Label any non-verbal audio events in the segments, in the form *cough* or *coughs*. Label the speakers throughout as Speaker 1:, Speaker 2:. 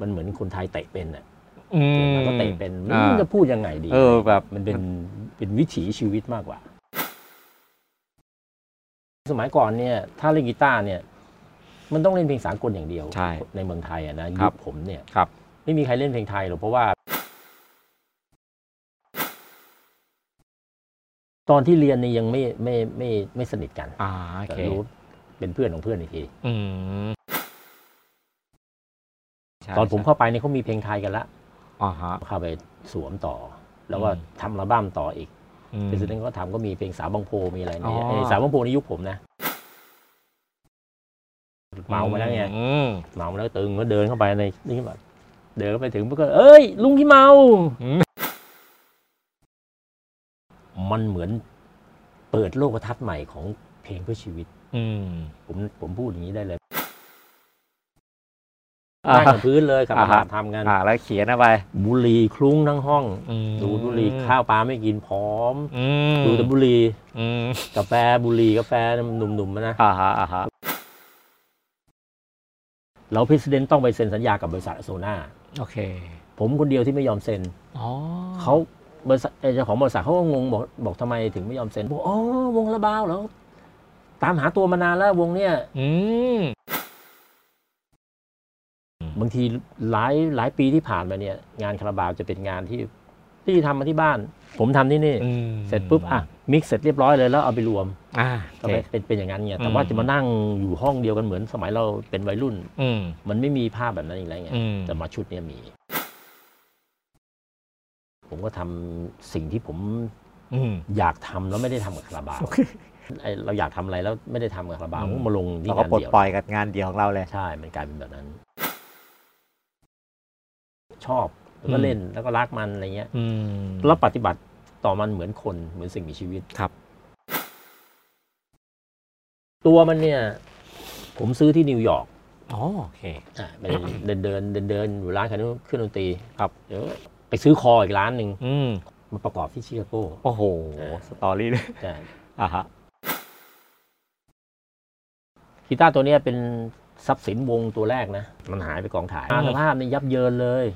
Speaker 1: มันเหมือนคนไทยเตะเป็นอ่ะ
Speaker 2: อืม
Speaker 1: มันก็เตะเป็นไม่
Speaker 2: อ่า
Speaker 1: รู้จะพูดยังไงดี
Speaker 2: เออแบบ
Speaker 1: มันเป็นเป็นวิถีชีวิตมากกว่า สมัยก่อนเนี่ย ถ้าเล่นกีตาร์เนี่ย มันต้องเล่นเพลงสากลอย่างเดียว
Speaker 2: ใช่
Speaker 1: ในเมืองไทยอะนะ
Speaker 2: ครั
Speaker 1: ยุ
Speaker 2: บ
Speaker 1: คผมเนี่ย
Speaker 2: ครับ
Speaker 1: ไม่มีใครเล่นเพลงไทยหรอกเพราะว่า ตอนที่เรียนเนี่ยยังไม่ไม่ไม่ไม่สนิทกัน
Speaker 2: อ่าโอ
Speaker 1: แต่
Speaker 2: เค
Speaker 1: รู้เป็นเพื่อนของเพื่อนอีกที
Speaker 2: อืมใช่
Speaker 1: ตอนผม
Speaker 2: ใช่
Speaker 1: เข้าไปเนี่ยเขามีเพลงไทยกันละ
Speaker 2: อ่าฮะ
Speaker 1: เข้าไปสวมต่อ แล้วก็
Speaker 2: อืม
Speaker 1: ทำอัลบั้มต่ออีก
Speaker 2: อืม
Speaker 1: เป็นสิ่งที่เขาทำก็มีเพลงสาวบางโพมีอะไรเนี่ย
Speaker 2: อ๋อ
Speaker 1: เอ้ยสาวบางโพในยุคผมนะเมามาแล้วไง
Speaker 2: อืม
Speaker 1: เมามาแล้วตึงก็เดินเข้าไปในนี่แบบเดินเข้าไปถึงปุ๊บก็เอ้ย ลุงที่เมา มันเหมือนเปิดโลกทัศน์ใหม่ของเพลงเพื่อชีวิต
Speaker 2: อืม
Speaker 1: ผมผมพูดอย่างนี้ได้เลย
Speaker 2: อ่า
Speaker 1: นั่งกับพื้นเลยครับ
Speaker 2: อ่าฮะ
Speaker 1: ทำงาน
Speaker 2: อ่าแล้วเขียนเอาไป
Speaker 1: บุหรี่คลุ้งทั้งห้อง
Speaker 2: อืม
Speaker 1: ดูดบุหรี่ข้าวปลาไม่กินพร้อม
Speaker 2: อืม
Speaker 1: ดูแต่บุหรี่
Speaker 2: อืม
Speaker 1: กาแฟบุหรี่กาแฟหนุ่มๆนะ
Speaker 2: อ่าฮะอ่าฮะ
Speaker 1: เราพิ e เดนต้องไปเซ็นสัญญากับบริษัทอโซนา
Speaker 2: โอเค
Speaker 1: ผมคนเดียวที่ไม่ยอมเซ็น
Speaker 2: อ๋อ
Speaker 1: เขาบริษัทเจ้าของบริษัทเขาก็งงบอกบอกทำไมถึงไม่ยอมเซ็นบอกอ๋อวงระบาวแล้ว ตามหาตัวมานานแล้ววงเนี่ย
Speaker 2: อืม
Speaker 1: บางทีหลายหลายปีที่ผ่านมาเนี่ย งานคาราบาวจะเป็นงานที่ที่ทำมาที่บ้าน ผมทำที่นี่
Speaker 2: อืม
Speaker 1: เสร็จปุ๊บอ่ะมิกเสร็จเรียบร้อยเลยแล้วเอาไปรวม
Speaker 2: อ่า
Speaker 1: ก็
Speaker 2: โอเค
Speaker 1: เป็นเป็นเป็นอย่างนั้นไงแต่
Speaker 2: อืม
Speaker 1: ว่าจะมานั่งอยู่ห้องเดียวกันเหมือน สมัยเราเป็นวัยรุ่น
Speaker 2: อืม
Speaker 1: มันไม่มีภาพแบบนั้นอีกแล้วไง
Speaker 2: อืม
Speaker 1: แต่มาชุดเนี้ยมี ผมก็ทำสิ่งที่ผม
Speaker 2: อืม
Speaker 1: อยากทำแล้วไม่ได้ทำกับคาราบาวไอ้เราอยากทำอะไรแล้วไม่ได้ทำกับคาราบาว
Speaker 2: อืม
Speaker 1: ก็มาลงที่
Speaker 2: เราก็
Speaker 1: งาน
Speaker 2: ปลด
Speaker 1: เดียว
Speaker 2: ปล่อยกับงานเดียวของเราเลย
Speaker 1: ใช่ มันกลายเป็นแบบนั้น ชอบแล้วก็
Speaker 2: อืม
Speaker 1: เล่นแล้วก็รักมันอะไรเงี้ย
Speaker 2: อืม
Speaker 1: แล้วปฏิบัติต่อมันเหมือนคนเหมือนสิ่งมีชีวิต
Speaker 2: ครับ
Speaker 1: ตัวมันเนี่ย ผมซื้อที่นิวยอร์ก
Speaker 2: อ๋อโอเค
Speaker 1: อ่ะไปเดินเดิ *coughs* นเดินเดินอยู่ร้านขายเครื่องดนตรี
Speaker 2: ครับ
Speaker 1: เดี๋ยวไปซื้อคออีกร้านหนึ่ง
Speaker 2: อืม
Speaker 1: มาประกอบที่ชิคาโก
Speaker 2: โอ้โห สตอรี่เลย
Speaker 1: ใช่
Speaker 2: อ่าฮะ
Speaker 1: กีตาร์ตัวเนี้ยเป็นทรัพย์สินวงตัวแรกนะ มันหายไปกองถ่ายสภาพนี่ยับเยินเลย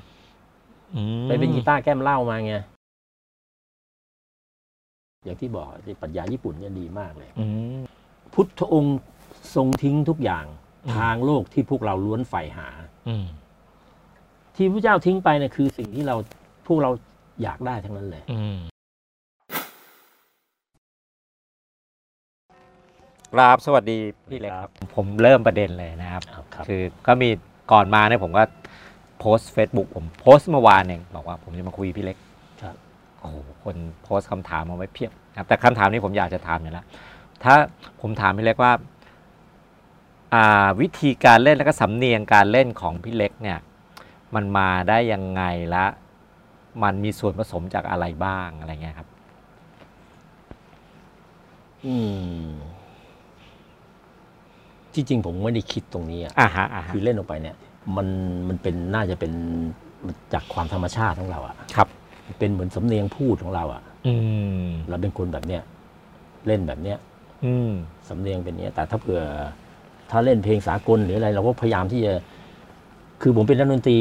Speaker 2: อืม
Speaker 1: ไปเป็นกีตาร์แก้มเหล้ามาไง อย่างที่บอกที่ปรัชญาญี่ปุ่นเนี่ยดีมากเลย
Speaker 2: อืม
Speaker 1: พุทธองค์ทรงทิ้งทุกอย่าง
Speaker 2: อืม
Speaker 1: ทางโลกที่พวกเราล้วนใฝ่หา
Speaker 2: อืม
Speaker 1: ที่พระเจ้าทิ้งไปเนี่ยคือสิ่งที่เราพวกเราอยากได้ทั้งนั้นเลย
Speaker 2: อืมกราบสวัสดีพี่เล็กครับ ผมเริ่มประเด็นเลยนะครับ คือก็มีก่อนมาเนี่ยผมก็โพสต์ Facebook ผมโพสต์เมื่อวานเองบอกว่าผมจะมาคุยพี่เล็ก
Speaker 1: ครับ
Speaker 2: โอ้โหคนโพสต์คำถามมาไว้เพียบนะครับแต่คำถามนี้ผมอยากจะถามอยู่แล้ว ถ้าผมถามพี่เล็กว่าอ่า วิธีการเล่นแล้วก็สำเนียงการเล่นของพี่เล็กเนี่ย มันมาได้ยังไงและ มันมีส่วนผสมจากอะไรบ้างอะไรเงี้ยครับ
Speaker 1: อืมจริงๆผมไม่ได้คิดตรงนี้อ่ะ
Speaker 2: อ่าฮะอ่าฮะ
Speaker 1: คือเล่นออกไปเนี่ย มันมันเป็นน่าจะเป็นมันจากความธรรมชาติของเราอ่ะ
Speaker 2: ครับ
Speaker 1: เป็นเหมือนสำเนียงพูดของเราอ่ะ
Speaker 2: อืม
Speaker 1: เราเป็นคนแบบเนี้ยเล่นแบบเนี้ย
Speaker 2: อืม
Speaker 1: สำเนียงเป็นเนี้ย แต่ถ้าเผื่อ ถ้าเล่นเพลงสากลหรืออะไร เราก็พยายามที่จะ คือผมเป็นนักดนตรี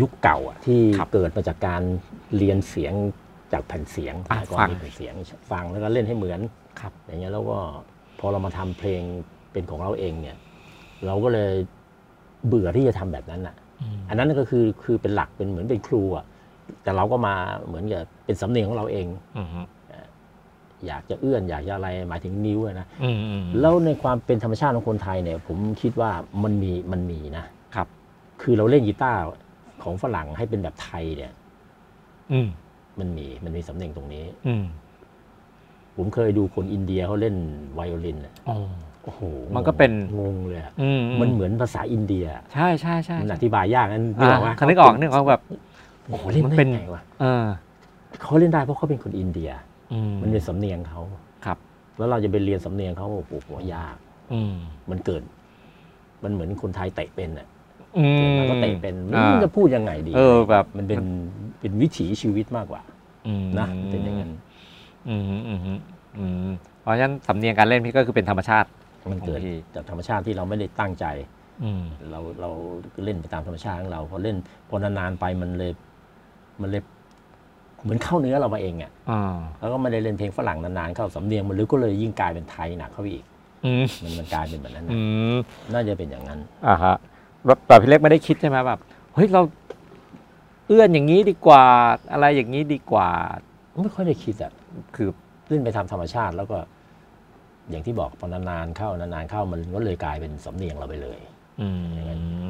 Speaker 1: ยุคเก่าอ่ะที่
Speaker 2: ครับ
Speaker 1: เกิดมาจากการเรียนเสียงจากแผ่นเสียง
Speaker 2: อ่ะ
Speaker 1: ก่อน
Speaker 2: ฟัง
Speaker 1: มีแผ่นเสียงฟังแล้วก็เล่นให้เหมือน
Speaker 2: ครับ
Speaker 1: อย่างเงี้ยแล้วก็พอเรามาทำเพลงเป็นของเราเองเนี่ย เราก็เลยเบื่อที่จะทำแบบนั้นอ่ะ
Speaker 2: อืม
Speaker 1: อันนั้นก็คือคือเป็นหลักเป็นเหมือนเป็นครูอ่ะแต่เราก็มาเหมือนกับเป็นสำเนียงของเราเอง
Speaker 2: อืมฮึ
Speaker 1: อยากจะเอื้อนอยากจะอะไรหมายถึงนิ้วอะนะ
Speaker 2: อืมอืม
Speaker 1: แล้วในความเป็นธรรมชาติของคนไทยเนี่ย ผมคิดว่ามันมีมันมีนะครับ คือเราเล่นกีตาร์ของฝรั่งให้เป็นแบบไทยเนี่ย
Speaker 2: อืม
Speaker 1: มันมีมันมีสำเนียงตรงนี้
Speaker 2: อืม
Speaker 1: ผมเคยดูคนอินเดียเขาเล่นไวโอลินอะ
Speaker 2: อ๋อ
Speaker 1: โอ้โห
Speaker 2: มันก็เป็น
Speaker 1: งงเลยอะ
Speaker 2: อืม
Speaker 1: มันเหมือนภาษาอินเดีย
Speaker 2: ใช่ใช่ใช่
Speaker 1: มัน
Speaker 2: ใช่
Speaker 1: อธิบายยากนั่นนึกออกไหม
Speaker 2: อ่าคันนึกออกนึกออกแบบ
Speaker 1: โอ้โหเล่น
Speaker 2: มันเป็
Speaker 1: เป็น
Speaker 2: น
Speaker 1: ไงวะ
Speaker 2: เออ
Speaker 1: เขาเล่นได้เพราะเขาเป็นคนอินเดีย
Speaker 2: อืม
Speaker 1: มันเป็นสำเนียงเขา
Speaker 2: ครับ
Speaker 1: แล้วเราจะไปเรียนสำเนียงเขาโอ้โหโหยาก
Speaker 2: อืม
Speaker 1: มันเกิด มันเหมือนคนไทยเตะเป็นอ่ะ
Speaker 2: อืม
Speaker 1: เกิดมันก็เตะเป็นไม่
Speaker 2: อ่า
Speaker 1: รู้จะพูดยังไงดี
Speaker 2: เออแบบ
Speaker 1: มันเป็นเป็นวิถีชีวิตมากกว่า
Speaker 2: อืม
Speaker 1: นะมันเป็นอย่างนั้น
Speaker 2: อืมอืมอืมอืมเพราะฉะนั้นสำเนียงการเล่นพี่ก็คือเป็นธรรมชาติ
Speaker 1: มันเกิด
Speaker 2: ของพี่
Speaker 1: จากธรรมชาติที่เราไม่ได้ตั้งใจ
Speaker 2: อืม
Speaker 1: เราเราเล่นไปตามธรรมชาติของเราพอเล่นพอนานๆไปมันเลยมันเลยเหมือนเข้าเนื้อเรามาเองอะ่ะ
Speaker 2: อ่า
Speaker 1: แล้วก็ไม่ได้เล่นเพลงฝรั่งนานๆเข้าสำเนียงมันลึกก็เลยยิ่งกลายเป็นไทยหนักเข้าไปอีก
Speaker 2: อืม
Speaker 1: มันมันกลายเป็นแบบนั้นนะ
Speaker 2: อืม
Speaker 1: น่าจะเป็นอย่างนั้น
Speaker 2: อ่าฮะแบบแบบพี่เล็กไม่ได้คิดใช่ไหมแบบเฮ้ยเราเอื้อนอย่างนี้ดีกว่าอะไรอย่างนี้ดีกว่า
Speaker 1: ไม่ค่อยได้คิดอะ
Speaker 2: คือ
Speaker 1: เล่นไปตามธรรมชาติแล้วก็ อย่างที่บอกพอนานๆเข้านานๆเข้ามันก็เลยกลายเป็นสำเนียงเราไปเลย
Speaker 2: อื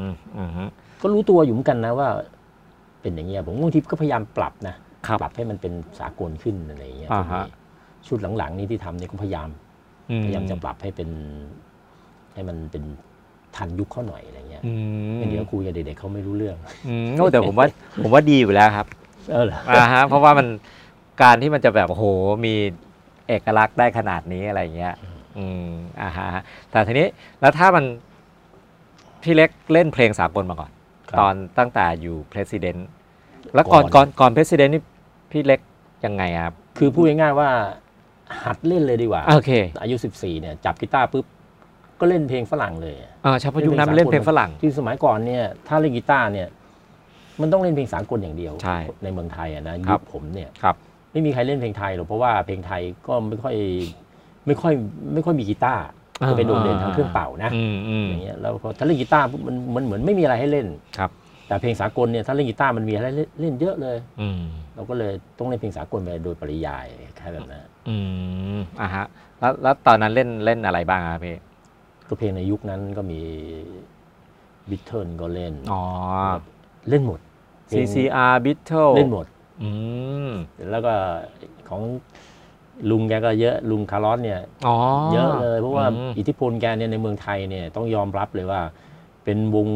Speaker 2: มอืม
Speaker 1: ก็รู้ตัวอยู่เหมือนกันนะว่า เป็นอย่างเงี้ยผมบางทีก็พยายามปรับนะครับ ปรับให้มันเป็นสากลขึ้นอะไรอย่างเงี้ย
Speaker 2: อ่าฮะ
Speaker 1: ชุดหลังๆ นี้ที่ทำเนี่ยก็พยายาม
Speaker 2: อืม
Speaker 1: พยายามจะปรับให้เป็น ให้มันเป็นทันยุคเขาหน่อยอะไรเงี้ย
Speaker 2: อืม
Speaker 1: ไม่เดี๋ยวคุยกับเด็กๆเขาไม่รู้เรื่อง
Speaker 2: อืมโอ้แต่ผม
Speaker 1: *laughs*
Speaker 2: ว่า ผมว่าดีอยู่แล้วครับ
Speaker 1: เออเหรอ
Speaker 2: อ่าฮะเพราะว่ามันการที่มันจะแบบโอ้โหมีเอกลักษณ์ได้ขนาดนี้อะไรอย่างเงี้ย อืมอ่าฮะแต่ทีนี้แล้วถ้ามันพี่เล็กเล่นเพลงสากลมาก่อน
Speaker 1: ครับ
Speaker 2: ตอนตั้งแต่อยู่ president แล้วก่อน
Speaker 1: ก่อ
Speaker 2: ก่อน นก่อน president นี่พี่เล็กยังไงครับ
Speaker 1: คือพูดง่ายๆว่า หัดเล่นเลยดีกว่า
Speaker 2: อ่ะโอเค
Speaker 1: อายุ 14เนี่ยจับกีตาร์ปุ๊บ ก็เล่นเพลงฝรั่งเลยอะ
Speaker 2: อ่าชาวพยุคนั้นเล่นเพลงฝรั่ง
Speaker 1: ที่สมัยก่อนเนี่ย ถ้าเล่นกีตาร์เนี่ย มันต้องเล่นเพลงสากลอย่างเดียว
Speaker 2: ใช่
Speaker 1: เมืองไทยอะนะ
Speaker 2: ครั
Speaker 1: ยุ
Speaker 2: บ
Speaker 1: คผมเนี่ย
Speaker 2: ครับ
Speaker 1: ไม่มีใครเล่นเพลงไทยหรอกเพราะว่าเพลงไทยก็ไม่ค่อยไม่ค่อยไม่ค่อยมีกีตาร์ก็เป็นโดดเด่นทางเครื่องเป่านะ
Speaker 2: อืมอืม
Speaker 1: อย่างเงี้ยแล้วพอถ้าเล่นกีตาร์ปุ๊บมันมันเหมือนไม่มีอะไรให้เล่น
Speaker 2: ครับ
Speaker 1: แต่เพลงสากลเนี่ยถ้าเล่นกีตาร์มันมีอะไรเล่นเล่นเยอะเลย
Speaker 2: อืม
Speaker 1: เราก็เลยต้องเล่นเพลงสากลไปโดยปริยายแค่แบบนั้น
Speaker 2: อืมอ่าฮะแล้วแล้วตอนนั้นเล่นเล่นอะไรบ้างครับพี่
Speaker 1: ก็เพลงในยุคนั้นก็มีบิทเทิลก็เล่น
Speaker 2: อ๋อ
Speaker 1: เล่นหมดเพลง
Speaker 2: CCR Beatle
Speaker 1: เล่นหมด
Speaker 2: อืม
Speaker 1: แล้วก็ของลุงแกก็เยอะลุงคาร์ลอสเนี่ย
Speaker 2: อ๋อ
Speaker 1: เยอะเลย เพราะว่า
Speaker 2: อืม
Speaker 1: อิทธิพลแกเนี่ยในเมืองไทยเนี่ยต้องยอมรับเลยว่า เป็นวง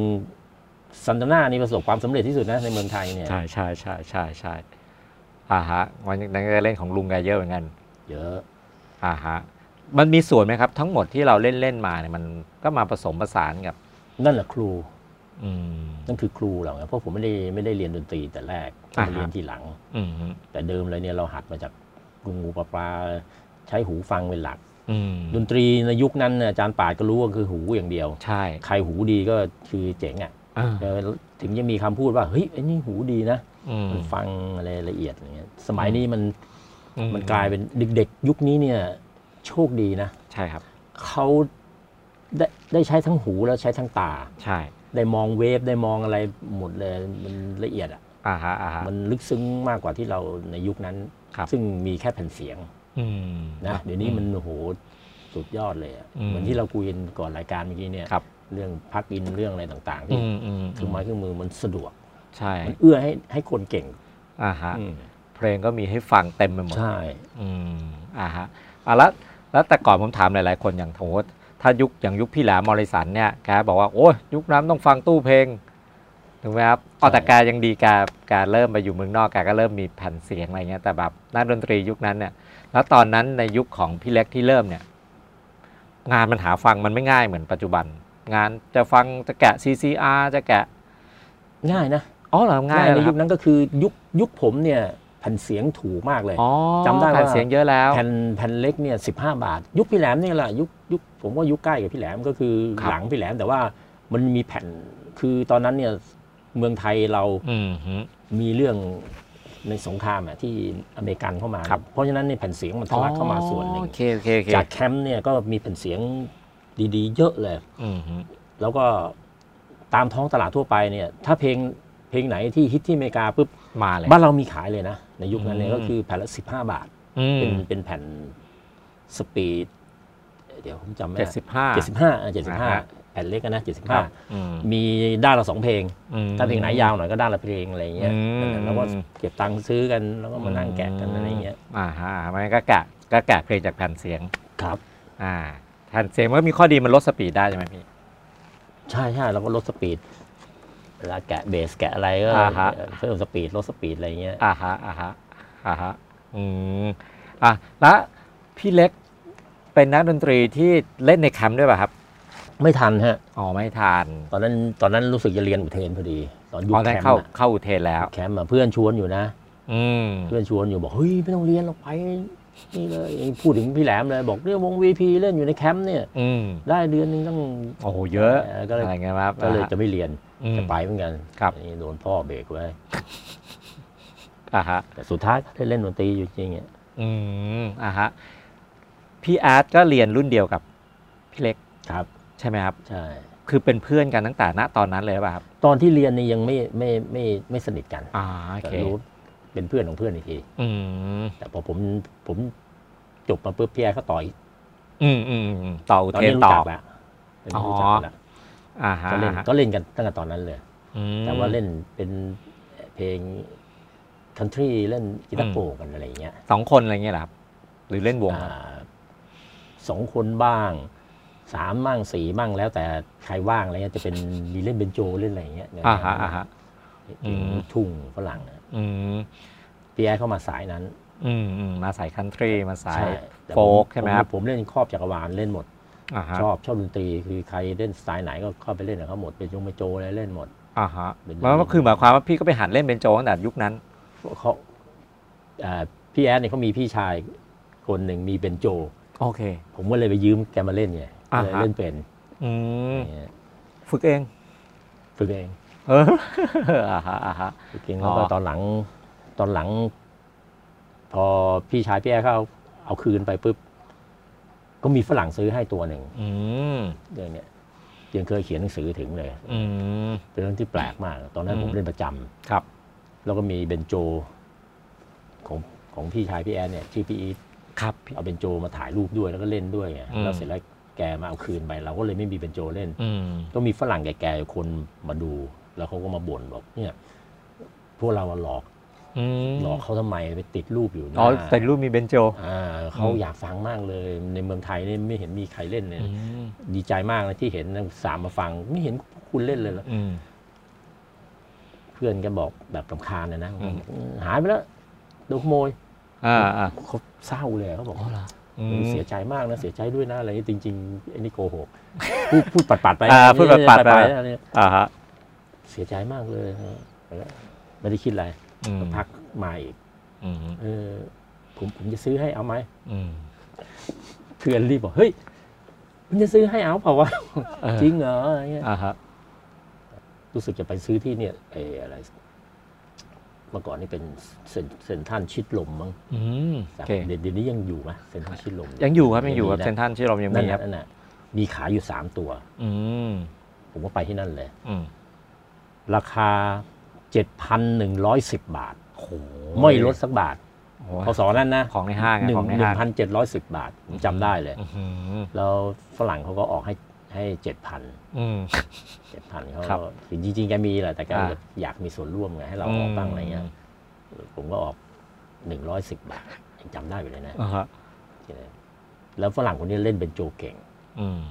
Speaker 1: ซันตาน่านี่ประสบความสำเร็จที่สุดนะในเมืองไทยเนี่ย
Speaker 2: ใช่ใช่ใช่ใช่ใช่อ่าฮะวันนั้นก็เล่นของลุงไกเยอะเหมือนกัน
Speaker 1: เยอะ
Speaker 2: อ่าฮะมันมีส่วนไหมครับ ทั้งหมดที่เราเล่นเล่นๆมาเนี่ยมันก็มาผสมผสานกับ
Speaker 1: นั่นแหละครู
Speaker 2: อืม
Speaker 1: นั่นคือครูเราไงเพราะผมไม่ได้ไม่ได้เรียนดนตรีแต่แรกผม
Speaker 2: อ่าฮะ
Speaker 1: มาเรียนทีหลัง
Speaker 2: อืม
Speaker 1: แต่เดิมเลยเนี่ยเราหัดมาจากงูงูปลาปลาใช้หูฟังเป็นหลัก
Speaker 2: อืม
Speaker 1: ดนตรีในยุคนั้นน่ะอาจารย์ป่าดก็รู้ว่าคือหูอย่างเดียว
Speaker 2: ใช่
Speaker 1: ใครหูดีก็คือเจ๋งอ่ะ
Speaker 2: อ่า
Speaker 1: เออถึงจะมีคำพูดว่าเฮ้ยไอ้นี่หูดีนะ
Speaker 2: อืม
Speaker 1: มันฟังอะไรละเอียดอย่างเงี้ยสมัย
Speaker 2: อืม
Speaker 1: นี้มัน
Speaker 2: อื
Speaker 1: มันกลายเป็นเด็กๆ ยุคนี้เนี่ยโชคดีนะ
Speaker 2: ใช่ครับ
Speaker 1: เขาได้ได้ใช้ทั้งหูแล้วใช้ทั้งตา
Speaker 2: ใช่
Speaker 1: ได้มองเวฟได้มองอะไรหมดเลยมันละเอียดอ่ะ
Speaker 2: อ่าฮะอ่าฮะ
Speaker 1: มันลึกซึ้งมากกว่าที่เราในยุคนั้น
Speaker 2: ครับ
Speaker 1: ซึ่งมีแค่แผ่นเสียง
Speaker 2: อืม
Speaker 1: นะเดี๋ยวนี้มันโอ้โหสุดยอดเลยอะ
Speaker 2: อืม
Speaker 1: เหมือนที่เราคุยกันก่อนรายการเมื่อกี้เนี่ย
Speaker 2: ครับ
Speaker 1: เรื่องพักอินเรื่องอะไรต่างๆ
Speaker 2: อื
Speaker 1: ที่
Speaker 2: มอืม
Speaker 1: เครื่องไม้เครื่องมือมันสะดวก
Speaker 2: ใช่
Speaker 1: มันเอื้อให้ให้คนเก่ง
Speaker 2: อ่าฮะ
Speaker 1: อืม
Speaker 2: เพลงก็มีให้ฟังเต็มไปหมด
Speaker 1: ใช่
Speaker 2: อืมอ่าฮะอ่ะแล้วแล้วแต่ก่อนผมถามหลาย ๆ คนอย่างโถถ้ายุคอย่างยุคพี่แหลมมอริสันเนี่ยแกบอกว่าโอ้ยยุคนั้นต้องฟังตู้เพลงถูกไหมครับอ๋อแต่แกยังดีแกแกเริ่มไปอยู่เมืองนอกแกก็เริ่มมีแผ่นเสียงอะไรเงี้ยแต่แบบนักดนตรียุคนั้นเนี่ย แล้วตอนนั้นในยุคของพี่เล็กที่เริ่มเนี่ย งานมันหาฟังมันไม่ง่ายเหมือนปัจจุบัน งานจะฟังจะแกะ CCR จะแกะ
Speaker 1: ง่ายนะ
Speaker 2: อ๋อเหรอง่าย
Speaker 1: ใน
Speaker 2: เลย
Speaker 1: ยุคนั้นก็คือยุคยุคผมเนี่ยแผ่นเสียงถูกมากเลย
Speaker 2: อ๋อ
Speaker 1: จำได้ว่า
Speaker 2: แผ่นเสียงเยอะแล้ว
Speaker 1: แผ่นแผ่นเล็กเนี่ยสิบห้าบาท ยุคพี่แหลมเนี่ยแหละยุคยุคผมว่ายุคใกล้กับพี่แหลมก็คือ
Speaker 2: ครับ
Speaker 1: หลังพี่แหลมแต่ว่ามันมีแผ่นคือตอนนั้นเนี่ยเมืองไทยเรา
Speaker 2: อืมฮึ
Speaker 1: มีเรื่องในสงครามอะที่อเมริกันเข้ามา
Speaker 2: ครับ
Speaker 1: เพราะฉะนั้นในยแผ่นเสียงมันทะลักเข้ามาส่วนหนึ่ง
Speaker 2: โอเคโอเคโอเค
Speaker 1: จากแคมป์เนี่ยก็มีแผ่นเสียงดีๆ เยอะเลย
Speaker 2: อืมฮึ
Speaker 1: แล้วก็ตามท้องตลาดทั่วไปเนี่ย ถ้าเพลงเพลงไหนที่ฮิตที่อเมริกาปุ๊บ
Speaker 2: มาเลย
Speaker 1: บ้านเรามีขายเลยนะ ในยุคนั้นเนี่ย
Speaker 2: อืม
Speaker 1: ก็คือแผ่นละ 15 บาท
Speaker 2: อืม
Speaker 1: เป็นเป็นแผ่นสปีด เดี๋ยวผมจำไม่
Speaker 2: เจ็ด
Speaker 1: ได้
Speaker 2: สิบห้า
Speaker 1: เจ็ดสิบห้าอ่ะเจ็ดสิบห้า
Speaker 2: อ่าฮะ
Speaker 1: แผ่นเล็กอะนะเจ็ดสิบ
Speaker 2: ค
Speaker 1: ห้า
Speaker 2: รับอืม
Speaker 1: มีด้านละสองเพลง
Speaker 2: อืม
Speaker 1: ถ้าเพลงไหนยาวหน่อยก็ด้านละเพลงอะไรอย่างเงี้ย
Speaker 2: อืม
Speaker 1: แล้วก็เก็บตังค์ซื้อกันแล้วก็มานั่งแกะกันอะไรอย่างเงี้ย
Speaker 2: อ่าฮะมันก็แกะก็แกะเพลงจากแผ่นเสียง
Speaker 1: ครับ
Speaker 2: อ่า แผ่นเสียงมันก็มีข้อดีมันลดสปีดได้ใช่ไหมพี่
Speaker 1: ใช่ใช่เราก็ลดสปีดเวลาแกะเบสแกะอะไรก็
Speaker 2: อ่าฮะ
Speaker 1: เพิ่มสปีดลดสปีดอะไรอย่างเงี้ย
Speaker 2: อ่าฮะอ่าฮะอ่าฮะอืมอ่ะแล้วพี่เล็กเป็นนักดนตรีที่เล่นในแคมป์ด้วยป่ะครับ
Speaker 1: ไม่ทันฮะ
Speaker 2: อ๋อไม่ทาน
Speaker 1: ตอนนั้นตอนนั้นรู้สึกจะเรียนอุเทนพอดี ตอนยุ
Speaker 2: อ๋
Speaker 1: ค
Speaker 2: อ
Speaker 1: แค
Speaker 2: ได้
Speaker 1: ม
Speaker 2: เข้า
Speaker 1: ป์อะ
Speaker 2: เข้าอุเทนแล้ว
Speaker 1: แคมป์อะเพื่อนชวนอยู่นะ
Speaker 2: อืม
Speaker 1: เพื่อนชวนอยู่บอกเฮ้ยไม่ต้องเรียนหรอกไป นี่เลยพูดถึงพี่แหลมเลย บอกเรื่องวงวีพีเล่นอยู่ในแคมป์เนี่ย
Speaker 2: อืม
Speaker 1: ได้เดือนหนึงต้อง
Speaker 2: โอ้โหเยอะ
Speaker 1: เออก็เลย
Speaker 2: อะไรเงี้ยครับ
Speaker 1: ก็เลย
Speaker 2: อ่า
Speaker 1: จะไม่เรียน
Speaker 2: อืม
Speaker 1: จะไปเหมือนกัน
Speaker 2: ครับ
Speaker 1: อันนี่โดนพ่อเบรกไว้
Speaker 2: อ่าฮะ
Speaker 1: แต่สุดท้ายก็ได้เล่นดนตรีอยู่จริงอ่ะ
Speaker 2: อืมอ่าฮะ พี่อาร์ตก็เรียนรุ่นเดียวกับพี่เล็ก
Speaker 1: ครับ
Speaker 2: ใช่ไหมครับ
Speaker 1: ใช่
Speaker 2: คือเป็นเพื่อนกันตั้งแต่ณตอนนั้นเลยหรือเปล่ะครับ
Speaker 1: ตอนที่เรียนเนี่ยยังไม่ไม่ไม่ไม่สนิทกัน
Speaker 2: อ่าโอ
Speaker 1: แต่
Speaker 2: เค
Speaker 1: รู้เป็นเพื่อนของเพื่อนอีกที
Speaker 2: อืม
Speaker 1: แต่พอผมผมจบมาปุ๊บพี่แอร์ก็ต่อย
Speaker 2: อืมอืมอืมต่ออุ
Speaker 1: ตอน
Speaker 2: เท
Speaker 1: นี้
Speaker 2: น
Speaker 1: รู้
Speaker 2: ต่อ
Speaker 1: จักแล้วตอนนี้รู้จักกันแล้ว
Speaker 2: อ่าฮะ
Speaker 1: ก็เล่นก็เล่นกันตั้งแต่ตอนนั้นเลย
Speaker 2: อืม
Speaker 1: แต่ว่าเล่นเป็นเพลง country เล่นกีตา
Speaker 2: อื
Speaker 1: ร์
Speaker 2: ม
Speaker 1: โปร่งกันอะไรอย่างเงี้ย
Speaker 2: สองคนอะไรเงี้ยเหรอครับ หรือเล่นวง
Speaker 1: อ่าสองคนบ้างสามบ้างสี่บ้างแล้วแต่ใครว่างอะไรเงี้ยจะเป็นมีเล่นเป็นโจเล่นอะไรอย่างเงี้ย
Speaker 2: อ่าฮะอ่าฮะ
Speaker 1: เพลง
Speaker 2: อืม
Speaker 1: ทุ่งฝรั่งอะ
Speaker 2: อืม
Speaker 1: พี่แอร์เข้ามาสายนั้น
Speaker 2: อืมอืมมาสายคันทรีมาสาย
Speaker 1: แต่
Speaker 2: โฟกใช่ไหมครับ
Speaker 1: ผมเล่นครอบจักรวาลเล่นหมด
Speaker 2: อ่าฮะ
Speaker 1: ชอบชอบดนตรีคือใครเล่นสไตล์ไหนก็เข้าไปเล่นกับเขาหมดเป็นจงเป็นโจอะไรเล่นหมด
Speaker 2: อ่าฮะ
Speaker 1: เป็น
Speaker 2: มันก็คือหมายความว่าพี่ก็ไปหัดเล่นเป็นโจตั้งแต่ยุคนั้น
Speaker 1: เขาอ่าพี่แอดเนี่ยเขามีพี่ชายคนหนึ่งมีเป็นโจ
Speaker 2: โอเค
Speaker 1: ผมก็เลยไปยืมแกมาเล่นไง
Speaker 2: อ่า
Speaker 1: เลย
Speaker 2: ฮะ
Speaker 1: เล่นเป็น
Speaker 2: อืม
Speaker 1: อย่างเงี้ย
Speaker 2: ฝึกเอง
Speaker 1: ฝึกเอง
Speaker 2: เอ *laughs* ออ่าฮะอ่าฮะ
Speaker 1: ฝึกเอง
Speaker 2: อ๋
Speaker 1: แล้
Speaker 2: อ
Speaker 1: วก็ตอนหลังตอนหลัง พอพี่ชายพี่แอดเขาเอาคืนไปปุ๊บก็มีฝรั่งซื้อให้ตัวหนึ่ง
Speaker 2: อืม
Speaker 1: เรื่องเนี้ยยังเคยเขียนหนังสือถึงเลย
Speaker 2: อืม
Speaker 1: เป็นเรื่องที่แปลกมาก ตอนนั้น
Speaker 2: อืม
Speaker 1: ผมเล่นประจำ
Speaker 2: ครับ
Speaker 1: แล้วก็มีเบนโจ ของของพี่ชายพี่แอดเนี่ยชื่อพี่อีท
Speaker 2: ครับ
Speaker 1: เอาเบนโจมาถ่ายรูปด้วยแล้วก็เล่นด้วยไง
Speaker 2: อืม
Speaker 1: แล้วเสร็จแล้วแกมาเอาคืนไปเราก็เลยไม่มีเบนโจเล่น
Speaker 2: อืม
Speaker 1: ก็มีฝรั่งแก่ๆคนมาดู แล้วเขาก็มาบ่นบอกเนี่ย พวกเราอะหลอก
Speaker 2: อืม
Speaker 1: หลอกเขาทำไมไปติดรูปอยู่หนะ
Speaker 2: อ๋อแต่รูปมีเบนโจ
Speaker 1: เขา
Speaker 2: อืม
Speaker 1: อยากฟังมากเลย ในเมืองไทยนี่ไม่เห็นมีใครเล่นเลย
Speaker 2: อืม
Speaker 1: ดีใจมากนะที่เห็นนักศึกษามาฟัง ไม่เห็นพวกคุณเล่นเลยเหรอ
Speaker 2: อืม
Speaker 1: เพื่อนก็บอกแบบลำคาญนะนะ
Speaker 2: อืม
Speaker 1: หายไปแล้วโดนขโมย
Speaker 2: อ่าอ่า
Speaker 1: เขาเศร้าเลยเขาบอก
Speaker 2: อืม
Speaker 1: เสียใจมากนะเสียใจด้วยนะอะไรอย่างนี้จริงๆไอ้นี่โกหกพูดพูดปัดปัดๆไป
Speaker 2: อ่าพูดปัดๆไป
Speaker 1: ๆนะเนี่ย
Speaker 2: อ่าฮะ
Speaker 1: เสียใจมากเลยนะไม่ได้คิดอะไร
Speaker 2: อืม
Speaker 1: พักมาอีก
Speaker 2: อืม
Speaker 1: เออผมผมจะซื้อให้เอาไหม
Speaker 2: อืม
Speaker 1: เพื่อนรีบบอกเฮ้ยมันจะซื้อให้เอาเปล่าวะ
Speaker 2: เออ
Speaker 1: จริงเหรออะไรเงี้ย
Speaker 2: อ่าฮะ
Speaker 1: รู้สึกจะไปซื้อที่เนี่ยไอ้อะไรเมื่อก่อนนี่เป็นเซนเซนทรันชิดลมมั้ง
Speaker 2: อืมโอเค
Speaker 1: เดี๋ยวเดี๋ยวนี้ยังอยู่ไหมเซนทรันชิดลม
Speaker 2: ยังอยู่ครับยังอยู่ครับ
Speaker 1: มีนะ
Speaker 2: เซนทรันที่เรายัง
Speaker 1: นั่
Speaker 2: มี
Speaker 1: น
Speaker 2: ค
Speaker 1: น่ะ
Speaker 2: รับ
Speaker 1: นั่นน่ะมีขายอยู่สามตัว
Speaker 2: อืม
Speaker 1: ผมก็ไปที่นั่นเลย
Speaker 2: อืม
Speaker 1: ราคา 7,110 บาท
Speaker 2: โห
Speaker 1: ไม่ลดสักบาท
Speaker 2: โอ้โห
Speaker 1: พศนั้นนะ
Speaker 2: ของในห้างอะ
Speaker 1: หนึ่ง
Speaker 2: ของใน
Speaker 1: หนึ่
Speaker 2: ห้าง
Speaker 1: งพันเจ็ดร้อยสิบบาท ผมจำได้เลย
Speaker 2: อื้อหือ
Speaker 1: แล้วฝรั่งเขาก็ออกให้ให้เจ็ดพัน
Speaker 2: อืม
Speaker 1: เจ็ดพันเขา
Speaker 2: ครับ
Speaker 1: ก็จริงๆแกมีแหละแต่แก
Speaker 2: อ่า
Speaker 1: อยากมีส่วนร่วมไงให้เราออกบ้างอะไรเงี้ยผมก็ออกหนึ่งร้อยสิบบาทยังจำได้อยู่เลย
Speaker 2: *laughs*
Speaker 1: นะ
Speaker 2: อ่าฮะ
Speaker 1: แล้วฝรั่งคนนี้เล่นเป็นโจเก่ง
Speaker 2: อืม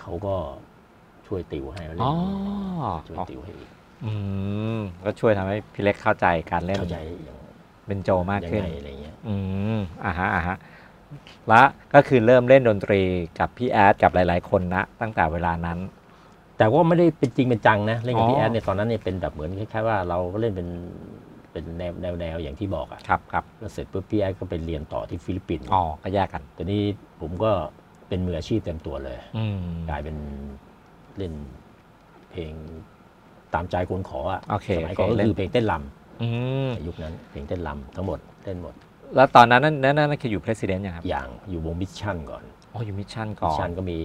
Speaker 1: เขาก็ช่วยติวให้เล่น
Speaker 2: อ๋อ
Speaker 1: ช่วยติวให้อีก
Speaker 2: อืมก็ช่วยทำให้พี่เล็กเข้าใจการเล่น
Speaker 1: เข้าใจอย่าง
Speaker 2: เบนโจมาก
Speaker 1: ยัง
Speaker 2: ขึ้น
Speaker 1: ไงอะไรเงี้ย
Speaker 2: อืมอ่าฮะอ่าฮะและก็คือเริ่มเล่นดนตรีกับพี่แอดกับหลาย ๆ คนนะ ตั้งแต่เวลานั้น
Speaker 1: แต่ว่าไม่ได้เป็นจริงเป็นจังนะ เล่นกับ
Speaker 2: อ๋
Speaker 1: พี่
Speaker 2: อ
Speaker 1: แอดเนี่ยตอนนั้นเนี่ยเป็นแบบเหมือนคล้ายๆว่าเราก็เล่นเป็นเป็นแนวแนวแนวอย่างที่บอกอะ
Speaker 2: ครับครับ
Speaker 1: แล้วเสร็จปุ๊บพี่แอดก็ไปเรียนต่อที่ฟิลิปปินส์
Speaker 2: อ๋อก็แยกกัน
Speaker 1: ตอนนี้ผมก็เป็นมืออาชีพเต็มตัวเลย
Speaker 2: อืม
Speaker 1: กลายเป็นเล่นเพลงตามใจคนขออะ
Speaker 2: โอเค
Speaker 1: สมัย
Speaker 2: โอเค
Speaker 1: ก่อนก็
Speaker 2: เล่น
Speaker 1: คือเพลงเต้นร
Speaker 2: อืม
Speaker 1: ำในยุคนั้นเพลงเต้นรำทั้งหมดเต้นหมด
Speaker 2: แล้วตอนนั้นนั่นนั่นนั่นคืออยู่ president ยังครับ
Speaker 1: อย่างอยู่วงมิชชั่นก่อน
Speaker 2: อ๋ออยู่มิชชั่นก่
Speaker 1: มิ
Speaker 2: อ
Speaker 1: ชชั่
Speaker 2: น
Speaker 1: นก็มี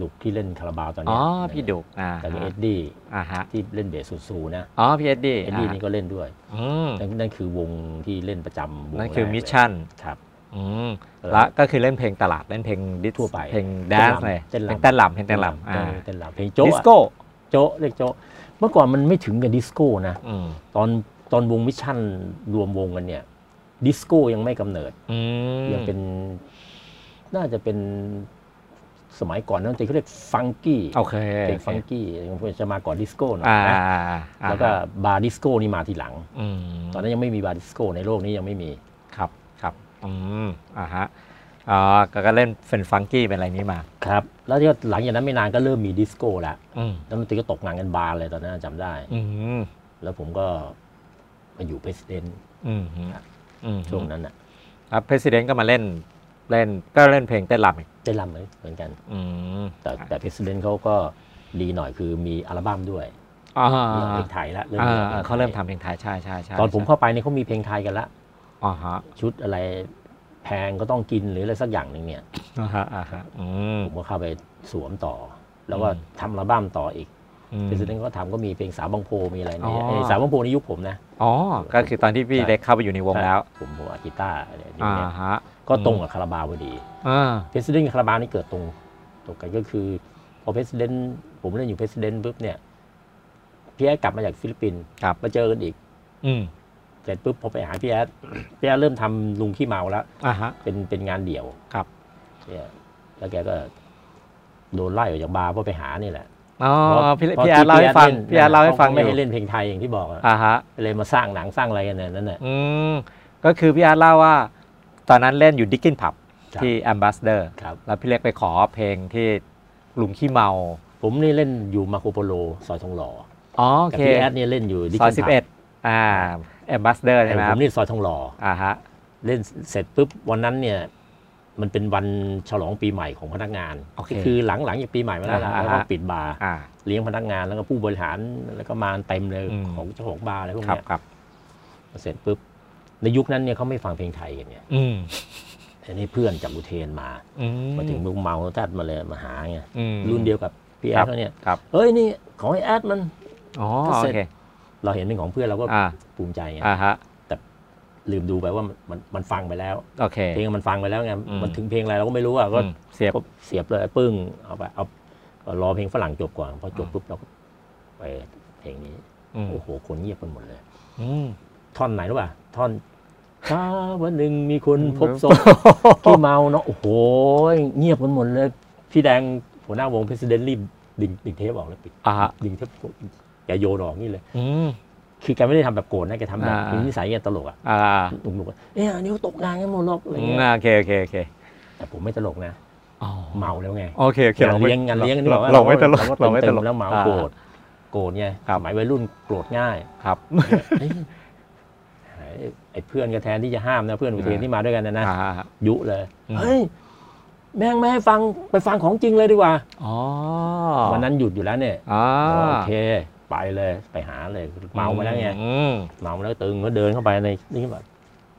Speaker 1: ดุกที่เล่นคาราบาวตอน
Speaker 2: อ๋
Speaker 1: เนี้
Speaker 2: อย พี่ดุกอ่า
Speaker 1: แต่มี
Speaker 2: ฮะ
Speaker 1: เอ็ดดี้
Speaker 2: อ่าฮะ
Speaker 1: ที่เล่นเบสซูๆนะ
Speaker 2: อ๋อพี่เอ็ดดี้
Speaker 1: เอ็ด
Speaker 2: อ่า
Speaker 1: ดี้นี่ก็เล่นด้วย
Speaker 2: อืม
Speaker 1: นั่นนั่นคือวงที่เล่นประจำวง
Speaker 2: นั่นคือ
Speaker 1: แรกเลย
Speaker 2: มิชชั่น
Speaker 1: ครับ
Speaker 2: อืม
Speaker 1: เออ
Speaker 2: และก็คือเล่นเพลงตลาดเล่นเพลงดิส
Speaker 1: ทั่วไป
Speaker 2: เพลงแดนซ์เลย
Speaker 1: เต้นรำ
Speaker 2: เพลงเต้นลำเพลงเต้นลำอ่า
Speaker 1: เต้นลำเพลงโจ๊ะ
Speaker 2: ดิส
Speaker 1: อะ
Speaker 2: โก้
Speaker 1: โจ๊ะเรียกโจ๊ะเมื่อก่อนมันไม่ถึงกับดิสโก้นะ
Speaker 2: อืม
Speaker 1: ตอนตอนวงมิชชั่นรวมวงกันเนี่ยดิสโก้ยังไม่กำเนิด
Speaker 2: อืม
Speaker 1: ยังเป็น น่าจะเป็นสมัยก่อนนั่นเขาเรียกฟังกี้
Speaker 2: โอเค
Speaker 1: เพลงฟัง
Speaker 2: โอ
Speaker 1: กี้จะมาก่อนดิสโก้หน่อ
Speaker 2: เค
Speaker 1: ย
Speaker 2: อ่า
Speaker 1: นะ
Speaker 2: อ่า
Speaker 1: แล้วก็บาร์ดิสโก้นี่มาทีหลัง
Speaker 2: อืม
Speaker 1: ตอนนั้นยังไม่มีบาร์ดิสโก้ในโลกนี้ยังไม่มี
Speaker 2: ครับครับอืมอ่าฮะอ๋อก็ก็เล่นเฟนฟังกี้เป็นอะไรนี้มา
Speaker 1: ครับ แล้วที่หลังจากนั้นไม่นานก็เริ่มมีดิสโก้แล้ว
Speaker 2: อืม
Speaker 1: แล้วดนตรีก็ตกงานกันบานเลยตอนนั้นจำได้
Speaker 2: อืม
Speaker 1: แล้วผมก็มาอยู่เพรสเดน
Speaker 2: อืมอืม
Speaker 1: ช่วงนั้นอ่ะ
Speaker 2: อ่ะ president ก็มาเล่นเล่นก็เล่นเพลงเต้นรำอีก
Speaker 1: เต้นรำเหมือนกัน
Speaker 2: อืม
Speaker 1: แต่แต่เพรสเดนเขาก็ดีหน่อยคือมีอัลบั้มด้วย
Speaker 2: อ่า
Speaker 1: มีเพลงไทยละเริ่ม
Speaker 2: อ่า
Speaker 1: มีพลงไทย
Speaker 2: เขาเริ่มทำเพลงไทยใช่ใช่ใช่
Speaker 1: ตอนผมเข้าไปเนี่ยเขามีเพลงไทยกันละ
Speaker 2: อ๋อฮะ
Speaker 1: ชุดอะไรแพงก็ต้องกินหรืออะไรสักอย่างหนึ่งเนี่ย
Speaker 2: อ๋อฮะอ่าฮะอืม
Speaker 1: ผมก็เข้าไปสวมต่อ แล้วก็
Speaker 2: อืม
Speaker 1: ทำอัลบั้มต่ออีก
Speaker 2: อืม
Speaker 1: เพรสเดนก็ทำก็มีเพลงสาวบางโพมีอะไรเนี่ย
Speaker 2: อ๋อ
Speaker 1: เอ้ยสาวบางโพในยุคผมนะ
Speaker 2: อ๋อ ก็คือตอนที่พี่
Speaker 1: ใช่
Speaker 2: เล็กเข้าไปอยู่ในวงแล้ว
Speaker 1: ผมผมอัดกีตาร์อะไรนี่
Speaker 2: อ่า
Speaker 1: เนี่ย
Speaker 2: ฮะ
Speaker 1: ก็ตรงกับคาราบาวพอดี
Speaker 2: อ่า
Speaker 1: เพรสเดนกับคาราบาวนี่เกิดตรงตรงกันก็คือ พอเพรสเดนผมเล่นอยู่เพรสเดนปุ๊บเนี่ยพี่แอดกลับมาจากฟิลิปปินส์
Speaker 2: ครับ
Speaker 1: มาเจอกันอีก
Speaker 2: อืม
Speaker 1: เสร็จปุ๊บพอไปหาพี่แอด พี่แอดเริ่มทำลุงขี้เมาแล้ว
Speaker 2: อ่าฮะ
Speaker 1: เป็นเป็นงานเดี่ยว
Speaker 2: ครับ
Speaker 1: เนี่ยแล้วแกก็โดนไล่ออกจากบาร์เพราะไปหานี่แหละ
Speaker 2: อ๋อพี่
Speaker 1: พระ
Speaker 2: พี่แอดเล่าให้ฟังพี่แอดเล่าให้ฟัง
Speaker 1: ขไม่ให้เล่นเพลงไทยอย่างที่บอกอะ
Speaker 2: อ่าฮะ
Speaker 1: เลยมาสร้างหนังสร้างอะไรกันเนยนั่นแหละ
Speaker 2: อืม ก็คือพี่อาร์ตเล่าว่า ตอนนั้นเล่นอยู่ดิกกินผับ
Speaker 1: ครับ
Speaker 2: ที่แอมบ s สเดอร์
Speaker 1: ครับ
Speaker 2: แล้วพี่เล็กไปขอเพลงที่หลุมขี้เมา
Speaker 1: ผมนี่เล่นอยู่มาโคโปโลซอยทองหล่อ
Speaker 2: อ๋อโอ
Speaker 1: กับ
Speaker 2: เค
Speaker 1: พี่แอดเนี่ยเล่นอยู่ดิ
Speaker 2: ซอย
Speaker 1: จิ
Speaker 2: สิบ
Speaker 1: ทัล
Speaker 2: เอ็ดอ่าแอมบ s สเดอร์
Speaker 1: แต่
Speaker 2: ใช่ไหม
Speaker 1: ผ
Speaker 2: ครับ
Speaker 1: มนี่ซอยทองหล่อ
Speaker 2: อ่าฮะ
Speaker 1: เล่นเสร็จปุ๊บวันนั้นเนี่ยมันเป็นวันฉลองปีใหม่ของพนักงาน
Speaker 2: โอเค
Speaker 1: ก็คือหลังหลังจากปีใหม่มาแล้วนะ
Speaker 2: อ่าฮะ
Speaker 1: แล้วก็ปิดบาร์
Speaker 2: อ่า
Speaker 1: เลี้ยงพนักงานแล้วก็ผู้บริหารแล้วก็มาเต็มเลย
Speaker 2: อืม
Speaker 1: ของเจ้าของบาร์อะไรพวก
Speaker 2: ครับ
Speaker 1: เนี้ย
Speaker 2: ครับ
Speaker 1: เสร็จปุ๊บในยุคนั้นเนี่ยเขาไม่ฟังเพลงไทยกันเนี่ย
Speaker 2: อืม
Speaker 1: อันนี้เพื่อนจากอุเทนมา
Speaker 2: อืม
Speaker 1: มาถึงมุกเมาแทดมาเลยมาหาไง
Speaker 2: อืม
Speaker 1: รุ่นเดียวกับพี่แอ
Speaker 2: ครั
Speaker 1: ด
Speaker 2: บ
Speaker 1: เขาเนี่ย
Speaker 2: ครับ
Speaker 1: เฮ้ยนี่ของไอแอดมัน
Speaker 2: อ๋อ
Speaker 1: ก็
Speaker 2: โอ
Speaker 1: เสร็จ
Speaker 2: เค
Speaker 1: เราเห็นเป็นของเพื่อนเราก็
Speaker 2: อ่า
Speaker 1: ภูมิใจไง
Speaker 2: อ่าฮะ
Speaker 1: ลืมดูไปว่ามันมันมันฟังไปแล้ว
Speaker 2: โอเค
Speaker 1: เพลงมันฟังไปแล้วไง
Speaker 2: อืม
Speaker 1: มันถึงเพลงอะไรเราก็ไม่รู้อ่ะก็
Speaker 2: อืมเสียบ
Speaker 1: ก็เสียบเลยปึ้งเอาไปเอาก็รอเพลงฝรั่งจบก่อนพอจบปุ๊บเราก็ไปเพลงนี้
Speaker 2: อืม
Speaker 1: โอ้โหคนเงียบกันหมดเลย
Speaker 2: อืม
Speaker 1: ท่อนไหนรู้ป่ะท่อนถ้าวันหนึ่งมีคนพบศพ
Speaker 2: *laughs*
Speaker 1: ที่เมาเนาะโอ้โห เงียบกันหมดเลย พี่แดงหัวหน้าวงเพรสเดนรีบดึงดึงเทปออกแล้วปิด
Speaker 2: อ่าฮะ
Speaker 1: ดึงเทปอย่าโยนออกนี่เลย
Speaker 2: อืม
Speaker 1: คือแกไม่ได้ทำแบบโกรธนะแกทำแบบ
Speaker 2: อ่า
Speaker 1: มีนิสัยแกตลกอะ
Speaker 2: อ่า
Speaker 1: หนุ่มๆอะเนี่ยอันนี้เขาตกงานกันหมดหรอกอะไร
Speaker 2: อืม
Speaker 1: เงี้ย
Speaker 2: โอเคโอเคโอเค
Speaker 1: แต่ผมไม่ตลกนะ
Speaker 2: อ๋อ
Speaker 1: เมาแล้วไง
Speaker 2: โอเคโอเค
Speaker 1: งานเลี้ยงงานเลี้ยงนี่บอกว่า
Speaker 2: เราไม่ตลก
Speaker 1: เรา
Speaker 2: เราไม่ตล
Speaker 1: เต็
Speaker 2: ก
Speaker 1: มๆแล้วเมา
Speaker 2: อ่
Speaker 1: โกรธโกรธไง
Speaker 2: ครับ
Speaker 1: สมัยวัยรุ่นโกรธง่าย
Speaker 2: ครับ
Speaker 1: เอ้ยไอ้เพื่อนก็แทนที่จะห้ามนะเพื่อนอุเทนที่มาด้วยกันนะนะ
Speaker 2: *laughs* อ่าฮะ
Speaker 1: ยุเลย
Speaker 2: อืม
Speaker 1: เฮ้ยแม่งไม่ให้ฟังไปฟังของจริงเลยดีกว่า
Speaker 2: อ๋อ
Speaker 1: วันนั้นหยุดอยู่แล้วเนี่ย
Speaker 2: อ่า
Speaker 1: โอเค ไปเลยไปหาเลยเมามาแล้วไง
Speaker 2: อืม
Speaker 1: เมามาแล้วตึงก็เดินเข้าไปในนี่แบบ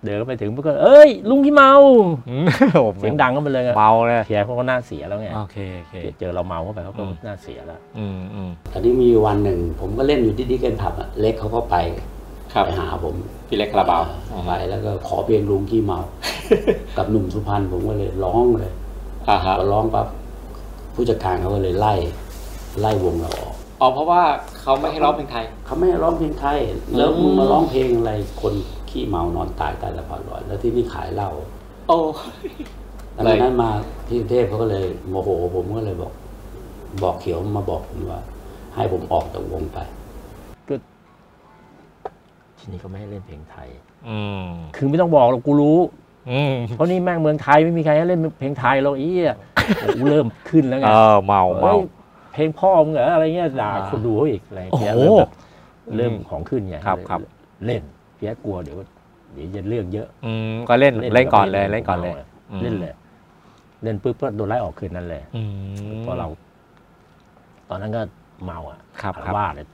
Speaker 1: เดินเข้าไปถึงมันก็เอ้ย ลุงที่เมา
Speaker 2: อื *laughs* มผม
Speaker 1: เสียงดังเข้าไปเลยไง
Speaker 2: เมาเลย
Speaker 1: แขกเขาก็หน้าเสียแล้วไง
Speaker 2: โอเคโอเค
Speaker 1: เจอเราเมาเข้าไปเขาก็
Speaker 2: อืม
Speaker 1: หน้าเสียแล้ว
Speaker 2: อืมอืม
Speaker 3: ตอนนี้มีวันหนึ่ง ผมก็เล่นอยู่ที่ดิเกนผับอะเล็กเขาก็ไป
Speaker 2: ครับ
Speaker 3: ไปหาผม
Speaker 2: พี่เล็กคาราบาว
Speaker 3: อ่ไปแล้วก็ขอเพลงลุงขี้
Speaker 2: *laughs*
Speaker 3: เมา กับหนุ่มสุพรรณผมก็เลยร้องเลย
Speaker 2: อ่าฮะ
Speaker 3: พอร้องปั๊บผู้จัดการเขาก็เลยไล่ ไล่วงเราออก
Speaker 2: อ๋อเพราะว่าเขาไม่ให้ร้องเพลงไทย
Speaker 3: เขาไม่ให้ร้องเพลงไทยแล้ว
Speaker 2: อืม
Speaker 3: มึงมาร้องเพลงอะไรคนขี้เมานอนตายตายละพันร้อยแล้วที่นี่ขายเหล้า
Speaker 2: โอ้
Speaker 3: แล้ว
Speaker 2: เลย
Speaker 3: นั้นมาที่กรุงเทพเขาก็เลยโมโห ผมก็เลยบอก บอกเขียวมาบอกผมว่า ให้ผมออกจากวงไป
Speaker 1: ทีนี้เขาไม่ให้เล่นเพลงไทย
Speaker 2: อืม
Speaker 1: คือไม่ต้องบอกหรอกกูรู้
Speaker 2: อืม
Speaker 1: เพราะนี่แม่งเมืองไทยไม่มีใครให้เล่นเพลงไทยหรอกไอ้เหี้
Speaker 2: *laughs*
Speaker 1: ยกูเริ่มขึ้นแล้วไง
Speaker 2: เออเมาเมา
Speaker 1: เอ้ยเพลงพ่อมึงเหรออะไรเงี้ยด่า
Speaker 2: อ่า
Speaker 1: คนดูเขาอีกอะไรเงี้ย
Speaker 2: โอ้
Speaker 1: เริ่
Speaker 2: โห
Speaker 1: มแบบเริ่มของขึ้นไง
Speaker 2: ครับครับ
Speaker 1: เล่นเพียกลัวเดี๋ยวเดี๋ยวจะเรื่องเยอะ
Speaker 2: อืมก็เล่นเล่นก่อนเลยเล่นก่อนเลย อืม
Speaker 1: เล่นเลย เล่นปุ๊บก็โดนไล่ออกคืนนั้นเลย
Speaker 2: อืม
Speaker 1: เพราะเรา ตอนนั้นก็เมาอ่ะ
Speaker 2: ครับ
Speaker 1: อา
Speaker 2: ครับ
Speaker 1: ละว่าดเลย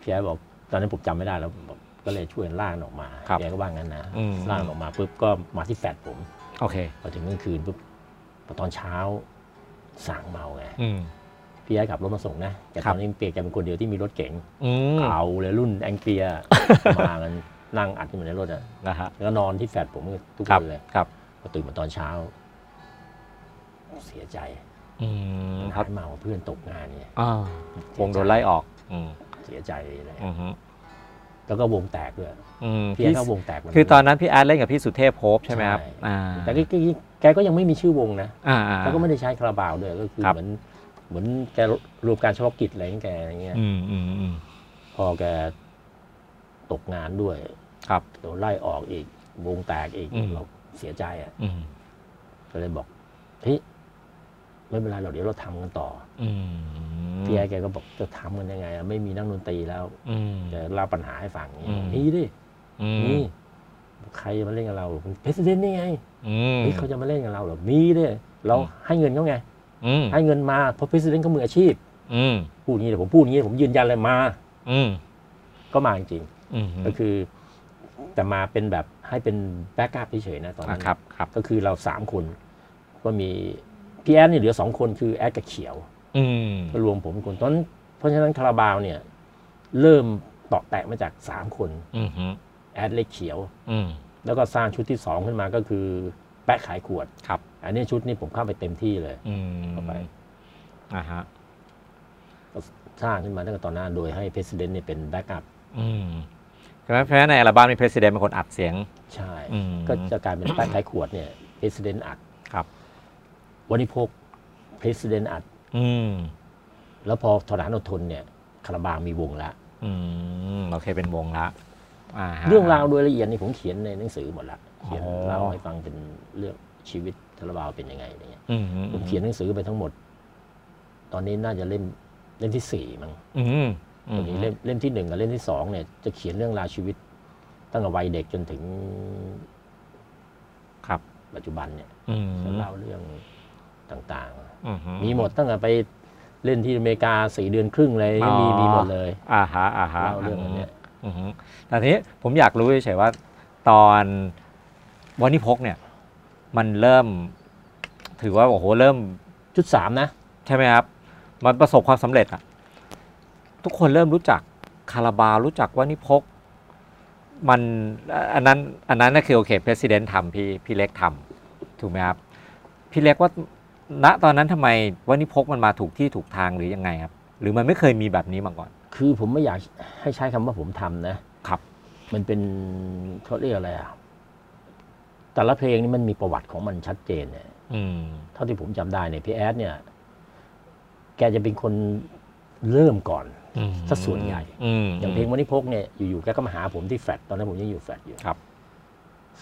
Speaker 1: พี่แอดบอกตอนนั้นผมจำไม่ได้แล้วบอกก็เลยช่วยล่างออกมา
Speaker 2: ครับ
Speaker 1: พี่แอดก็ว่างั้นนะ
Speaker 2: อืม
Speaker 1: ล่างออกมาปุ๊บก็มาที่แฟลตผม
Speaker 2: โอเค
Speaker 1: พอถึงกลางคืนปุ๊บพอตอนเช้าสางเมาไง
Speaker 2: อืม
Speaker 1: พี่แอ๊ดขับรถมาส่งนะ แต่ต
Speaker 2: ครั
Speaker 1: อบ นนี้เปียกแกเป็นคนเดียวที่มีรถเก๋ง
Speaker 2: อืม
Speaker 1: เอาเลยรุ่นแองเปีย *laughs* มากันนั่งอัดกันอยู่ในรถอ่ะ
Speaker 2: นะฮะ
Speaker 1: แล้วก็นอนที่แฟลตผมทุก
Speaker 2: ครั
Speaker 1: วั
Speaker 2: บ
Speaker 1: นเลย
Speaker 2: ครับ
Speaker 1: พอตื่นมาตอนเช้า เสียใจ
Speaker 2: อืมครั
Speaker 1: หา
Speaker 2: บ
Speaker 1: ยเมาเพื่อนตกงานเนี่ย
Speaker 2: อ่าวงโดนไล่ออก อืม
Speaker 1: เสียใจเลย
Speaker 2: อืมฮึ
Speaker 1: แล้วก็วงแตกด้วย
Speaker 2: อืม
Speaker 1: พี่แอ๊ด
Speaker 2: พี่
Speaker 1: ก็วงแตกเหมืนกัน
Speaker 2: คือตอนนั้นพี่อาร์ตเล่นกับพี่สุเทพโฮปใช่ไหมครับ
Speaker 1: ใช่
Speaker 2: อ่า
Speaker 1: แต่ก็ก็แกก็ยังไม่มีชื่อวงนะ
Speaker 2: อ่า
Speaker 1: แกก็ไม่ได้ใช้คาราบาวด้วยก็คือ
Speaker 2: ครับ
Speaker 1: เหมือนเหมือนแกรวมการเฉพาะกิจอะไรของแกอย่างเงี้ย
Speaker 2: อืมอืมอืม
Speaker 1: พอแกตกงานด้วย
Speaker 2: ครับ
Speaker 1: โดนไล่ออกอีก วงแตกอีก
Speaker 2: อืม
Speaker 1: เราเสียใจอ่ะ
Speaker 2: อืม
Speaker 1: ก็เลยบอกเฮ้ยไม่เป็นไรเราเดี๋ยวเราทำกันต่อ
Speaker 2: อืม
Speaker 1: อพี่แอร์แกก็บอกจะทำกันยังไงอะไม่มีนักดนตรีแล้ว
Speaker 2: อืม
Speaker 1: จะเล่าปัญหาให้ฟังอย่างเงี้ย
Speaker 2: อืม
Speaker 1: นี่ดิ
Speaker 2: อืม
Speaker 1: นี่ ใครจะมาเล่นกับเราเพสเดนนี่ไง
Speaker 2: อืม
Speaker 1: เฮ้ยเขาจะมาเล่นกับเราเหรอมีเลยเราให้เงินเขาไง
Speaker 2: อืม
Speaker 1: ให้เงินมาเพราะเพสเดนเขามืออาชีพ
Speaker 2: อืม
Speaker 1: พูดอย่างนี้เดี๋ยวผมพูดอย่างนี้ผมยืนยันเลยมา
Speaker 2: อืม
Speaker 1: ก็มาจริง
Speaker 2: อืม
Speaker 1: ๆก็คือ แต่มาเป็นแบบให้เป็นแบ็กอัพเฉยๆนะตอน
Speaker 2: อ่ะ
Speaker 1: นั้น
Speaker 2: ครับครับ
Speaker 1: ก็คือเราสามคน ก็มีพี่แอดเนี่ยเหลือสองคนคือแอดกับเขียว
Speaker 2: อืม
Speaker 1: ก็รวมผมคนตอนเพราะฉะนั้นคาราบาวเนี่ย เริ่มตอกแตกมาจากสามคน
Speaker 2: อืมฮึ
Speaker 1: แอดเล็กเขียว
Speaker 2: อืม
Speaker 1: แล้วก็สร้างชุดที่สองขึ้นมาก็คือ แปะขายขวด
Speaker 2: ครับ
Speaker 1: อันนี้ชุดนี้ผมเข้าไปเต็มที่เลย
Speaker 2: อืม
Speaker 1: เข้าไป
Speaker 2: อ่าฮะ
Speaker 1: สร้างขึ้นมาตั้งแต่ตอนนั้นโดยให้เพสเดนเนี่ยเป็นแบ็กอัพ
Speaker 2: อืมใช่ไหมเพราะฉะนั้นในอัลบั้มนี้เพรสิเดนเป็นคนอัดเสียง
Speaker 1: ใช่
Speaker 2: อืม
Speaker 1: ก็จะกลายเป็นแปะขายขวดเนี่ยเพสเดนอัด
Speaker 2: ครับ
Speaker 1: วันนี้พกเพสเดนอัด
Speaker 2: อืม
Speaker 1: แล้วพอทหารอดทนเนี่ยคาราบาวมีวงละ
Speaker 2: อืมโอเคเป็นวงละอ่าฮะ
Speaker 1: เรื่องราวโดยละเอียดนี่ผมเขียนในหนังสือหมดละเขียน
Speaker 2: อ๋อ
Speaker 1: เล่าให้ฟังเป็นเรื่องชีวิตคาราบาวเป็นยังไงอะไรเงี้ย
Speaker 2: อืม
Speaker 1: ผมเขียนหนังสือไปทั้งหมด ตอนนี้น่าจะเล่มเล่มที่สี่มั้ง
Speaker 2: อืมอื
Speaker 1: ตอ
Speaker 2: ม
Speaker 1: นนี้เล่มเล่มที่หนึ่งกับเล่มที่สองเนี่ยจะเขียนเรื่องราวชีวิต ตั้งแต่วัยเด็กจนถึง
Speaker 2: ครับ
Speaker 1: ปัจจุบันเนี่ย
Speaker 2: อืม
Speaker 1: จะเล่าเรื่องต่าง
Speaker 2: อืฮึ
Speaker 1: ๆ มีหมดตั้งแต่ไปเล่นที่อเมริกาสี่เดือนครึ่งเลย
Speaker 2: อ๋อ
Speaker 1: มีมีหมดเลย
Speaker 2: อ่าฮะอ่าฮะ
Speaker 1: เล่าเรื่องอันเนี้ย
Speaker 2: อืมฮึแต่ทีนี้ผมอยากรู้เฉยๆว่า ตอนวันนี้พกเนี่ย มันเริ่ม ถือว่าโอ้โหเริ่ม
Speaker 1: ชุดสามนะ
Speaker 2: ใช่ไหมครับ มันประสบความสำเร็จอะทุกคนเริ่มรู้จักคาราบาวรู้จักว่านิพก มันอ่ะอันนั้นอันนั้นน่ะคือโอเคเพรสิดเนทำพี่พี่เล็กทำถูกไหมครับ พี่เล็กว่าณตอนนั้นทำไมว่านิพกมันมาถูกที่ถูกทางหรือยังไงครับ หรือมันไม่เคยมีแบบนี้มาก่อน
Speaker 1: คือผมไม่อยากให้ใช้คำว่าผมทำนะครับ มันเป็นเขาเรียกอะไรอ่ะ แต่ละเพลงนี่มันมีประวัติของมันชัดเจนเนี่ย
Speaker 2: อืม
Speaker 1: เท่าที่ผมจำได้เนี่ยพี่แอดเนี่ย แกจะเป็นคนเริ่มก่อน
Speaker 2: อืม
Speaker 1: สัดส่วนใหญ่
Speaker 2: อืม
Speaker 1: อย่างเพลงวันนี้พกเนี่ยอยู่ๆแกก็มาหาผมที่แฟลตตอนนั้นผมยังอยู่แฟลตอยู่
Speaker 2: ครับ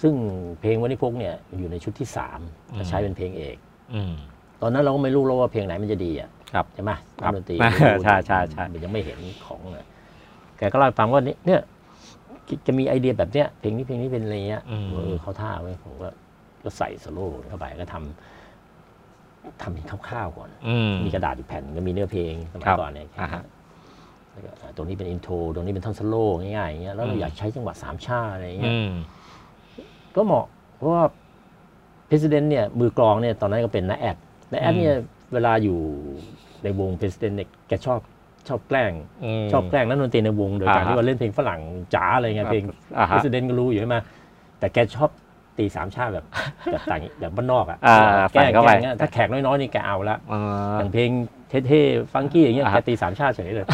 Speaker 1: ซึ่งเพลงวันนี้พกเนี่ยอยู่ในชุดที่สาม
Speaker 2: อืม
Speaker 1: จะใช้เป็นเพลงเอก
Speaker 2: อืม
Speaker 1: ตอนนั้นเราก็ไม่รู้แล้วว่าเพลงไหนมันจะดีอ่ะ
Speaker 2: ครับ
Speaker 1: ใช่ไหม
Speaker 2: ครับ
Speaker 1: ดนตรี
Speaker 2: ใช่
Speaker 1: ไม่รู้
Speaker 2: ใช่ใช่ใช่
Speaker 1: มันยังไม่เห็นของอะแกก็เล่าให้ฟังว่าเนี่ยเนี่ยจะมีไอเดียแบบเนี้ยเพลงนี้เพลงนี้เป็นอะไรเงี้ย
Speaker 2: อืม
Speaker 1: เออเขาท่าไว้ยผมก็ก็ใส่สโลว์เข้าไปก็ทำทำเป็นคร่าวๆก่อน
Speaker 2: อืม
Speaker 1: มีกระดาษอยู่แผ่นก็มีเนื้อเพลงสมั
Speaker 2: ค
Speaker 1: ย
Speaker 2: รับ
Speaker 1: ก่อนเนี่ย
Speaker 2: อ่าฮะ
Speaker 1: แล้วก็ตรงนี้เป็นอินโทรตรงนี้เป็นท่อนสโลว์ง่ายๆอย่างเงี้ยแล้วเรา
Speaker 2: อืม
Speaker 1: อยากใช้จังหวะสามชาอะไรเงี้ย
Speaker 2: อืม
Speaker 1: ก็เหมาะเพราะว่าเพสเดนเนี่ยมือกลองเนี่ยตอนนั้นก็เป็นนาแอดนาแอด
Speaker 2: อืม
Speaker 1: เนี่ยเวลาอยู่ในวงเพสเดนเนี่ยแกชอบชอบแกล้ง
Speaker 2: ม
Speaker 1: ชอบแกล้งนักดนตรีในวงโดยการ
Speaker 2: อ่าฮะ
Speaker 1: ที่ว่าเล่นเพลงฝรั่งจ๋าอะไรเงี้ย
Speaker 2: อ่า
Speaker 1: เพลง
Speaker 2: อ่า
Speaker 1: เพ
Speaker 2: ฮะ
Speaker 1: สเดนก็รู้อยู่ใช่ไหมแต่แกชอบตีสามชาติแบบ *laughs* แบบต่างแบบบ้านนอกอ่ะ
Speaker 2: อ่า
Speaker 1: แกล้ง
Speaker 2: ใส่เข้าไป
Speaker 1: แกล้งอะถ้าแขกน้อยๆนี่แกเอาละ
Speaker 2: อ่า
Speaker 1: อย่างเพลงเท่ๆฟังกี้อย่างเงี้ย
Speaker 2: อ่า
Speaker 1: แก
Speaker 2: ฮะ
Speaker 1: ตีสามชาติเฉย
Speaker 2: *laughs*
Speaker 1: เลย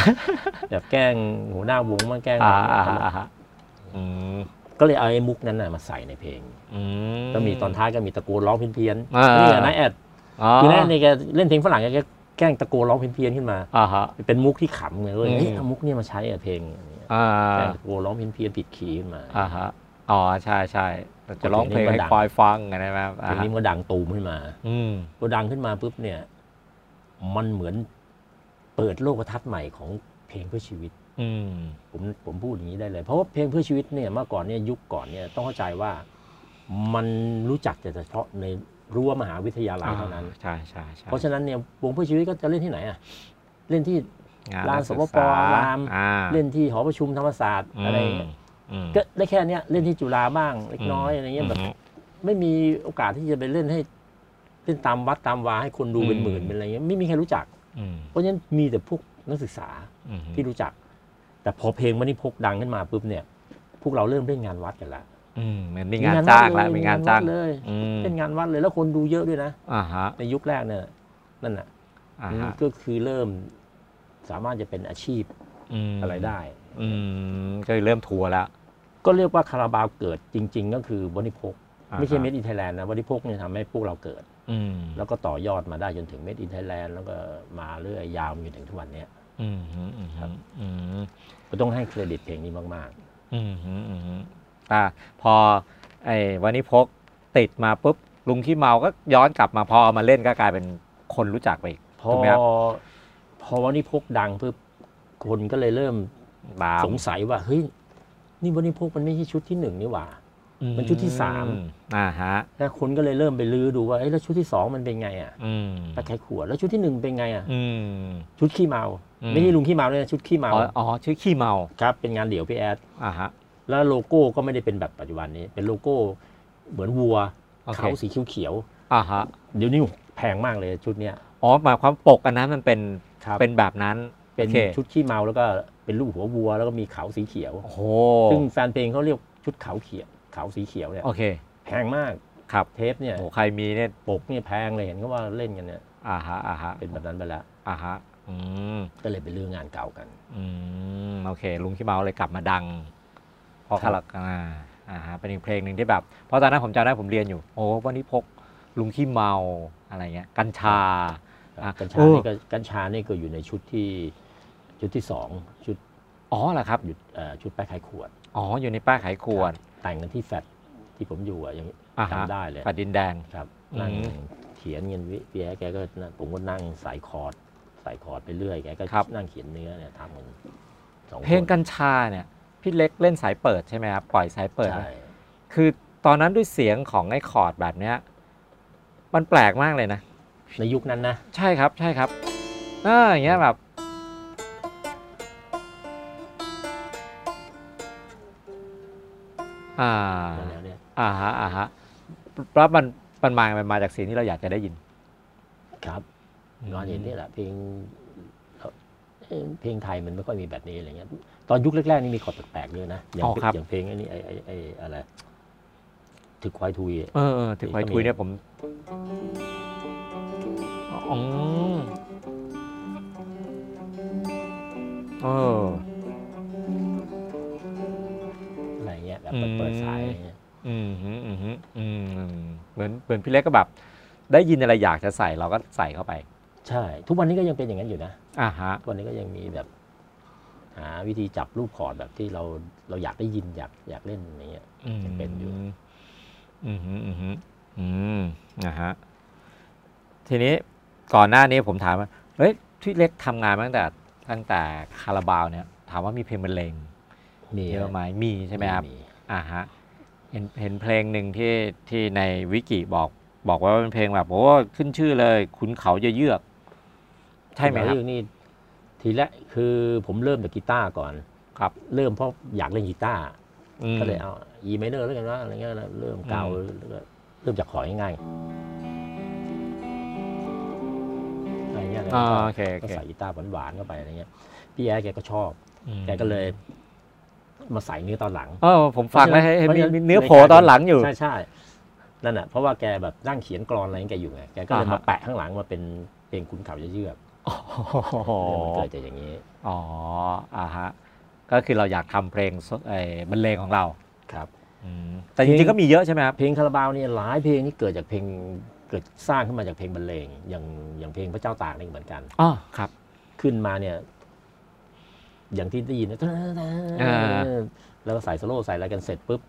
Speaker 1: แบบแกล้งหัวหน้าวงมั่งแกล้งอะ
Speaker 2: อ่า
Speaker 1: ไร
Speaker 2: อ่า
Speaker 1: เงี้ย
Speaker 2: อ่าอืม
Speaker 1: ก็เลยเอาไอ้มุกนั้นน่ะมาใส่ในเพลง
Speaker 2: อืม
Speaker 1: ก็มีตอนท้ายก็มีตะโกนร้องเพี้ยน
Speaker 2: อ่า
Speaker 1: ๆ
Speaker 2: นี่
Speaker 1: นี่ไงนะแอด
Speaker 2: อ๋อ
Speaker 1: ทีแรกเนี่ยแกเล่นเพลงฝรั่งแกก็แกล้งตะโกนร้องเพี้ยนๆขึ้นมา
Speaker 2: อ่าฮะ
Speaker 1: เป็นมุกที่ขำไงเลย
Speaker 2: อืม
Speaker 1: เฮ้ยเอามุกเนี่ยมาใช้กับเพลงอะไรเงี้ย
Speaker 2: อ่า
Speaker 1: แกล้งตะโกนร้องเพี้ยนๆผิดคีย์ขึ้นมา
Speaker 2: อ่าฮะอ๋อใช่ใช่แต่จะร้องเพลง
Speaker 1: เพลงนี้
Speaker 2: ให้
Speaker 1: มันดัง
Speaker 2: ควายฟังไงนะครับ
Speaker 1: เพ
Speaker 2: อ่า
Speaker 1: ลงนี้มันก็ดังตูมขึ้นมา
Speaker 2: อืม
Speaker 1: พอดังขึ้นมาปุ๊บเนี่ย มันเหมือนเปิดโลกทัศน์ใหม่ของเพลงเพื่อชีวิต
Speaker 2: อืม
Speaker 1: ผมผมพูดอย่างนี้ได้เลย เพราะว่าเพลงเพื่อชีวิตเนี่ยเมื่อก่อนเนี่ยยุคก่อนเนี่ยต้องเข้าใจว่า มันรู้จักแต่เฉพาะในรั้วมหาวิทยาลัยเท่านั้น
Speaker 2: อ่ใช่ใช่ใช่
Speaker 1: เพราะฉะนั้นเนี่ยวงเพื่อชีวิตก็จะเล่นที่ไหนอะเล่นที่
Speaker 2: งน
Speaker 1: ลาน
Speaker 2: กศึก
Speaker 1: สวป
Speaker 2: ษ
Speaker 1: ลาม
Speaker 2: อ่า
Speaker 1: เล่นที่หอประชุมธรรมศาสตร์
Speaker 2: ม
Speaker 1: อะไรเงี้ย
Speaker 2: อืม
Speaker 1: ก็ได้แค่เนี้ยเล่นที่จุฬาบ้างเล็กน้อยอะไรเงี้ยแบบ
Speaker 2: อืม
Speaker 1: ไม่มีโอกาสที่จะไปเล่นให้เล่นตามวัดตามวาให้คนดูเป็น
Speaker 2: อืม
Speaker 1: หมื่นเป็นอะไรเงี้ยไม่มีใครรู้จัก
Speaker 2: อืม
Speaker 1: เพราะฉะนั้นมีแต่พวกนักศึกษา
Speaker 2: อืม
Speaker 1: ที่รู้จัก แต่พอเพลงมันนี่พกดังขึ้นมาปุ๊บเนี่ย พวกเราเริ่มเล่นงานวัดกันละ
Speaker 2: อืมเหมือนมีงานจ้างแล้วมีงานจ้าง
Speaker 1: เลย
Speaker 2: อืม
Speaker 1: เล่นงานวัดเลยแล้วคนดูเยอะด้วยนะ
Speaker 2: อ่าฮะ
Speaker 1: ในยุคแรกเนี่ยนั่นน่ะ
Speaker 2: อ่าฮะ
Speaker 1: ก็คือเริ่มสามารถจะเป็นอาชีพ
Speaker 2: ม
Speaker 1: อะไรได้
Speaker 2: อืมก็เริ่มทัวร์แล้ว
Speaker 1: ก็เรียกว่าคาราบาวเกิดจริง ๆ ก็คือวันิพก
Speaker 2: อ่า
Speaker 1: ไม่ใช่เม
Speaker 2: ฮะ
Speaker 1: ดอินไทยแลนด์นะวันิพกเนี่ยทำให้พวกเราเกิด
Speaker 2: อืม
Speaker 1: แล้วก็ต่อยอดมาได้จนถึงเมดอินไทยแลนด์แล้วก็มาเรื่อยยาวมาอยู่ถึงทุกวันเนี้ย
Speaker 2: อืมอืมอืมอืม
Speaker 1: ก็ต้องให้เครดิตเพลงนี้มาก
Speaker 2: อืมฮึอืมฮึอ่าพอไอ้วันนี้พกติดมาปุ๊บลุงขี้เมาก็ย้อนกลับมาพอเอามาเล่นก็กลายเป็นคนรู้จักไปอีก
Speaker 1: ๆ พอ
Speaker 2: ถูกไหมครับ
Speaker 1: พอวันิพกดังปุ๊บคนก็เลยเริ่ม
Speaker 2: ตาม
Speaker 1: สงสัยว่าเฮ้ยนี่วันิพกมันไม่ใช่ชุดที่หนึ่งนี่หว่า มันชุดที่สาม
Speaker 2: อ่าฮะ
Speaker 1: นะคนก็เลยเริ่มไปลื้อดูว่าเอ้ยแล้วชุดที่สองมันเป็นไงอ่ะ
Speaker 2: อืม
Speaker 1: ตะไคร้ขวดแล้วชุดที่หนึ่งเป็นไงอ่ะ
Speaker 2: อืม
Speaker 1: ชุดขี้เมา
Speaker 2: อืม
Speaker 1: ไม่ใช่ลุงขี้เมาด้วยนะชุดขี้เมา
Speaker 2: อ๋ออ๋อชื่อขี้เมา
Speaker 1: ครับเป็นงานเดี่ยวพี่แอด
Speaker 2: อ่าฮะ
Speaker 1: แล้วโลโก้ก็ไม่ได้เป็นแบบปัจจุบันนี้ เป็นโลโก้เหมือนวัว
Speaker 2: โอเค
Speaker 1: เขาสีเขียว
Speaker 2: อ่าฮะ
Speaker 1: ๆเดี๋ยวนี้แพงมากเลยชุดเนี้ย
Speaker 2: อ๋อหมายความปกอันนั้นมันเป็น
Speaker 1: ครับ
Speaker 2: เป็นแบบนั้น
Speaker 1: เป็น
Speaker 2: โอค
Speaker 1: ชุดขี้เมาแล้วก็เป็นรูปหัววัว แล้วก็มีเขาสีเขียว
Speaker 2: โอ้โห
Speaker 1: ซึ่งแฟนเพลงเขาเรียกชุดเขาเขียวเขาสีเขียวเนี่ย
Speaker 2: โอเค
Speaker 1: แพงมาก
Speaker 2: ครับ
Speaker 1: เทปเนี่ย
Speaker 2: โอ้ใครมีเนี่ย
Speaker 1: ปกเนี่ยแพงเลยเห็นเขาว่าเล่นกันเนี่ย
Speaker 2: อ่าฮะอ่าฮะ
Speaker 1: เป็นแบบนั้นไปแล้ว
Speaker 2: อ่าฮะอืม
Speaker 1: ก็เลยไปเรืองงานเก่ากัน
Speaker 2: อืมโอเค ลุงขี้เมาเลยกลับมาดัง พอ
Speaker 1: ครับ
Speaker 2: คาราอ่าอ่าฮะเป็นอีกเพลงหนึ่งที่แบบเพราะตอนนั้นผมจำได้ผมเรียนอยู่โอ้วันนี้พกลุงขี้เมาอะไรเงี้ยกัญชา อ่ะ
Speaker 1: กัญ
Speaker 2: โอ้
Speaker 1: ชานี่ก็กัญชานี่ก็อยู่ในชุดที่ชุดที่สองชุด
Speaker 2: อ๋อเหรอครับ
Speaker 1: หยุดเอ่อชุดแป้ายขายขวด
Speaker 2: อ๋ออยู่ในป้ายขายขวด
Speaker 1: แต่งกันที่แฟลตที่ผมอยู่อะยัง
Speaker 2: อ่าฮะ
Speaker 1: จำได้เลย
Speaker 2: แผ่นดินแดง
Speaker 1: ครับ
Speaker 2: อืม
Speaker 1: นั่งเขียนเงินวิเปียแกก็นั่งผมก็นั่งสายคอร์ดสายคอร์ดไปเรื่อยแกก็นั่งเขียนเนื้อเนี่ยทำกันสองคน
Speaker 2: เพลงกัญชาเนี่ยพี่เล็กเล่นสายเปิดใช่ไหมครับปล่อยสายเปิด
Speaker 1: ใช่
Speaker 2: นะ คือตอนนั้นด้วยเสียงของไอ้คอร์ดแบบเนี้ยมันแปลกมากเลยนะ
Speaker 1: ในยุคนั้นนะ
Speaker 2: ใช่ครับใช่ครับอ่าอย่างเงี้ยแบบอ่า
Speaker 1: แนวๆเนี่ย
Speaker 2: อ่าฮะอ่าฮะเพราะมันมันมามันมาจากเสียงที่เราอยากจะได้ยิน
Speaker 1: ครับนอนเห็นนี่แหละเพลงเอ่อเพลงไทยมันไม่ค่อยมีแบบนี้อะไรเงี้ยตอนยุคแรกๆนี่มีคอร์ดแปลกๆด้วยนะอย่างเพลงอย่างเพลงไอ้นี่ไอ้ไอ้ไอ้อะไรถึกควายทุยอะ
Speaker 2: เออเออถึงไปคุยเนี่ยผมอ๋อเออ
Speaker 1: อะไรเงี้ยแบบ
Speaker 2: อืม
Speaker 1: เปิดสายอะไรเงี้ย
Speaker 2: อืมฮึอืมฮึอืมเหมือนเหมือนพี่เล็กก็แบบ ได้ยินอะไรอยากจะใส่เราก็ใส่เข้าไป
Speaker 1: ใช่ ทุกวันนี้ก็ยังเป็นอย่างนั้นอยู่นะ
Speaker 2: อ่าฮะ
Speaker 1: ทุกวันนี้ก็ยังมีแบบ หาวิธีจับรูปคอร์ดแบบที่เราเราอยากได้ยินอยากอยากเล่นอะไรเงี้ย
Speaker 2: อืม
Speaker 1: ยังเป็นอยู่
Speaker 2: อืมฮึอืมฮึอืมนะฮะทีนี้ก่อนหน้านี้ผมถามว่าเฮ้ยพี่เล็กทำงานมาตั้งแต่ตั้งแต่คาราบาวเนี่ย ถามว่ามีเพลงบรรเลง
Speaker 1: มี
Speaker 2: เยอะไหมมีใช่ไหมครับ
Speaker 1: มี
Speaker 2: อ่าฮะเห็นเห็นเพลงหนึ่งที่ที่ในวิกิบอกบอกว่าเป็นเพลงแบบโอ้ขึ้นชื่อเลยขุนเขาเยอะเยือก ใช่ไหมครับ
Speaker 1: เรื่องนี้ทีแรกคือผมเริ่มจากกีตาร์ก่อน
Speaker 2: ครับ
Speaker 1: เริ่มเพราะอยากเล่นกีตาร์
Speaker 2: อืม
Speaker 1: ก็เลยเอา E minor แล้วกันว่าอะไรเงี้ยเริ่มเกา
Speaker 2: อืม
Speaker 1: แล้วก็เริ่มจากของ่ายๆอะไรเงี้ยแล้ว
Speaker 2: อ่า
Speaker 1: ก็
Speaker 2: โอเคโอ
Speaker 1: ก็
Speaker 2: เค
Speaker 1: ใส่กีตาร์หวานๆเข้าไปอะไรเงี้ยพี่แอ๊ดแกก็ชอบ
Speaker 2: อืม
Speaker 1: แกก็เลยมาใส่เนื้อตอนหลัง
Speaker 2: เออผมฟังแล้วให้ให้
Speaker 1: พราะ
Speaker 2: มี
Speaker 1: ฉะ
Speaker 2: มีเนื้อโผล่ตอนหลังอยู่
Speaker 1: ใช่ใช่นั่นแหะเพราะว่าแกแบบนั่งเขียนกรอนอะไรของแกอยู่ไงแกก็เลย
Speaker 2: อ่าฮะ
Speaker 1: มาแปะข้างหลังมาเป็นเพลงคุณเขาเยือก
Speaker 2: อ๋อ
Speaker 1: มันเกิดจากอย่างนี้
Speaker 2: อ๋ออ่าฮะก็คือเราอยากทำเพลงสดเอ่อบรรเลงของเรา
Speaker 1: ครับ
Speaker 2: อืมแต่จริงๆก็มีเยอะใช่ไหมครับ
Speaker 1: เพลงคาราบาวเนี่ยหลายเพลงนี่เกิดจากเพลงเกิดสร้างขึ้นมาจากเพลงบรรเลงอย่างอย่างเพลงพระเจ้าตากนี่เหมือนกัน
Speaker 2: อ๋อครับ
Speaker 1: ขึ้นมาเนี่ย อย่างที่ได้ยินนะ
Speaker 2: อ่า
Speaker 1: แล้วก็ใส่สโลว์ใส่อะไรกันเสร็จปุ๊บ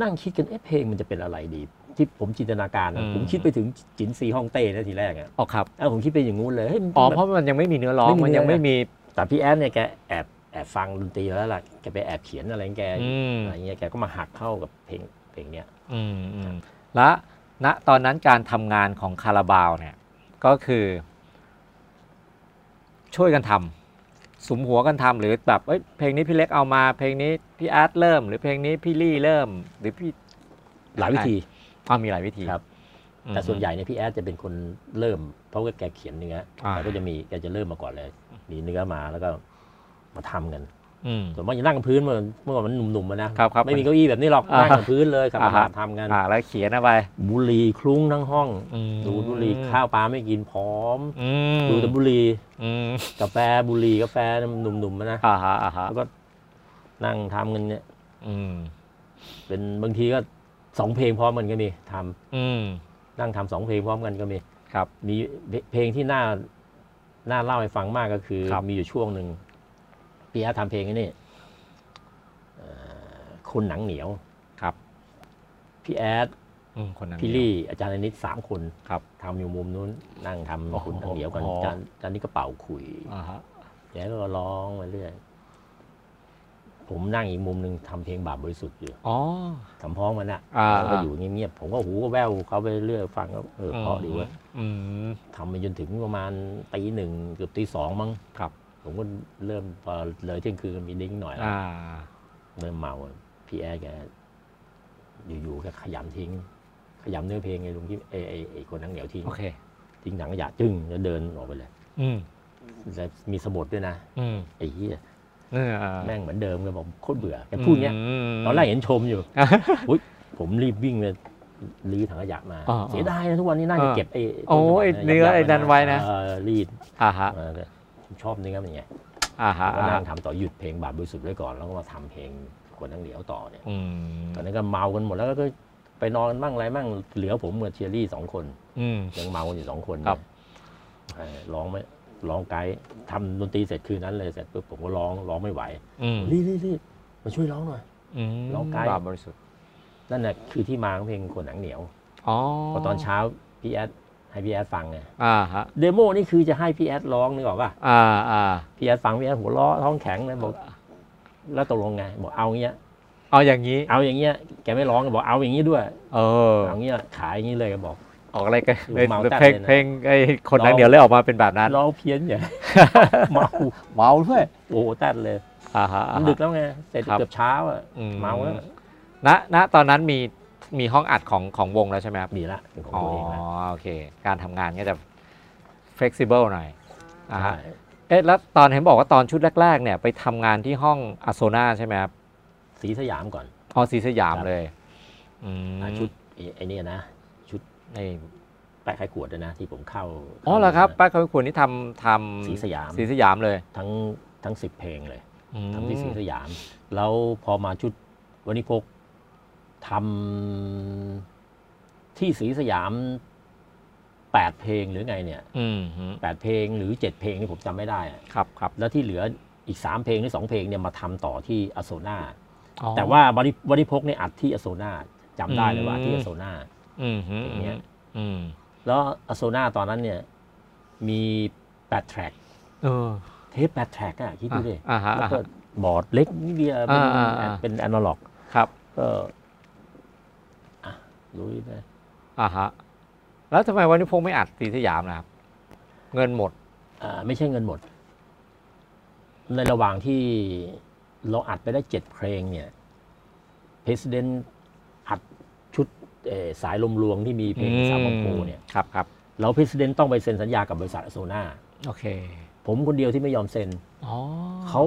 Speaker 1: นั่งคิดกันเอ๊ะเพลงมันจะเป็นอะไรดี ที่ผมจินตนาการนะผมคิดไปถึงจินซีฮ่องเต้นะทีแรกอะ
Speaker 2: อ๋อครับ
Speaker 1: เอ้าผมคิดไปอย่างงู้นเลยเฮ้ยมัน
Speaker 2: อ๋อ
Speaker 1: แบบ
Speaker 2: เพราะมันยังไม่มีเนื้อร้อง
Speaker 1: ไม่มี
Speaker 2: มันยัง
Speaker 1: เนื้อ
Speaker 2: ไม่มี
Speaker 1: แต่พี่แอนเนี่ยแกแอบแอบฟังดนตรีแล้วล่ะแกไปแอบเขียนอะไรของแก
Speaker 2: อืม
Speaker 1: อะไรเงี้ยแกก็มาหักเข้ากับเพลงเพลงเนี้ย
Speaker 2: อืมอืมและณตอนนั้นการทำงานของคาราบาวเนี่ย ก็คือ ช่วยกันทำสุมหัวกันทำหรือแบบเอ้ยเพลงนี้พี่เล็กเอามา เพลงนี้พี่อาร์ตเริ่ม หรือเพลงนี้พี่ลี่เริ่ม หรือพี่
Speaker 1: หลายวิธี
Speaker 2: อ่ามีหลายวิธี
Speaker 1: ครับ
Speaker 2: อืม
Speaker 1: แต่ส่วนใหญ่เนี่ยพี่แอดจะเป็นคนเริ่ม เพราะว่าแกเขียนเนื้อ
Speaker 2: อ่า
Speaker 1: แกก็จะมีแกจะเริ่มมาก่อนเลย มีเนื้อมาแล้วก็มาทำกัน
Speaker 2: อืม
Speaker 1: ส่วนมากจะนั่งกับพื้นเมื่อเมื่อก่อนมันหนุ่มๆมานะครับ
Speaker 2: ครับ
Speaker 1: ไม่มีเก้าอี้แบบนี้หรอก
Speaker 2: อ่า
Speaker 1: นั่งกับพื้นเลยครับ
Speaker 2: อ่าฮะ
Speaker 1: มาทำกัน
Speaker 2: อ่าแล้วเขียนเอาไป
Speaker 1: บุหรี่คลุ้งทั้งห้อง
Speaker 2: อืม
Speaker 1: ดูดบุหรี่ข้าวปลาไม่กินพร้อม
Speaker 2: อืม
Speaker 1: ดูแต่บุหรี่
Speaker 2: อืม
Speaker 1: กาแฟบุหรี่กาแฟหนุ่มๆมานะ
Speaker 2: อ่าฮะอ่าฮะ
Speaker 1: แล้วก็นั่งทำกันเนี่ย
Speaker 2: อืม
Speaker 1: เป็นบางทีก็สองเพลงพร้อมกันก็มีทำ
Speaker 2: อืม
Speaker 1: นั่งทำสองเพลงพร้อมกันก็มี
Speaker 2: ครับ
Speaker 1: มีเพลงที่น่าน่าเล่าให้ฟังมากก็คือ
Speaker 2: ครับ
Speaker 1: มีอยู่ช่วงหนึ่งปีอาร์ตทำเพลงไอ้นี่เอ่อคนหนังเหนียว
Speaker 2: ครับ
Speaker 1: พี่แอด
Speaker 2: อืมคนนั้น
Speaker 1: พี่ลี่อาจารย์อนิดสามคน
Speaker 2: ครับ
Speaker 1: ทำอยู่มุมนู้น นั่งท
Speaker 2: โอ้
Speaker 1: ำ
Speaker 2: โห
Speaker 1: คุณหนังเหนียวกัน
Speaker 2: โอ้โห
Speaker 1: อาจารย์อาจารย์นี่ก็เป่าขลุย
Speaker 2: อ่าฮะ
Speaker 1: แล้วก็ร้องไปเรื่อย ผมนั่งอีกมุมหนึ่งทำเพลงบาปบริสุทธิ์อยู่
Speaker 2: อ๋อ
Speaker 1: สำพ้องมันอะ
Speaker 2: อ่า
Speaker 1: แล้วก็อยู่เงียบๆผมก็หูก็แว่วเขาไปเรื่อยฟังก็เออเพราะดีเว้ย
Speaker 2: อืม
Speaker 1: ทำไปจนถึงประมาณตีหนึ่งเกือบตีสองมั้ง
Speaker 2: ครับ
Speaker 1: ผมก็เริ่มพอเลยเที่ยงคืนมีดิ้งหน่อยละ
Speaker 2: อ่า
Speaker 1: เริ่มเมาพี่แอร์แกอยู่ๆแกขยำทิ้ง ขยำเนื้อเพลงไงลุงที่ไอไอไอคนนังเหนียวทิ้ง
Speaker 2: โอเค
Speaker 1: ทิ้งถังขยะจึ้งแล้วเดินออกไปเลย
Speaker 2: อืม
Speaker 1: แล้วมีสมุดด้วยนะ
Speaker 2: อืม
Speaker 1: ไอ้เหี้ย
Speaker 2: เอออ่า
Speaker 1: แม่งเหมือนเดิมเลยผมโคตรเบื่อแกพูดเงี้ย
Speaker 2: ม
Speaker 1: ตอนแรกเห็นชมอยู่
Speaker 2: อ่ะ
Speaker 1: อุ๊ยผมรีบวิ่งเลยรีถังขยะมา
Speaker 2: อ่า
Speaker 1: เสียดายนะทุกวันนี้น่าจะ
Speaker 2: อ่า
Speaker 1: เก็บไอ้
Speaker 2: โอ้ยเนื้อไอ้นั้นไว้นะ
Speaker 1: เออรีด
Speaker 2: อ่าฮะ
Speaker 1: เออผมชอบเนื้อมันไง
Speaker 2: อ่าฮะ
Speaker 1: ก็
Speaker 2: อ่า
Speaker 1: นั่
Speaker 2: ฮะ
Speaker 1: งทำต่อหยุดเพลงบาปบริสุทธิ์ไว้ก่อนแล้วก็มาทำเพลงคนทั้งเหลียวต่อเนี่ย
Speaker 2: อืม
Speaker 1: ตอนนั้นก็เมากันหมดแล้วก็ไปนอนกันบ้างอะไรบ้างเหลือผมกับเชียรี่สองคน
Speaker 2: อืม
Speaker 1: ยังเมากันอยู่สองคน
Speaker 2: ครับ
Speaker 1: เออร้องไม่ร้องไกด์ทำดนตรีเสร็จคืนนั้นเลยเสร็จปุ๊บผมก็ร้องร้องไม่ไหว
Speaker 2: อืม
Speaker 1: รีบรีบรีบมาช่วยร้องหน่อย
Speaker 2: อืม
Speaker 1: ร้องไกล
Speaker 2: บาปบริสุทธิ์
Speaker 1: นั่นแหละคือที่มาของเพลงคนหนังเหนียว
Speaker 2: อ๋อ
Speaker 1: พอตอนเช้าพี่แอดให้พี่แอดฟังไง
Speaker 2: อ่าฮะ
Speaker 1: เดโมนี่คือจะให้พี่แอดร้องนึกออกป่ะ
Speaker 2: อ่าอ่า
Speaker 1: พี่แอดฟังพี่แอดหัวเราะท้องแข็งเลยบอกแล้วตกลงไงบอกเอาอย่างเงี้ย
Speaker 2: เอาอย่างนี้
Speaker 1: เอาอย่างเงี้ย แกไม่ร้องแกบอกเอาอย่างงี้ด้วย
Speaker 2: เออ
Speaker 1: เอาอย่างเงี้ย ขายอย่างงี้เลยแกบอก
Speaker 2: ออกอะไรกัน
Speaker 1: ลุงเมาจัด
Speaker 2: เพลง
Speaker 1: เลยนะ
Speaker 2: เพลงไอ้คน
Speaker 1: ร้อ
Speaker 2: นั้
Speaker 1: น ง
Speaker 2: เดียวเลยออกมาเป็นแบบนั้น
Speaker 1: ร้องเพี้ยน
Speaker 2: *laughs*
Speaker 1: ใหญ่ เมา
Speaker 2: เมาด้วย
Speaker 1: โอ้โหตัดเลย
Speaker 2: อ่าฮะอ่า
Speaker 1: มัน
Speaker 2: ฮะ
Speaker 1: ดึกแล้วไง เสร็จ
Speaker 2: ครับ
Speaker 1: เกือบเช้าอ่ะ
Speaker 2: อื
Speaker 1: เมาแล้ว
Speaker 2: ณณตอนนั้นมีมีห้องอัดของของวงแล้วใช่ไหมครับ
Speaker 1: มีละเป็นของ
Speaker 2: อ๋อ
Speaker 1: ตัวเองละ
Speaker 2: โอเค การทำงานก็จะ flexible หน่อยอ่าฮะ
Speaker 1: ใช่
Speaker 2: เอ๊ะแล้วตอนเห็นบอกว่าตอนชุดแรก ๆ เนี่ยไปทำงานที่ห้องอโซนาใช่ไหมครับ
Speaker 1: สีสยามก่อน
Speaker 2: ออสีสยามเลยอืม
Speaker 1: อ่ะชุดไอ้ไอ้เนี่ยนะ ชุด
Speaker 2: ไอ้
Speaker 1: แป้ายไขขวดด้วยนะ ที่ผมเข้า
Speaker 2: อ๋อเหรอครับ
Speaker 1: ข้า
Speaker 2: ป้าเขาควรนี่ทำท
Speaker 1: นะ
Speaker 2: ำ
Speaker 1: สีสยาม
Speaker 2: สีสยามเลย
Speaker 1: ทั้งทั้งสิบเพลงเลย
Speaker 2: อืม
Speaker 1: ทำที่สีสยาม แล้วพอมาชุดวันนี้พกทำที่สีสยามแปดเพลงหรือไงเนี่ย
Speaker 2: อืมฮึ
Speaker 1: แปดเพลงหรือเจ็ดเพลงนี่ผมจำไม่ได้อะ
Speaker 2: ครับครับ
Speaker 1: แล้วที่เหลืออีกสามเพลงหรือสองเพลงเนี่ยมาทำต่อที่อโซนา
Speaker 2: อ๋อ
Speaker 1: แต่ว่าบริบริพกเนี่ยอัดที่อโซนาจำได้เลยว่า
Speaker 2: อืม
Speaker 1: ที่อโซนา
Speaker 2: อืมฮึ
Speaker 1: อย่างเงี้ย
Speaker 2: อืม
Speaker 1: แล้วอโซนาตอนนั้นเนี่ยมีแปดแทร็ก
Speaker 2: เออ
Speaker 1: เทปแปดแทร็กอะคิดดูดิ
Speaker 2: อ่าฮะ
Speaker 1: แล้ว
Speaker 2: อ่า
Speaker 1: ก็
Speaker 2: ฮะ
Speaker 1: บอร์ดเล็กนิดเดียวเป็น
Speaker 2: อ่าอ่าอ่า
Speaker 1: เป็นแอนาล็อก
Speaker 2: ครับ
Speaker 1: ก็อ่ะลุยไป
Speaker 2: อ่าฮะ แล้วทำไมวันนี้พงษ์ไม่อัดตีสยามนะครับ เงินหมด
Speaker 1: อ่าไม่ใช่เงินหมด ในระหว่างที่เราอัดไปได้เจ็ดเพลงเนี่ย President อัดชุดเอ่อสายลมลวงที่มีเพลงสามบังโพเนี่ย
Speaker 2: ครับครับ
Speaker 1: แล้ว President ต้องไปเซ็นสัญญากับบริษัทอโซนา
Speaker 2: โอเค
Speaker 1: ผมคนเดียวที่ไม่ยอมเซ็น
Speaker 2: อ๋อ
Speaker 1: เขา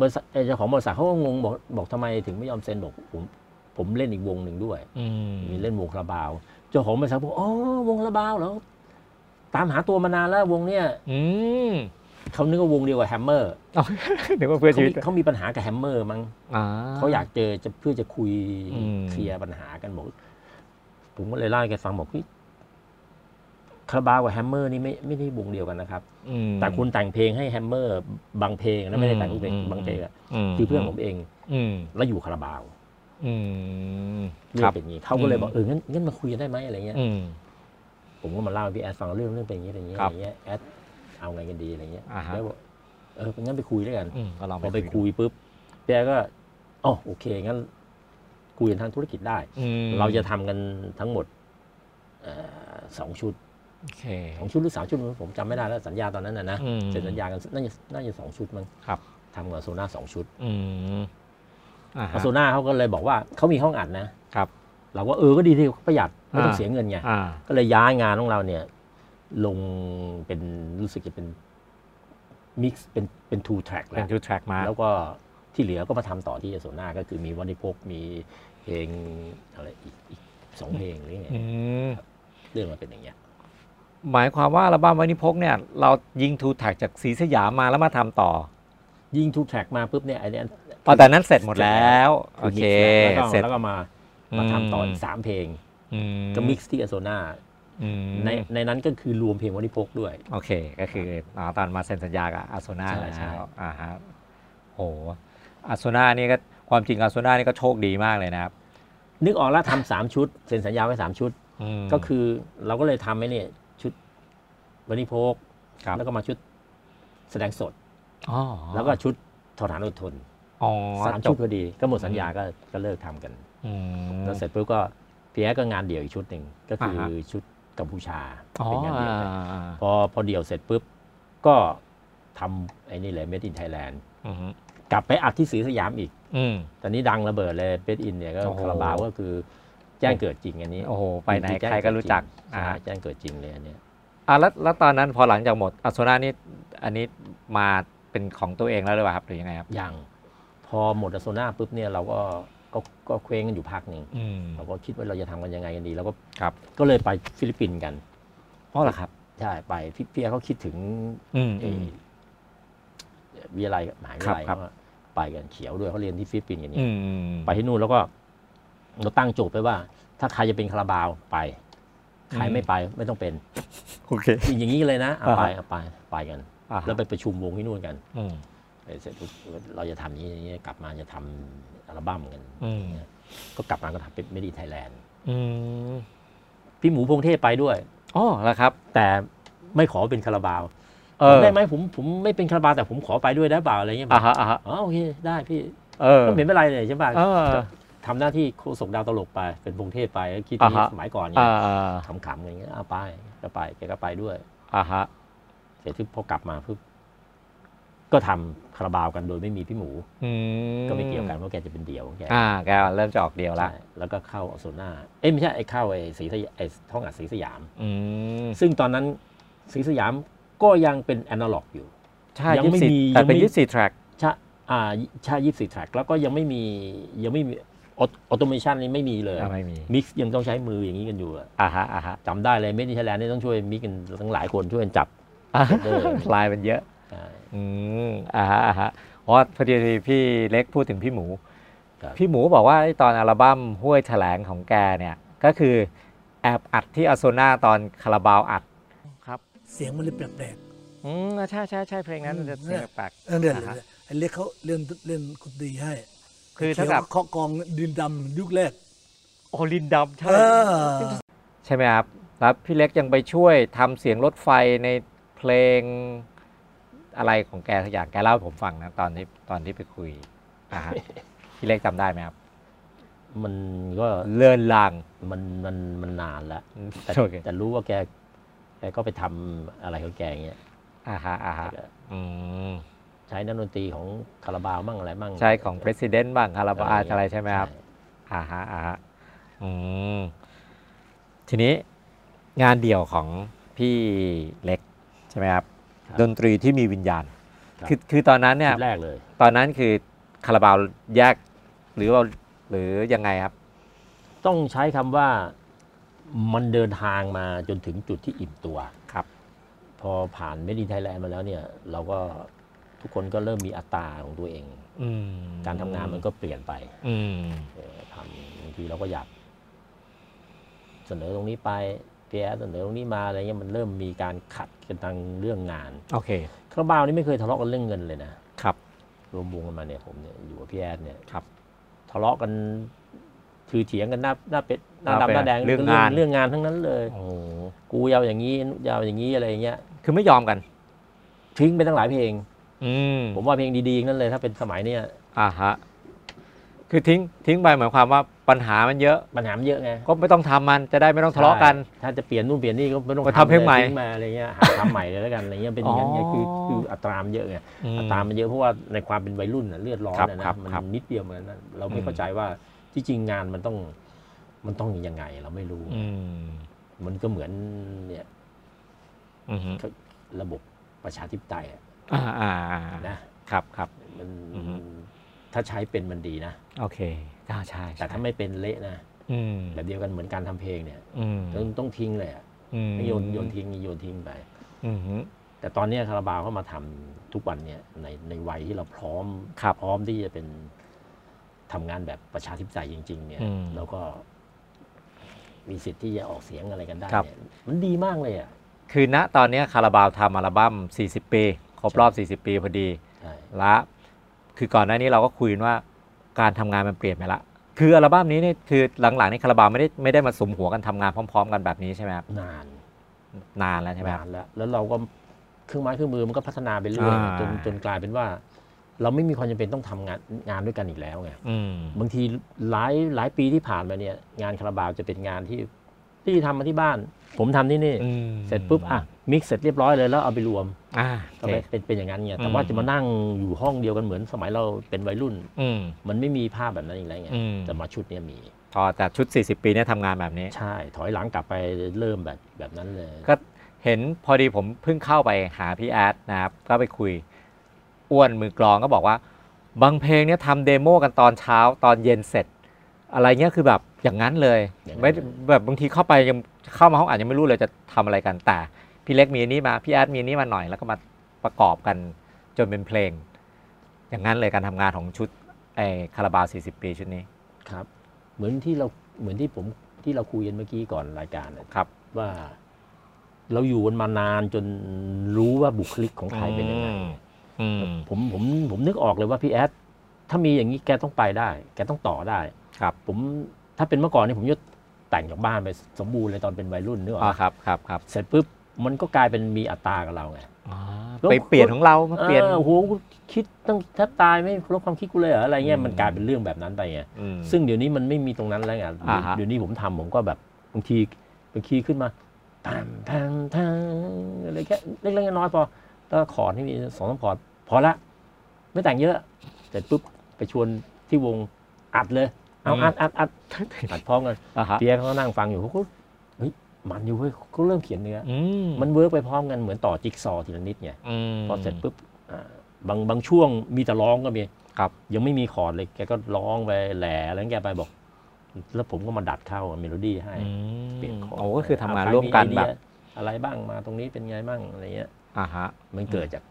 Speaker 1: บริษัทเอ่อเจ้าของบริษัทเขาก็งงบอกบอกทำไมถึงไม่ยอมเซ็นบอกผมผมเล่นอีกวงหนึ่งด้วย
Speaker 2: อืม
Speaker 1: มีเล่นวงคาราบาว เจ้าของบริษัทบอกอ๋อวงคาราบาวเหรอตามหาตัวมานานแล้ววงเนี่ย
Speaker 2: อืม *laughs*
Speaker 1: เขานึกว่าวงเดียวกับแฮมเมอร์
Speaker 2: เอา เดี๋ยวมาเพื่อ
Speaker 1: เขา
Speaker 2: ชีวิ
Speaker 1: มี
Speaker 2: ต
Speaker 1: เขามีปัญหากับแฮมเมอร์มั้ง
Speaker 2: อ่า
Speaker 1: เขาอยากเจอจะเพื่อจะคุย
Speaker 2: อืม
Speaker 1: เคลียร์ปัญหากันบอกผมก็เลยเล่าให้แกฟังบอกพี่คาราบาวกับแฮมเมอร์นี่ไม่ไม่ได้วงเดียวกันนะครับ
Speaker 2: อืม
Speaker 1: แต่คุณแต่งเพลงให้แฮมเมอร์บางเพลงนะไม่ได้แต่งทุกเพลง
Speaker 2: อืม
Speaker 1: บางเพลงอะ
Speaker 2: ม
Speaker 1: คือเพื่อนผมเอง
Speaker 2: อืม
Speaker 1: แล้วอยู่คาราบาว
Speaker 2: อืม
Speaker 1: เรื่
Speaker 2: ค
Speaker 1: อ
Speaker 2: รั
Speaker 1: ง
Speaker 2: บ
Speaker 1: เป็นอย่างนี้เขาก็เลย
Speaker 2: อืม
Speaker 1: บอกเอองั้นงั้นมาคุยกันได้ไหมอะไรเงี้ย
Speaker 2: อืม
Speaker 1: ผมก็มาเล่าให้พี่แอดฟังเรื่องเรื่องเป็นอย่างนี้เป็นอย่างนี้
Speaker 2: ค
Speaker 1: อะ
Speaker 2: รับ
Speaker 1: ไรเงี้ยแอดเอาไงกันดีอะไรเงี้ย
Speaker 2: อ่าฮะ
Speaker 1: แล้วบอกเอองั้นไปคุยด้วยกัน
Speaker 2: อืมก็ลอง
Speaker 1: พอไป
Speaker 2: ไป
Speaker 1: คุยปุ๊บพี่แอดก็อ๋อโอเคงั้นคุยกันทางธุรกิจได้
Speaker 2: อืม
Speaker 1: เราจะทำกันทั้งหมดเอ่อสองชุด
Speaker 2: โอเค
Speaker 1: สองชุดหรือสามชุดผมจำไม่ได้แล้วสัญญาตอนนั้นนะนะ
Speaker 2: อืม
Speaker 1: เซ็นสัญญากันน่าจะน่าจะสองชุดมั้ง
Speaker 2: ครับ
Speaker 1: ทำกับโซน่าสองชุด
Speaker 2: อืมอ่าฮะ
Speaker 1: โซน่าเขาก็เลยบอกว่าเขามีห้องอัดนะครับ เราก็เออก็ดีที่ประหยัดไม่ต้อง
Speaker 2: อ่า
Speaker 1: เสียเงินไง
Speaker 2: อ่า
Speaker 1: ก็เลยย้ายงานของเราเนี่ย ลงเป็นรู้สึกจะเป็นมิกซ์เป็นเป็นทูแทร็ก
Speaker 2: เป็
Speaker 1: แล้
Speaker 2: น
Speaker 1: ว
Speaker 2: จูแทร็กมา
Speaker 1: แล้วก็ที่เหลือก็มาทำต่อที่โซน่าก็คือมีวันนิพกมีเพลงอะไรอีกอีกสองเพลงหรือไง
Speaker 2: อืม
Speaker 1: เรื่องมันเป็นอย่างเงี้ย
Speaker 2: หมายความว่าอัลบั้มวันิพกเนี่ย เรายิงทูแท็กจากสีสยามมาแล้วมาทำต่อ
Speaker 1: ยิ่งทูแทร็กมาปุ๊บเนี่ยไอ้เนี่ย
Speaker 2: อ๋อแต่นั้นเสร็จหมดแล้ว โอ
Speaker 1: คือมิ
Speaker 2: เค
Speaker 1: กซ์แล้วแล้วก็
Speaker 2: เสร็จ
Speaker 1: แล้วก็มามาทำต่ออี
Speaker 2: อื
Speaker 1: ก
Speaker 2: ม
Speaker 1: สามเพลง
Speaker 2: อื
Speaker 1: ก็มิกซ์ที่โซน่า
Speaker 2: อืม
Speaker 1: ในในนั้นก็คือรวมเพลงวันนิพกด้วย
Speaker 2: โอเค ก็คืออ๋อตอนมาเซ็นสัญญากับอาโซนา
Speaker 1: ใช่
Speaker 2: แล้
Speaker 1: ใช่
Speaker 2: วอ่าฮะโหอาโซนานี่ก็ความจริงอาโซนานี่ก็โชคดีมากเลยนะครับ
Speaker 1: นึกออกแล้วทำสามชุดเซ็นสัญญาไว้สามชุด
Speaker 2: ม
Speaker 1: ก็คือเราก็เลยทำไอ้เนี่ยชุดบริโภค
Speaker 2: ครับ
Speaker 1: แล้วก็มาชุดแสดงสด
Speaker 2: อ
Speaker 1: แล้วก็ชุดทหารอดทน
Speaker 2: อ อ๋อ
Speaker 1: สาม
Speaker 2: จ
Speaker 1: ชุด
Speaker 2: บ
Speaker 1: พอดีก็หมดสัญญาก็ก็เลิกทำกัน
Speaker 2: อืม
Speaker 1: แล้วเสร็จปุ๊บก็พี่แอ๊ดก็งานเดี่ยวอีกชุดหนึ่งก็คืออา
Speaker 2: ฮะ
Speaker 1: ชุดกัมพูชา
Speaker 2: อ๋อ
Speaker 1: เป็นงานเดี่ยวนะ
Speaker 2: อ่า
Speaker 1: พอพอเดี่ยวเสร็จปุ๊บก็ทำไอ้นี่เลยเมดินไทยแลนด์
Speaker 2: อืม
Speaker 1: กลับไปอัดที่สีสยามอีก
Speaker 2: อืม
Speaker 1: ตอนนี้ดังระเบิดเลยเ e ดอินเนี่ยก็
Speaker 2: โอ้โห
Speaker 1: คาราบาวก็คือแจ้งเกิดจริงอันนี้
Speaker 2: โอ้โหไปไหนใครก็รู้จักอ่า
Speaker 1: ใช่แจ้งเกิดจริงเลยอันเนี้ย
Speaker 2: อ่ะแล้วแล้วตอนนั้นพอหลังจากหมดอัศนานี่อันนี้มาเป็นของตัวเองแล้วหรือเปล่าครับหรือยังไงครับ
Speaker 1: ยังพอหมดอโซน่าปุ๊บเนี่ยเราก็ก็ก็เคว้งกันอยู่พักหนึ่ง
Speaker 2: อืม
Speaker 1: เราก็คิดว่าเราจะทำกันยังไงกันดีเราก็
Speaker 2: ครับ
Speaker 1: ก็เลยไปฟิลิปปินส์กัน
Speaker 2: อ๋อเหรอครับ
Speaker 1: ใช่ไปพี่เปียเขาคิดถึง
Speaker 2: อืม
Speaker 1: เออ
Speaker 2: อืม
Speaker 1: วิทยาลัยมหาวิทยาลัย
Speaker 2: ครับ
Speaker 1: เขาอะไปกันเขียวด้วยเขาเรียนที่ฟิลิปปินส์กันเนี่
Speaker 2: อื
Speaker 1: ย
Speaker 2: มอืม
Speaker 1: ไปที่นู่นแล้วก็เราตั้งโจทย์ไปว่า ถ้าใครจะเป็นคาราบาวไป ใครไม่ไปไม่ต้องเป็น
Speaker 2: โอเค
Speaker 1: อย่างนี้เลยนะเอาไป
Speaker 2: อ่าฮะ
Speaker 1: เอาไปไปกัน
Speaker 2: อ่า
Speaker 1: แล้วไปประชุมวงที่นู่นกัน
Speaker 2: อืม
Speaker 1: เออเสร็จปุ๊บเราจะทำอย่างนี้อย่างนี้กลับมาจะทำอัลบั้มกัน
Speaker 2: อืม
Speaker 1: เนี่ยก็กลับมาก็ทำเป็นเมดิไทยแลนด์
Speaker 2: อืม
Speaker 1: พี่หมูพงเทพไปด้วย
Speaker 2: อ๋อแล้วครับ
Speaker 1: แต่ไม่ขอเป็นคาราบาว
Speaker 2: เออ
Speaker 1: ได้ไหมผมผมไม่เป็นคาราบาวแต่ผมขอไปด้วยได้เปล่าอะไรเงี้ย
Speaker 2: อ่าฮะอ่าฮะ
Speaker 1: อ๋อโอเคได้พี่
Speaker 2: เออ
Speaker 1: ก็ไม่เป็นไรเลยใช่ป่ะ
Speaker 2: เออ
Speaker 1: ทำหน้าที่โฆษกดาวตลกไป เป็นพงเทพไปก็คิด
Speaker 2: อ่า
Speaker 1: นี้
Speaker 2: ฮะ
Speaker 1: สมัยก่อนเนี่
Speaker 2: อ่าย อ่า
Speaker 1: ขำๆอะไรเงี้ยเอาไปก็ไปแกก็ไปด้วย
Speaker 2: อ่าฮะ
Speaker 1: เสร็จที่พอกลับมาปุ๊บก็ทำคาราบาวกันโดยไม่มีพี่หมู
Speaker 2: อืม
Speaker 1: ก็ไม่เกี่ยวกันเพราะแกจะเป็นเดี่ยวของแก
Speaker 2: อ่าแกเริ่มจะออกเดียวละ
Speaker 1: ใช่แล้วก็เข้าอโซน่าเอ้ยไม่ใช่ไอ้เข้าไอ้สีสยไอ้ท้องอัดสีสยาม
Speaker 2: อืม
Speaker 1: ซึ่งตอนนั้นสีสยามก็ยังเป็นแอนาล็อกอยู่
Speaker 2: ใช่
Speaker 1: ยังไม่
Speaker 2: 24
Speaker 1: มี
Speaker 2: แต่เป็น
Speaker 1: ยังไม่
Speaker 2: ยี่สิบสี่แทร็ก
Speaker 1: ชาอ่าชายี่สิบแทร็กแล้วก็ยังไม่มียังไม่มีออโตเมชันนี่ไม่มีเลย
Speaker 2: อ่าไม่มี
Speaker 1: มิกซ์ยังต้องใช้มืออย่างนี้กันอยู่อะ
Speaker 2: อ่าฮะอ่าฮะ
Speaker 1: จำได้เลยเมดิเทแลนด์นี่ต้องช่วยมิกกันทั้งหลายคนช่วยกันจับ *laughs* เออ
Speaker 2: *laughs* ลายมันเยอะ
Speaker 1: ใช่
Speaker 2: อืมอ่าฮะอ่าฮะอ๋อพอดีพี่เล็กพูดถึงพี่หมู
Speaker 1: ครับ
Speaker 2: พี่หมูบอกว่าไอ้ตอนอัลบั้มห้วยแถลงของแกเนี่ย ก็คือแอบอัดที่อาโซนาตอนคาราบาวอัดครับ
Speaker 4: เสียงมันเลยแปลก
Speaker 2: อืมใช่ใช่ใช่เพลงนั้น
Speaker 4: อืม
Speaker 2: จะเสียงแปลก
Speaker 4: ๆนั่นแหละ
Speaker 2: อ่าฮะ
Speaker 4: ไอ้เล็กเขาเล่นเล่นคุณตรีให้
Speaker 2: คือ
Speaker 4: เขีย
Speaker 2: เท่าว กับ
Speaker 4: เคาะกองดินดำยุคแรก
Speaker 2: ๆโอลินดำ
Speaker 4: เอ
Speaker 2: ใช่
Speaker 4: อ
Speaker 2: ใช่ไหมครับ แล้วพี่เล็กยังไปช่วยทำเสียงรถไฟในเพลงอะไรของแกสักอย่างแกเล่าให้ผมฟังนะ ตอนที่ตอนที่ไปคุยอ่าฮะ พี่เล็กจำได้ไหมครับ
Speaker 1: มันก็
Speaker 2: เลื่อนลาง
Speaker 1: มันมันมันนานแล้วแต่
Speaker 2: โอเค
Speaker 1: แต่รู้ว่าแกแกก็ไปทำอะไรของแกอย่างเงี้ย
Speaker 2: อ่าฮะอ่าฮะ
Speaker 1: แกก็
Speaker 2: อืม
Speaker 1: ใช้นักดนตรีของคาราบาวมั่งอะไรมั่ง
Speaker 2: ใช่ของ president บ้างคารา
Speaker 1: ย่
Speaker 2: บา
Speaker 1: งเงี้ย
Speaker 2: อะไรใช่ไหมครับ อ่าฮะอ่าฮะอืมทีนี้งานเดี่ยวของพี่เล็กใช่ไหมครับ
Speaker 1: ครับ
Speaker 2: ดนตรีที่มีวิญญาณ
Speaker 1: ครับ
Speaker 2: คือคือตอนนั้นเนี่ย
Speaker 1: ชุดแรกเลย
Speaker 2: ตอนนั้นคือคาราบาวแยกหรือว่าหรือยังไงครับ
Speaker 1: ต้องใช้คำว่ามันเดินทางมาจนถึงจุดที่อิ่มตัว
Speaker 2: ครับ
Speaker 1: พอผ่านเมดิไทยแลนด์มาแล้วเนี่ย เราก็ทุกคนก็เริ่มมีอัตราของตัวเอง การทำงานมันก็เปลี่ยนไป
Speaker 2: อืม
Speaker 1: เอ่อทำบางทีเราก็อยากเสนอตรงนี้ไปเพียเสนอตรงนี้มาอะไรเงี้ยมันเริ่มมีการขัดกันทางเรื่องงาน
Speaker 2: โอเค
Speaker 1: คาราบาวนี่ไม่เคยทะเลาะกันเรื่องเงินเลยนะครับ รวมวงกันมาเนี่ยผมเนี่ยอยู่กับพี่แอดเนี่ย
Speaker 2: ครับ
Speaker 1: ทะเลาะกันคือเถียงกันหน้าหน้าเป็ดหน้า
Speaker 2: หน้าเป็
Speaker 1: ดำห
Speaker 2: ด
Speaker 1: น้าแดง
Speaker 2: เรื่องงาน
Speaker 1: เรื่องงานทั้งนั้นเลย
Speaker 2: โอ้
Speaker 1: กูยาวอย่างนี้ยาวอย่างนี้อะไรเงี้ย
Speaker 2: คือไม่ยอมกัน
Speaker 1: ทิ้งไปตั้งหลายเพลง
Speaker 2: อืม
Speaker 1: ผมว่าเพลงดีๆนั่นเลยถ้าเป็นสมัยเนี่ย
Speaker 2: อ่าฮะ คือทิ้งทิ้งไปหมายความว่าปัญหามันเยอะ
Speaker 1: ปัญหามันเยอะไง
Speaker 2: ก็ไม่ต้องทำมันจะได้ไม่ต้องทะเลาะกัน
Speaker 1: ใช่ถ้าจะเปลี่ยนนู่นเปลี่ยนนี่ก็ไม่ต้อง
Speaker 2: ก็ทำเพลงใหม่
Speaker 1: ทิ้มาอะไรเงี้ยหาทำใหม่เลยแล้วกันอะไรเงี้ยเป็นอย่างนั้นไง
Speaker 2: อ๋อ
Speaker 1: คือคืออัตรามนเยอะไงอัตรามมันเยอะเพราะว่าในความเป็นวัยรุ่นน่ะเลือดร้อน
Speaker 2: ครับ
Speaker 1: น่ะ
Speaker 2: ครั
Speaker 1: นะ
Speaker 2: บ
Speaker 1: มัน
Speaker 2: ครับ
Speaker 1: นิดเดียวเหมือนกันนะเรา
Speaker 2: อื
Speaker 1: ไม่
Speaker 2: ม
Speaker 1: เข้าใจว่าที่จริงงานมันต้องมันต้องยังไงเราไม่รู้
Speaker 2: อืม
Speaker 1: มันก็เหมือนเนี่ย
Speaker 2: อืมฮึ
Speaker 1: ระบบประชาธิปไตยอะ
Speaker 2: อ่าอ่าอ่า
Speaker 1: นะครับ
Speaker 2: ครับ
Speaker 1: มัน
Speaker 2: อือฮึ
Speaker 1: ถ้าใช้เป็นมันดีนะ
Speaker 2: โอเคอ่าใช่ใช่
Speaker 1: แต่ถ้าไม่เป็นเละนะ
Speaker 2: อืม
Speaker 1: แบบเดียวกันเหมือนการทำเพลงเนี่ย
Speaker 2: อืม
Speaker 1: ต้องต้องทิ้งเลยอะ
Speaker 2: อืม
Speaker 1: โยนโยนทิ้งโยนทิ้งไป
Speaker 2: อืมฮึ
Speaker 1: แต่ตอนเนี้ยคาราบาวเข้ามาทำทุกวันเนี่ยในในวัยที่เราพร้อม
Speaker 2: ครับ
Speaker 1: พร้อมที่จะเป็นทำงานแบบประชาธิปไตยจริง ๆ เนี่ย
Speaker 2: อืม
Speaker 1: เราก็มีสิทธิ์ที่จะออกเสียงอะไรกันได้
Speaker 2: ครับ
Speaker 1: เนี่ยมันดีมากเลยอ่ะ
Speaker 2: คือณตอนเนี้ยคาราบาวทำอัลบั้ม 40 ปี ครบรอบ 40 ปีพอดี
Speaker 1: ใช่
Speaker 2: และ คือก่อนหน้านี้เราก็คุยกันว่าการทำงานมันเปลี่ยนไปละ คืออัลบั้มนี้นี่คือหลังๆนี่คาราบาวไม่ได้ไม่ได้มาสมหัวกันทำงานพร้อม ๆ กันแบบนี้ใช่ไหมครับ
Speaker 1: นาน
Speaker 2: นานแล้วใช่ไหมค
Speaker 1: นา
Speaker 2: รั
Speaker 1: น
Speaker 2: บ
Speaker 1: แล้วแล้วเราก็เครื่องไม้เครื่องมือมันก็พัฒนาไปเรื่อย
Speaker 2: อ่า
Speaker 1: จนจนกลายเป็นว่า เราไม่มีความจำเป็นต้องทำงานงานด้วยกันอีกแล้วไง
Speaker 2: อืม
Speaker 1: บางทีหลายหลายปีที่ผ่านมาเนี่ยงานคาราบาวจะเป็นงานที่ที่ทำมาที่บ้าน ผมทำที่นี่
Speaker 2: อืม
Speaker 1: เสร็จปุ๊บอ่ะมิกซ์เสร็จเรียบร้อยเลยแล้วเอาไปรวม
Speaker 2: อ่าโอ
Speaker 1: ก็
Speaker 2: เค
Speaker 1: เป็นเป็นอย่างนั้นไง
Speaker 2: อืม
Speaker 1: แต่ว่าจะมานั่งอยู่ห้องเดียวกันเหมือนสมัยเราเป็นวัยรุ่น
Speaker 2: อืม
Speaker 1: มันไม่มีภาพแบบนั้นอีกแล้วไง
Speaker 2: อืม
Speaker 1: แต่มาชุดเนี้ยมี
Speaker 2: พอแต่ชุด 40 ปีเนี่ยทำงานแบบนี้
Speaker 1: ใช่ถอยหลังกลับไปเริ่มแบบแบบนั้นเลย
Speaker 2: ก็เห็นพอดีผมเพิ่งเข้าไปหาพี่แอดนะครับ ก็ไปคุยอ้วนมือกลองก็บอกว่า บางเพลงเนี่ยทำเดโมกันตอนเช้าตอนเย็นเสร็จ อะไรเงี้ยคือแบบอย่างนั้นเลย
Speaker 1: อย่างนั้น
Speaker 2: ไม่แบบบางทีเข้าไปยังเข้ามาห้องอาจจะไม่รู้เลยจะทำอะไรกันแต่ พี่เล็กมีอันนี้มาพี่แอดมีอันนี้มาหน่อยแล้วก็มาประกอบกันจนเป็นเพลง อย่างนั้นเลยการทำงานของชุดไอ้คาราบาว 40 ปีชุดนี้
Speaker 1: ครับ เหมือนที่เราเหมือนที่ผมที่เราคุยกันเมื่อกี้ก่อนรายการน่ะ
Speaker 2: ครับ
Speaker 1: ว่า เราอยู่กันมานานจนรู้ว่าบุคลิกของใครเป็นยังไง
Speaker 2: อืม
Speaker 1: ผมผมผมนึกออกเลยว่าพี่แอดถ้ามีอย่างนี้แกต้องไปได้ แกต้องต่อได้
Speaker 2: ครับ
Speaker 1: ผมถ้าเป็นเมื่อก่อนนี่ผมยศแต่งจากบ้านไปสมบูรณ์เลยตอนเป็นวัยรุ่นนึกออก
Speaker 2: อ๋อ
Speaker 1: ไหม
Speaker 2: ครับครับครับ
Speaker 1: เสร็จปุ๊บมันก็กลายเป็นมีอัตรากับเราไง
Speaker 2: อ๋อ
Speaker 1: แล้ว
Speaker 2: ไปเปลี่ยนของเรามาเปลี่ยน
Speaker 1: ออโอ้โหกูคิดตั้งแทบตายไม่ลบความคิดกูเลยเหรออะไรเงี้ย
Speaker 2: อืม
Speaker 1: มันกลายเป็นเรื่องแบบนั้นไปไง
Speaker 2: อืม
Speaker 1: ซึ่งเดี๋ยวนี้มันไม่มีตรงนั้นแล้วไง
Speaker 2: อ่าฮะ
Speaker 1: เดี๋ยวนี้ผมทำผมก็แบบบางทีบางทีขึ้นมาตามทางทางอะไรแค่เล็กๆน้อยๆพอแล้วก็คอร์ดที่มีสองสามคอร์ดพอละ ไม่แต่งเยอะ เสร็จปุ๊บไปชวนที่วงอัดเลย เอาอัดอัดอัดอัดพร้อมกัน
Speaker 2: อ่าฮะ
Speaker 1: เปียกเขาก็นั่งฟังอยู่เขาก็เฮ้ยมันอยู่เว้ยเขาเริ่มเขียนเนื้ออ
Speaker 2: อื
Speaker 1: มันเวิร์กไปพร้อมกันเหมือนต่อจิ๊กซอว์ทีละนิดไง
Speaker 2: อืม
Speaker 1: พอเสร็จปุ๊บอ่าบางบางช่วงมีแต่ร้องก็มี
Speaker 2: ครับ
Speaker 1: ยังไม่มีคอร์ดเลยแกก็ร้องไปแหล่แล้วแกไปบอก แล้วผมก็มาดัดเข้าเมโลดี้ให้
Speaker 2: อืม
Speaker 1: เปลี่ยนคอร์ด
Speaker 2: โอ้ก็คือทำงาน
Speaker 1: ใค
Speaker 2: ร่วมกัน
Speaker 1: ไอเดี
Speaker 2: แบ
Speaker 1: ย
Speaker 2: บ
Speaker 1: อะไรบ้างมาตรงนี้เป็นไงบ้างอะไรเงี้ย
Speaker 2: อ่าฮะ
Speaker 1: มันเกิดจาก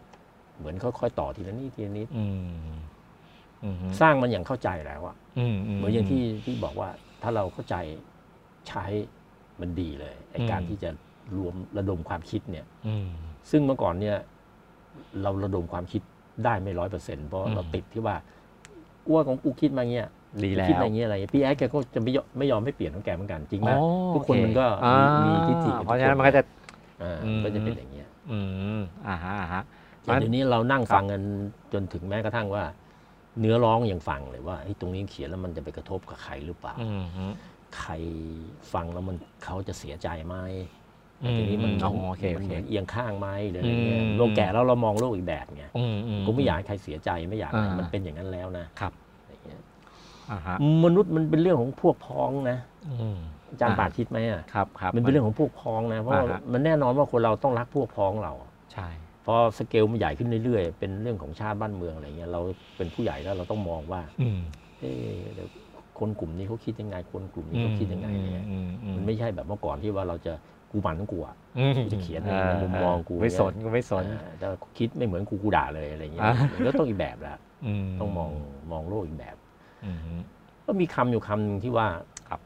Speaker 1: เหมือนค่อยๆต่อทีละนิดทีละนิด
Speaker 2: อืมอืม
Speaker 1: สร้างมันอย่างเข้าใจแล้วอะ
Speaker 2: อืม
Speaker 1: เหมือนอย่างที่ที่บอกว่าถ้าเราเข้าใจใช้มันดีเลยไอการ
Speaker 2: อืม
Speaker 1: ที่จะรวมระดมความคิดเนี่ย
Speaker 2: อืม
Speaker 1: ซึ่งเมื่อก่อนเนี่ยเราระดมความคิดได้ไม่ร้อยเปอร์เซ็นต์เพราะ
Speaker 2: อืม
Speaker 1: เราติดที่ว่าอ้วของกูคิดมาเงี้ย
Speaker 2: ดีแล้ว
Speaker 1: คิดอะไรเงี้ยอะไรพี่แอ๊ดแกก็จะไม่ยอมไม่ยอมให้เปลี่ยนของแกเหมือนกันจริงไหม
Speaker 2: อ๋อ
Speaker 1: ทุกคนมันก็
Speaker 2: อ่า
Speaker 1: มีทิฏฐิกับทุกคน
Speaker 2: เพราะฉะนั้นมันก็จะ
Speaker 1: อ่า
Speaker 2: อืม
Speaker 1: ก็จะเป็นอย่างเงี้ย
Speaker 2: อืมอ่าฮะอ่าฮะ
Speaker 1: แต่เดี๋ยวนี้เรานั่งฟังกันจนถึงแม้กระทั่งว่า เนื้อร้องยังฟังเลยว่าเฮ้ยตรงนี้เขียนแล้วมันจะไปกระทบกับใครหรือเปล่า
Speaker 2: อืม
Speaker 1: ใครฟังแล้วมันเขาจะเสียใจไหม
Speaker 2: อืม
Speaker 1: ทีนี้มัน
Speaker 2: อ๋อโอเค
Speaker 1: มั
Speaker 2: โอน
Speaker 1: เห
Speaker 2: เค
Speaker 1: มือนเอียงข้างไหมหรืออะไรเงี้ย
Speaker 2: อืม
Speaker 1: โลกแก่แล้วเรามองโลกอีกแบบไง
Speaker 2: อืมอืม
Speaker 1: กูไม่อยากให้ใครเสียใจไม่อยากอะไร
Speaker 2: อ่ามั
Speaker 1: มันเป็นอย่างนั้นแล้วนะครับ อะไรเงี้ย
Speaker 2: อ่าฮะ
Speaker 1: มนุษย์มันเป็นเรื่องของพวกพ้องนะ
Speaker 2: อืม
Speaker 1: อาจารย์ปาดคิดไหมอ่ะ
Speaker 2: ครับครับ
Speaker 1: มันเป็นเรื่องของพวกพ้องนะเพราะว่า
Speaker 2: อ่าฮะ
Speaker 1: มันแน่นอนว่าคนเราต้องรักพวกพ้องเรา
Speaker 2: ใช่
Speaker 1: พอสเกลมันใหญ่ขึ้นเรื่อยๆเป็นเรื่องของชาติบ้านเมืองอะไรเงี้ยเราเป็นผู้ใหญ่แล้วเราต้องมองว่า
Speaker 2: อืม
Speaker 1: เอ๊ะเดี๋ยวคนกลุ่มนี้เขาคิดยังไงคนกลุ่มนี้เขาคิดยังไงอะไรเนี่ย
Speaker 2: อืมอื
Speaker 1: มันไม่ใช่แบบเมื่อก่อนที่ว่าเราจะกูหมันกูอะ
Speaker 2: อืม
Speaker 1: กูจะเขียนในมุมมองกู
Speaker 2: ไม่สนกูไม่สน
Speaker 1: อ่าถ้าคิดไม่เหมือนกูกูด่าเลยอะไรเงี้ย
Speaker 2: อ่า
Speaker 1: มันก็ต้องอีกแบบละ
Speaker 2: ม
Speaker 1: ต้องมองมองโลกอีกแบบ
Speaker 2: อืม
Speaker 1: ก็มีคำอยู่คำหนึ่งที่ว่า
Speaker 2: ครับ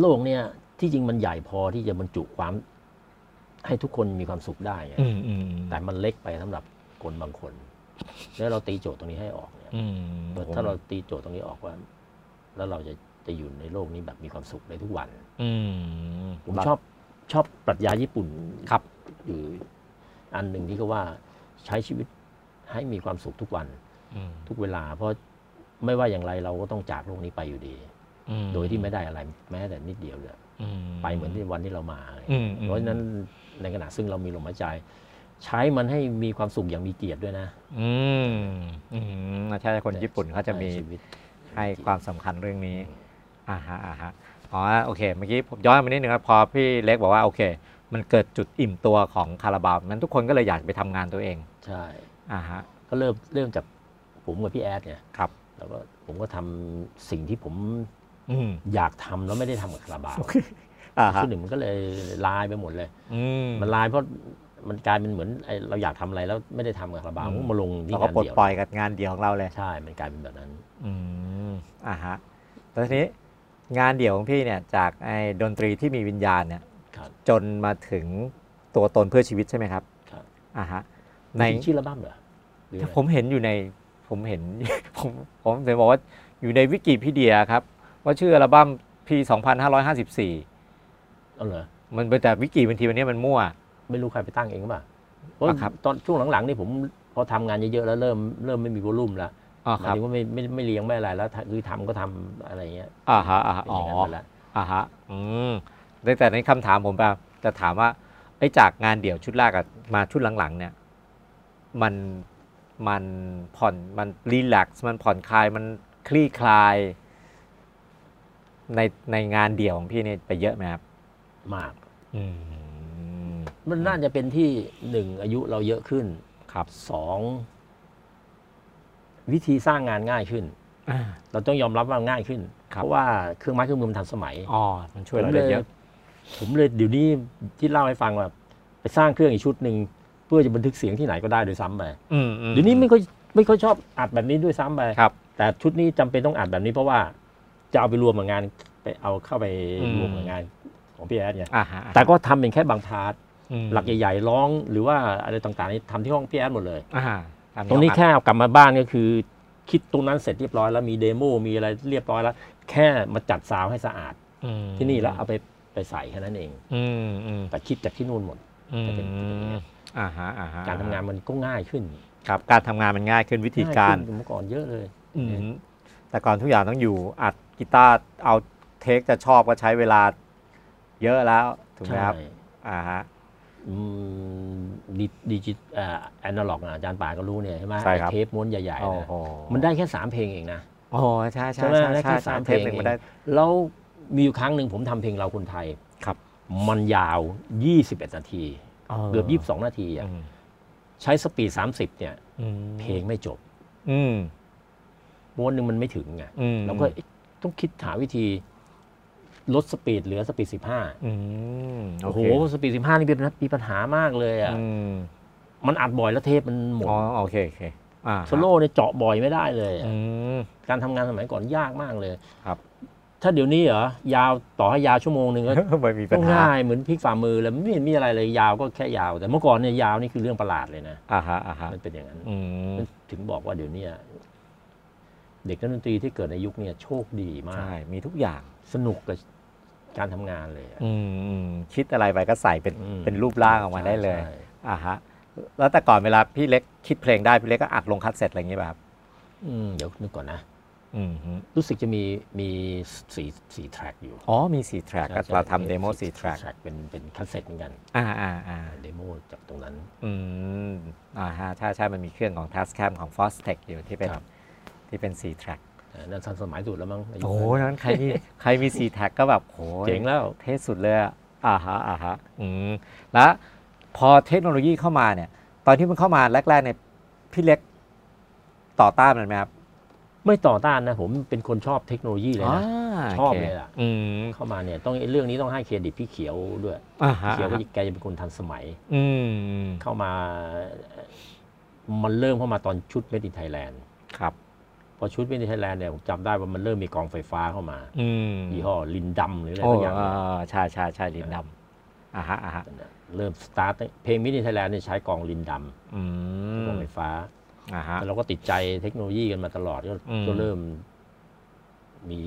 Speaker 1: โลกเนี่ยที่จริงมันใหญ่พอที่จะบรรจุความ ให้ทุกคนมีความสุขได้ไง
Speaker 2: อืมอืม
Speaker 1: แต่มันเล็กไปสำหรับคนบางคน แล้วเราตีโจทย์ตรงนี้ให้ออกเนี่ย
Speaker 2: อืม
Speaker 1: ถ้าเราตีโจทย์ตรงนี้ออกว่า แล้วเราจะจะอยู่ในโลกนี้แบบมีความสุขในทุกวัน
Speaker 2: อืม
Speaker 1: ผมชอบชอบปรัชญาญี่ปุ่น
Speaker 2: ครับ
Speaker 1: อยู่อันหนึ่งที่เขาว่าใช้ชีวิตให้มีความสุขทุกวัน
Speaker 2: อืม
Speaker 1: ทุกเวลาเพราะไม่ว่าอย่างไรเราก็ต้องจากโลกนี้ไปอยู่ดี
Speaker 2: อื
Speaker 1: โดยที่ไม่ได้อะไรแม้แต่นิดเดียวเลย
Speaker 2: อื
Speaker 1: ไปเหมือนที่วันที่เรามาอะไร
Speaker 2: อืมอืม
Speaker 1: เพราะฉะนั้นในขณะซึ่งเรามีลมหายใจ ใช้มันให้มีความสุขอย่างมีเกียรติด้วยนะ
Speaker 2: อืมอืมใช่คนญี่ปุ่นเขาจะมี
Speaker 1: ใช้ชีวิต
Speaker 2: ให้ความสำคัญเรื่องนี้อ่าฮะอ่าฮะอ๋อโอเคเมื่อกี้ผมย้อนมานิดนึงครับพอพี่เล็กบอกว่าโอเค มันเกิดจุดอิ่มตัวของคาราบาวนั้นทุกคนก็เลยอยากไปทำงานตัวเอง
Speaker 1: ใช่
Speaker 2: อ่าฮะ
Speaker 1: ก็เริ่มเริ่มจากผมกับพี่แอดเนี่ย
Speaker 2: ครับ
Speaker 1: แล้วก็ผมก็ทำสิ่งที่ผม
Speaker 2: อืม
Speaker 1: อยากทำแล้วไม่ได้ทำกับคาราบาว
Speaker 2: อ่าฮะ
Speaker 1: ชุดหนึ่งมันก็เลยลายไปหมดเลย
Speaker 2: อืม
Speaker 1: มันลายเพราะมันกลายเป็นเหมือนไอ้เราอยากทำอะไรแล้วไม่ได้ทำกับคาราบาว
Speaker 2: อืม
Speaker 1: มันก็มาลงที่
Speaker 2: เรา
Speaker 1: งา
Speaker 2: ก็
Speaker 1: น
Speaker 2: ปลด
Speaker 1: เดียว
Speaker 2: ปล่อยกับงานเดียวของเราเลย
Speaker 1: ใช่ มันกลายเป็นแบบนั้น
Speaker 2: อืมอ่าฮะแล้วทีนี้งานเดี่ยวของพี่เนี่ยจากไอ้ดนตรีที่มีวิญญาณเนี่ย
Speaker 1: ครับ
Speaker 2: จนมาถึงตัวตนเพื่อชีวิตใช่ไหมครับ
Speaker 1: ครับ
Speaker 2: อ่าฮะ ใน
Speaker 1: จริงๆชื่อระบ้าเหรอหรืออะไร
Speaker 2: ผมเห็นอยู่ในผมเห็น *laughs* ผมผมเลยบอกว่าอยู่ในวิกิพีเดียครับ ว่าชื่ออัลบั้มปี2554
Speaker 1: เอาเหรอ
Speaker 2: มันเป็นแต่วิกิบางทีวันนี้มันมั่ว
Speaker 1: ไม่รู้ใครไปตั้งเองหรือเปล่ะเพราะ
Speaker 2: อ่ะครับ
Speaker 1: ตอนช่วงหลังๆนี่ผมพ ราะทำงานเยอะๆแล้วเริ่มเริ่มไม่มีวอลลุ่มละ
Speaker 2: อ๋อ
Speaker 1: ห
Speaker 2: ค
Speaker 1: มาย
Speaker 2: รับ
Speaker 1: ถึงว่าไม่ไม่ไม่เลี้ยงไม่อะไรแล้วคือทำก็ทำอะไรเงี้ย
Speaker 2: อ่าฮะอ่าฮะ
Speaker 1: เป็น
Speaker 2: อ๋
Speaker 1: อ
Speaker 2: อย่าง
Speaker 1: นั้นไปละ
Speaker 2: อ่าฮะอืมแต่แต่ในคำถามผมแบบจะถามว่าไอ้จากงานเดี่ยวชุดแรกอะมาชุดหลังๆ เนี่ย มันมันผ่อนมันรีแลกซ์มันผ่อนคลายมันคลี่คลาย ในในงานเดี่ยวของพี่เนี่ยไปเยอะไหมครับ
Speaker 1: มาก
Speaker 2: อืม
Speaker 1: มันน่าจะเป็นที่หนึ่งอายุเราเยอะขึ้น
Speaker 2: ครับ
Speaker 1: สองวิธีสร้างงานง่ายขึ้น
Speaker 2: อ่า
Speaker 1: เราต้องยอมรับว่าง่ายขึ้น
Speaker 2: ครับ
Speaker 1: เพราะว่าเครื่องไม้เครื่องมือมันทันสมัย
Speaker 2: อ๋อมันช่วยเราได้เยอะ
Speaker 1: ผมเลยเดี๋ยวนี้ที่เล่าให้ฟังว่าไปสร้างเครื่องอีกชุดหนึ่งเพื่อจะบันทึกเสียงที่ไหนก็ได้โดวยซ้ำไป
Speaker 2: อืมอื
Speaker 1: เดี๋ยวนี้ไม่ค่อยไม่ค่อยชอบอัดแบบนี้ด้วยซ้ำไป
Speaker 2: ครับ
Speaker 1: แต่ชุดนี้จำเป็นต้องอัดแบบนี้เพราะว่าจะเอาไปรวมกับงานไปเอาเข้าไป
Speaker 2: อืม
Speaker 1: รวมกับงานของพี่แอดไง
Speaker 2: อ่าฮะ
Speaker 1: แต่ก็ทำเป็นแค่บางพาร์ท
Speaker 2: อืม
Speaker 1: หลักใหญ่ๆร้องหรือว่าอะไรต่างๆนี่ทำที่ห้องพี่แอดหมดเลย
Speaker 2: อ่าตาม
Speaker 1: ตรงนี้
Speaker 2: ครับ
Speaker 1: แค่เอากลับมาบ้านก็คือ คิดตรงนั้นเสร็จเรียบร้อยแล้วมีเดโมมีอะไรเรียบร้อยแล้ว แค่มาจัดซาวให้สะอาด
Speaker 2: อืม
Speaker 1: ที่นี่แล้วเอาไปไปใส่แค่นั้นเอง
Speaker 2: อืมอืม
Speaker 1: แต่คิดจากที่นู่นหมด
Speaker 2: อืม
Speaker 1: จะเป็นเป็นอย่างเงี้ย
Speaker 2: อ่าฮะอ่าฮะ
Speaker 1: การทำงานมันก็ง่ายขึ้น
Speaker 2: ครับ การทำงานมันง่ายขึ้นวิธีการ
Speaker 1: ง่ยขึ้นเมื่อก่อนเยอะเลย
Speaker 2: อืมแต่ก่อนทุกอย่างต้องอยู่อัดกีตาร์เอาเทคจะชอบก็ใช้เวลาเยอะแล้วถูกไหม
Speaker 1: ใช่
Speaker 2: ครับอ่าฮะ
Speaker 1: อืมดิดิจิตแอนาล็อกอาจารย์ป่าก็รู้เนี่ยใช่ไหม
Speaker 2: ใช่ครับ
Speaker 1: ไอ้เทปม้วนใหญ่
Speaker 2: โอ้
Speaker 1: ๆนะ
Speaker 2: โห
Speaker 1: มันได้แค่สามเพลงเองนะ
Speaker 2: โอ้โหใช่ใช่
Speaker 1: ใช่ไหม
Speaker 2: ใช่
Speaker 1: ได้
Speaker 2: ใช่
Speaker 1: แค่
Speaker 2: ใช่
Speaker 1: สาม
Speaker 2: เทปหนึ่ง
Speaker 1: เพลง
Speaker 2: มันได้
Speaker 1: แล้วมีอยู่ครั้งหนึ่งผมทำเพลงเราคนไทย
Speaker 2: ครับ
Speaker 1: มันยาว 21 นาที เกือบ 22 นาทีอะ
Speaker 2: อืม
Speaker 1: ใช้สปีด 30 เนี่ย
Speaker 2: อืม
Speaker 1: เพลงไม่จบ
Speaker 2: อืม
Speaker 1: ม้วนหนึ่งมันไม่ถึงไง
Speaker 2: อืม
Speaker 1: เราก็เอ๊ะต้องคิดหาวิธีลดสปีดเหลือสปีด 15
Speaker 2: อืม
Speaker 1: โอ้โห
Speaker 2: เค
Speaker 1: สปีด 15 นี่เป็นมีปัญหามากเลยอ่ะ
Speaker 2: อืม
Speaker 1: มันอัดบ่อยแล้วเทปมันหมด
Speaker 2: อ๋อโอเคโอเคอ่าฮะ
Speaker 1: โซโล่เนี่ยเจาะบ่อยไม่ได้เลยอะ
Speaker 2: อืม
Speaker 1: การทำงานสมัยก่อนยากมากเลย
Speaker 2: ครับ
Speaker 1: ถ้าเดี๋ยวนี้เหรอ ยาวต่อให้ยาวชั่วโมงหนึ่งก็
Speaker 2: ไม่มีปั
Speaker 1: ก็
Speaker 2: ญหา
Speaker 1: ง่ายเหมือนพลิกฝ่ามือเลยไม่เห็นมีอะไรเลยยาวก็แค่ยาว แต่เมื่อก่อนเนี่ยยาวนี่คือเรื่องประหลาดเลยนะ
Speaker 2: อ่าฮะอ่าฮะ
Speaker 1: มันเป็นอย่างนั้น
Speaker 2: อืม
Speaker 1: มันถึงบอกว่าเดี๋ยวเนี้เด็กนักดนตรีที่เกิดในยุคเนี้โชคดีมาก
Speaker 2: ใช่ มีทุกอย่าง
Speaker 1: สนุกกับการทำงานเลยอะ
Speaker 2: อืมอืมคิดอะไรไปก็ใส่เป็น
Speaker 1: อืม
Speaker 2: เป็นรูปร่างออกมา
Speaker 1: ใช่
Speaker 2: ได้เลย
Speaker 1: ใช่
Speaker 2: อ่าฮะ แล้วแต่ก่อนเวลาพี่เล็กคิดเพลงได้ พี่เล็กก็อัดลงคัสเซ็ตอะไรอย่างเงี้ยแบบ
Speaker 1: อืมเดี๋ยวนึกก่อนนะ
Speaker 2: อืมฮึ
Speaker 1: รู้สึกจะมีมีสี่สี่แทร็กอยู่
Speaker 2: อ๋อมีสี่แทร็ก
Speaker 1: ใช่
Speaker 2: ก็
Speaker 1: ใช่
Speaker 2: เราทำเดโมสี่แทร็ก
Speaker 1: เป็นเป็นคัสเซ็ตเหมือนกัน
Speaker 2: อ่าอ่าอ่า
Speaker 1: เดโมจากตรงนั้น
Speaker 2: อืมอ่าฮะใช่ใช่มันมีเครื่องของ t a s c a m ของ f o s t e c h อยู่ที่เป็น
Speaker 1: ครับ
Speaker 2: ที่เป็นสี่แทร็ก
Speaker 1: อ่านั่นทันสมัยสุดแล้วมั้งายุ
Speaker 2: โอ้โหนั้นใครมี *laughs* ใครมีสี่แทร็กก็แบบโห
Speaker 1: เจ๋งแล้ว
Speaker 2: เทสสุดเลยอะอ่าฮะอ่าฮะอืมแล้วพอเทคโนโลยีเข้ามาเนี่ย ตอนที่มันเข้ามาแรกๆเนี่ยพี่เล็กต่อต้านมันไหมครับ
Speaker 1: ไม่ต่อต้านนะ ผมเป็นคนชอบเทคโนโลยีเลยนะ
Speaker 2: า
Speaker 1: ชอบ
Speaker 2: โค
Speaker 1: เลยอะ
Speaker 2: อืม
Speaker 1: เข้ามาเนี่ยต้องเรื่องนี้ต้องให้เครดิตพี่เขียวด้วย
Speaker 2: อ่าฮะ
Speaker 1: เขียวก็แกจะเป็นคนทันสมัย
Speaker 2: อืม
Speaker 1: เข้ามาเอ่อมันเริ่มเข้ามาตอนชุดเมดิไทยแลนด์
Speaker 2: ครับ
Speaker 1: พอชุดเมดิไทยแลนด์เนี่ยผมจำได้ว่ามันเริ่มมีกองไฟฟ้าเข้ามา
Speaker 2: อืม
Speaker 1: ยี่ห้อลินดำหรืออะไร
Speaker 2: โอ้
Speaker 1: สักอย่าง
Speaker 2: อ่าใช่ใช่ใช่ลินดำอ่าฮะอ่าฮะ
Speaker 1: นั่นน่ะเริ่มสตาร์ทเพลงมิดิไทยแลนด์เนี่ยใช้กองลินด
Speaker 2: อื
Speaker 1: ำกอง
Speaker 2: ม
Speaker 1: ไฟฟ้า
Speaker 2: อ่าฮะ
Speaker 1: แล้วเราก็ติดใจเทคโนโลยีกันมาตลอดก็
Speaker 2: อืม
Speaker 1: ก็เริ่มมี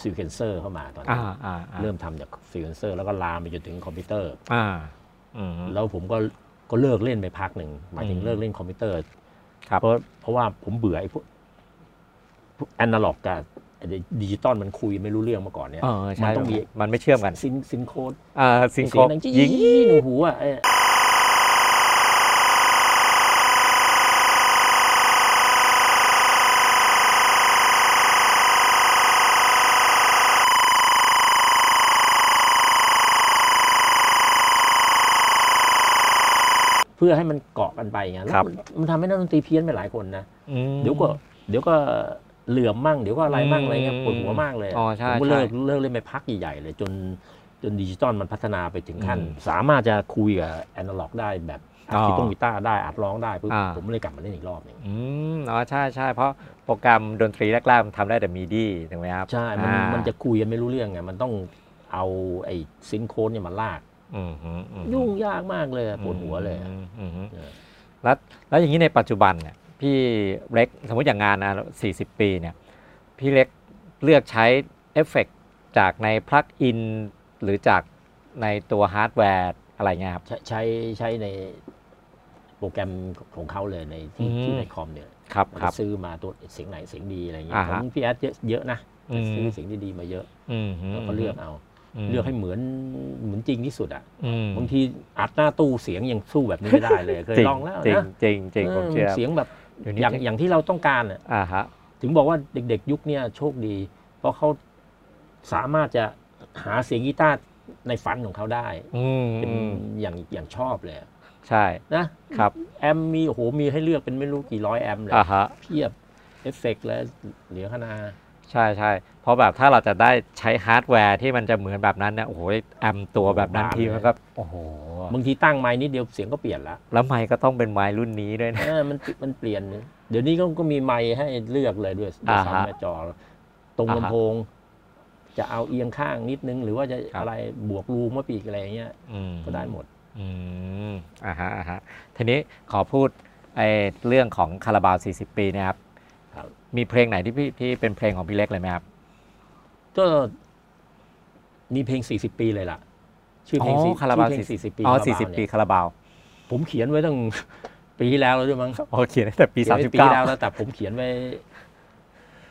Speaker 1: ซีเควนเซอร์เข้ามาตอน
Speaker 2: อ่า
Speaker 1: นั้น
Speaker 2: อ่าอ่า
Speaker 1: เริ่มทำจากซีเควนเซอร์แล้วก็ลามไปจนถึงคอมพิวเตอร์
Speaker 2: อ่าอืม
Speaker 1: แล้วผมก็ก็เลิกเล่นไปพักหนึ่งหมายถึง
Speaker 2: อืม
Speaker 1: เลิกเล่นคอมพิวเตอร์
Speaker 2: ครับ
Speaker 1: เพราะเพราะว่าผมเบื่อไอ้พวกพวกแอนาล็อกกับไอ้ดิจิตอลมันคุยไม่รู้เรื่องมาก่อนเนี่ย
Speaker 2: เออใช่
Speaker 1: มันต้องมี
Speaker 2: มันไม่เชื่อมกัน
Speaker 1: ซินซินโคด
Speaker 2: อ่าซิงโคร
Speaker 1: ดังจี้
Speaker 2: ยิง
Speaker 1: หนูหูอ่ะไอ้เพื่อให้มันเกาะกันไปไงแล้วมันมันทำให้นักดนตรีเพี้ยนไปหลายคนนะ
Speaker 2: อืม
Speaker 1: เดี๋ยวก็เดี๋ยวก็เหลื่อมมั่ง เดี๋ยวก็อะไรมั่ง
Speaker 2: อืม
Speaker 1: อะไรเงี้ยปวดหัวมากเลยะ
Speaker 2: อ๋อใช่
Speaker 1: ผมก็
Speaker 2: ใช่
Speaker 1: เลิกเลิกเล่นไปพักใหญ่ๆเลย จนจนดิจิตอลมันพัฒนาไปถึงขั้น
Speaker 2: อืม
Speaker 1: สามารถจะคุยกับแอนาล็อกได้แบบอัด
Speaker 2: อ๋อ
Speaker 1: กีตงกีตาร์ได้อัดร้องได้ปุ๊บ
Speaker 2: อ่า
Speaker 1: ผมเลยกลับมาเล่นอีกรอบหนึง
Speaker 2: อืมอ๋อใช่ใช่เพราะโปรแกรมดนตรีแรกๆมันทำได้แต่มีดีถูกไหมครับ
Speaker 1: ใช่มัน
Speaker 2: อ่า
Speaker 1: มันจะคุยกันไม่รู้เรื่องไงมันต้องเอาไอ้ซินโคดเนี่ยมาลาก
Speaker 2: อืมอืมอืม
Speaker 1: ยุ่งยากมากเลยอะปวดหัวเลยอะ
Speaker 2: อืมอืมอืม
Speaker 1: เออ
Speaker 2: แล้วแล้วอย่างนี้ในปัจจุบันเนี่ยพี่เล็กสมมติอย่างงานนะ40 ปีเนี่ยพี่เล็กเลือกใช้เอฟเฟกต์จากในพลักอินหรือจากในตัวฮาร์ดแวร์อะไรเงี้ยครับ
Speaker 1: ใช้ใช้ใช้ใน โปรแกรมของเขาเลยในที่
Speaker 2: อืม
Speaker 1: ที่ในคอมเนี่ย
Speaker 2: ครับ
Speaker 1: มัน
Speaker 2: ครับ
Speaker 1: ซื้อมาตัวเสียงไหนเสียงดีอะไรอย่างเงี้ย
Speaker 2: อ่า
Speaker 1: ข
Speaker 2: ฮะ
Speaker 1: องพี่แอดเยอะเยอะนะ
Speaker 2: อืม
Speaker 1: ซื้อเสียงดีๆมาเยอะ
Speaker 2: อืม
Speaker 1: แล้วก็เลือกเอา
Speaker 2: ม
Speaker 1: เลือกให้เหมือนเหมือนจริงที่สุดอ่ะ
Speaker 2: อืม
Speaker 1: บางทีอัดหน้าตู้เสียงยังสู้แบบนี้ไม่ได้
Speaker 2: *laughs*
Speaker 1: เลยเคย
Speaker 2: จริง
Speaker 1: ลองแล้ว
Speaker 2: จริง
Speaker 1: นะ
Speaker 2: จริงจริงผมเชื่อ
Speaker 1: เสียงแบบ
Speaker 2: เดี๋ว
Speaker 1: อ
Speaker 2: นี้
Speaker 1: ย่างอย่างที่เราต้องการอะ
Speaker 2: อ่าฮะ
Speaker 1: ถึงบอกว่าเด็กๆ ยุคเนี้ยโชคดี เพราะเขาสามารถจะหาเสียงกีตาร์ในฝันของเขาได้
Speaker 2: อืม
Speaker 1: เป็น
Speaker 2: อืม
Speaker 1: อย่างอย่างชอบเลย
Speaker 2: ใช่
Speaker 1: นะครับ แอมมีโอ้โหมีให้เลือกเป็นไม่รู้กี่ร้อยแอมเลย
Speaker 2: อ่าฮะ
Speaker 1: เพียบเอฟเฟกต์และเหลือขนาด
Speaker 2: ใช่ใช่เพราะแบบถ้าเราจะได้ใช้ฮาร์ดแวร์ที่มันจะเหมือนแบบนั้นเนี่ยโอ้โหแอมตัวแบบนั้นทีมันก็โอ้โห
Speaker 1: บางทีตั้งไม้นิดเดียวเสียงก็เปลี่ยนละ
Speaker 2: แล้วไมค์ก็ต้องเป็นไมค์รุ่นนี้ด้วยนะ
Speaker 1: เออมันมันเปลี่ยน เดี๋ยวนี้ก็ก็มีไม้ให้เลือกเลยด้วยด้วย
Speaker 2: อ่า
Speaker 1: ซ้ำ
Speaker 2: ฮะ
Speaker 1: หน้าจอ ตรง
Speaker 2: อ่าฮะ
Speaker 1: ลำโพง จะเอาเอียงข้างนิดนึง หรือว่าจะ
Speaker 2: ครับ
Speaker 1: อะไรบวกรูมาปีกอะไรอย่างเงี้ย
Speaker 2: อืม
Speaker 1: ก็ได้หมด
Speaker 2: อืมอ่าฮะอ่าฮะทีนี้ขอพูดไอ้เรื่องของคาราบาว 40 ปีเนะครับ
Speaker 1: ครับ
Speaker 2: มีเพลงไหนที่พี่ที่เป็นเพลงของพี่เล็กเลยไหมครับ
Speaker 1: ก็มีเพลง 40 ปีเลยล่ะ ชื่อเพลง
Speaker 2: อ๋อ
Speaker 1: สี่
Speaker 2: คาราบาว
Speaker 1: ชื่อเพลง40 ปี
Speaker 2: อ๋อ
Speaker 1: คาราบาว
Speaker 2: 40 ปี
Speaker 1: เนี่ย
Speaker 2: คาราบาว
Speaker 1: ผมเขียนไว้ตั้ง *laughs* ปีที่แล้วแล้วด้วยมั้ง
Speaker 2: โอเคตั้งแต่ปี
Speaker 1: เขียนไว้ปีที่แล้วแล้วแต่ผมเขียนไว้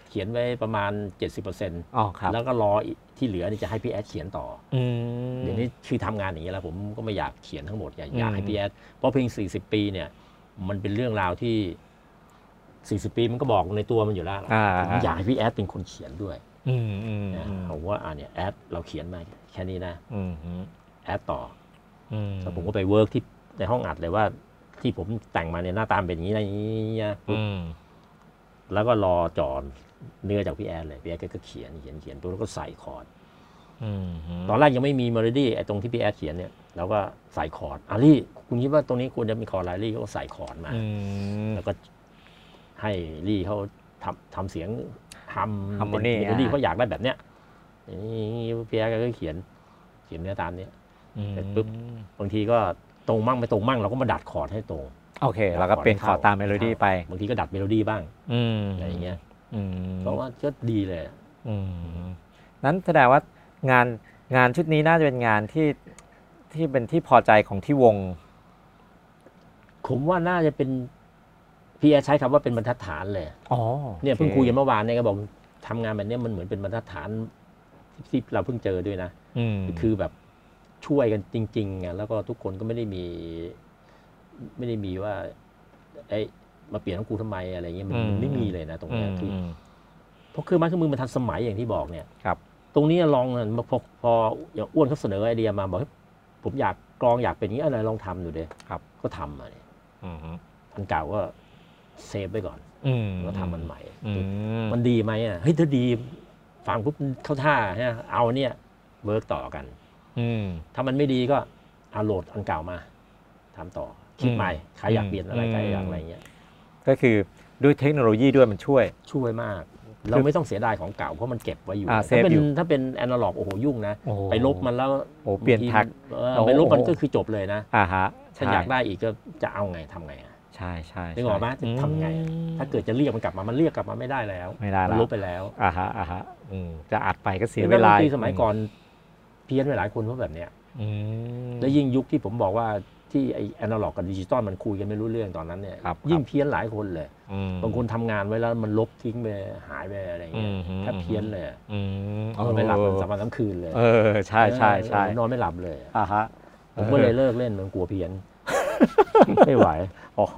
Speaker 1: เขียนไว้ประมาณ 70%
Speaker 2: 39อ๋อครับ
Speaker 1: แล้วก็รออีกที่เหลือนี่จะให้พี่แอดเขียนต่อ
Speaker 2: อืม
Speaker 1: อเดี๋ยวนี้คือทำงานอย่างนี้ยแล้วผมก็ไม่อยากเขียนทั้งหมดอยาก
Speaker 2: อืม
Speaker 1: อยากให้พี่แอดเพราะเพลง 40 ปีเนี่ย มันเป็นเรื่องราวที่ 40 ปีมันก็บอกในตัวมันอยู่แล้วล่ะ
Speaker 2: อ่า
Speaker 1: ผมอยากให้พี่แอดเป็นคนเขียนด้วย
Speaker 2: อืมอืม
Speaker 1: นะ
Speaker 2: อืม
Speaker 1: ผมว่าอ่าเนี่ยแอดเราเขียนมาแค่นี้นะ
Speaker 2: อืมอืม
Speaker 1: แอดต่อ
Speaker 2: อืม
Speaker 1: แล้วผมก็ไปเวิร์กที่ในห้องอัดเลยว่า ที่ผมแต่งมาเนี่ยหน้าตามเป็นอย่างนี้นะอย่างนี้อย่างนี้นะ
Speaker 2: อืม
Speaker 1: แล้วก็รอจอนเนื้อจากพี่แอดเลยพี่แอดก็เขียนเขียนเขียนปุ๊บแล้วก็ใส่คอร์ด
Speaker 2: อืม
Speaker 1: ตอนแรกยังไม่มีเมโลดี้ไอ้ตรงที่พี่แอดเขียนเนี่ยเราก็ใส่คอร์ดอารี่คุณคิดว่าตรงนี้ควรจะมีคอร์ดอะไรรี่ก็ใส่คอร์ดมา
Speaker 2: อืม
Speaker 1: แล้วก็ให้รี่เขาทำทำเสียงทำ
Speaker 2: Harmony
Speaker 1: เมโลดี้
Speaker 2: อ่ะ
Speaker 1: เขาอยากได้แบบเนี้ยอย่างนี้อย่างนี้พี่แอดก็เขียนเขียนเนื้อตามเนี้ย เสร็จปุ๊บ บางทีก็ตรงมั่งไม่ตรงมั่งเราก็มาดัดคอร์ดให้ตรง
Speaker 2: โอเค แล้วก็เปลี่ยนขอตามเมโลดี้ไป
Speaker 1: บางทีก็ดัดเมโลดี้บ้าง
Speaker 2: อืม
Speaker 1: อะไรอย่างเงี้ย
Speaker 2: อืม
Speaker 1: เพราะว่าก็ดีเลยอะ
Speaker 2: อืมนั้นแสดงว่างานงานชุดนี้น่าจะเป็นงานที่ที่เป็นที่พอใจของที่วง
Speaker 1: ผมว่าน่าจะเป็นพี่แอร์ใช้คำว่าเป็นบรรทัดฐานเลย
Speaker 2: อ๋อ
Speaker 1: เนี่ยเพิ่งคุยกันเมื่อวานเนี่ยก็บอกทำงานแบบเนี้ยมันเหมือนเป็นบรรทัดฐานที่เราเพิ่งเจอด้วยนะ
Speaker 2: อืม
Speaker 1: คือแบบช่วยกันจริงๆอ่ะแล้วก็ทุกคนก็ไม่ได้มี ไม่ได้มีว่าไอ้ยมาเปลี่ยนของกูทำไมอะไรเงี้ยมันมันไม่มีเลยนะตรง
Speaker 2: อื
Speaker 1: เนี้ย
Speaker 2: ม
Speaker 1: คือ
Speaker 2: อืม
Speaker 1: เพราะเครื่องไม้เครื่องมือมันทันสมัยอย่างที่บอกเนี่ย
Speaker 2: ครับ
Speaker 1: ตรงนี้ลองเนี่ยพอพออย่างอ้วนเขาเสนอไอเดียมาบอกเฮ้ยผมอยากกรองอยากเป็นอย่างนี้อะไรลองทำดูเด้ก็ทำมาเนี่ย
Speaker 2: อืม
Speaker 1: อันเก่าก็เซฟไว้ก่อน
Speaker 2: อืม
Speaker 1: แล้วทำมันใหม่
Speaker 2: อืม
Speaker 1: มันดีไหมอ่ะเฮ้ยถ้าดีฟังปุ๊บเข้าท่าฮะเอาเนี่ยเวิร์กต่อกัน
Speaker 2: อืม
Speaker 1: ถ้ามันไม่ดีก็เอาโหลดอันเก่ามาทำต่อคิดใหม่ใครอยากเปลี่ยนอะไร
Speaker 2: อืม
Speaker 1: ใครอยากอะไรเงี้ย
Speaker 2: ก็คือด้วยเทคโนโลยีด้วยมันช่วย
Speaker 1: ช่วยมาก เราไม่ต้องเสียดายของเก่าเพราะมันเก็บไว้อยู่
Speaker 2: อ่า
Speaker 1: ถ้าเป็น
Speaker 2: เซฟอยู่
Speaker 1: ถ้าเป็นแอนาล็อกโอ้โหยุ่งนะ
Speaker 2: โอ้โห
Speaker 1: ไปลบมันแล้ว
Speaker 2: โอ้เปลี่ยน
Speaker 1: บางที
Speaker 2: แท็ก
Speaker 1: เออ
Speaker 2: โอ้โห
Speaker 1: ไปลบมันก็คือจบเลยนะ
Speaker 2: อ่าฮะ
Speaker 1: ถ้าอยากได้อีกก็จะเอาไงทำไงอะ
Speaker 2: ใช่ใช่ใช่
Speaker 1: นึกออกปะจะทำไงอะ
Speaker 2: อืม
Speaker 1: ถ้าเกิดจะเรียกมันกลับมามันเรียกกลับมาไม่ได้แล้ว
Speaker 2: ไม่ได้ละ
Speaker 1: นลบไปแล้ว
Speaker 2: อ่าฮะอ่าฮะอืมจะอัดไปก็เสียเวลา
Speaker 1: พระที่สมัยก่อนเพี้ยนไปหลายคนเพราะแบบเนี้ย
Speaker 2: อืม
Speaker 1: และยิ่งยุคที่ผมบอกว่าที่ไอแอนาล็อกกับดิจิตอลมันคุยกันไม่รู้เรื่องตอนนั้นเนี่ย
Speaker 2: ครับ
Speaker 1: ยิ่งเพี้ยนหลายคนเลย
Speaker 2: อืม
Speaker 1: บางคนทำงานไว้แล้วมันลบทิ้งไปหายไปอะไรเงี้ย
Speaker 2: อืมฮึ
Speaker 1: แทบเพี้ยนเลยอะ
Speaker 2: อืม
Speaker 1: นอนไม่หลับมันสามวันสามคืนเลย
Speaker 2: เออใช่ใช่ใช่
Speaker 1: เออนอนไม่หลับเลยอะ
Speaker 2: อ่าฮะ
Speaker 1: ผมก็เลยเลิกเล่นมันกลัวเพี้ยน
Speaker 2: *laughs*
Speaker 1: ไม่ไหว
Speaker 2: โอ้โห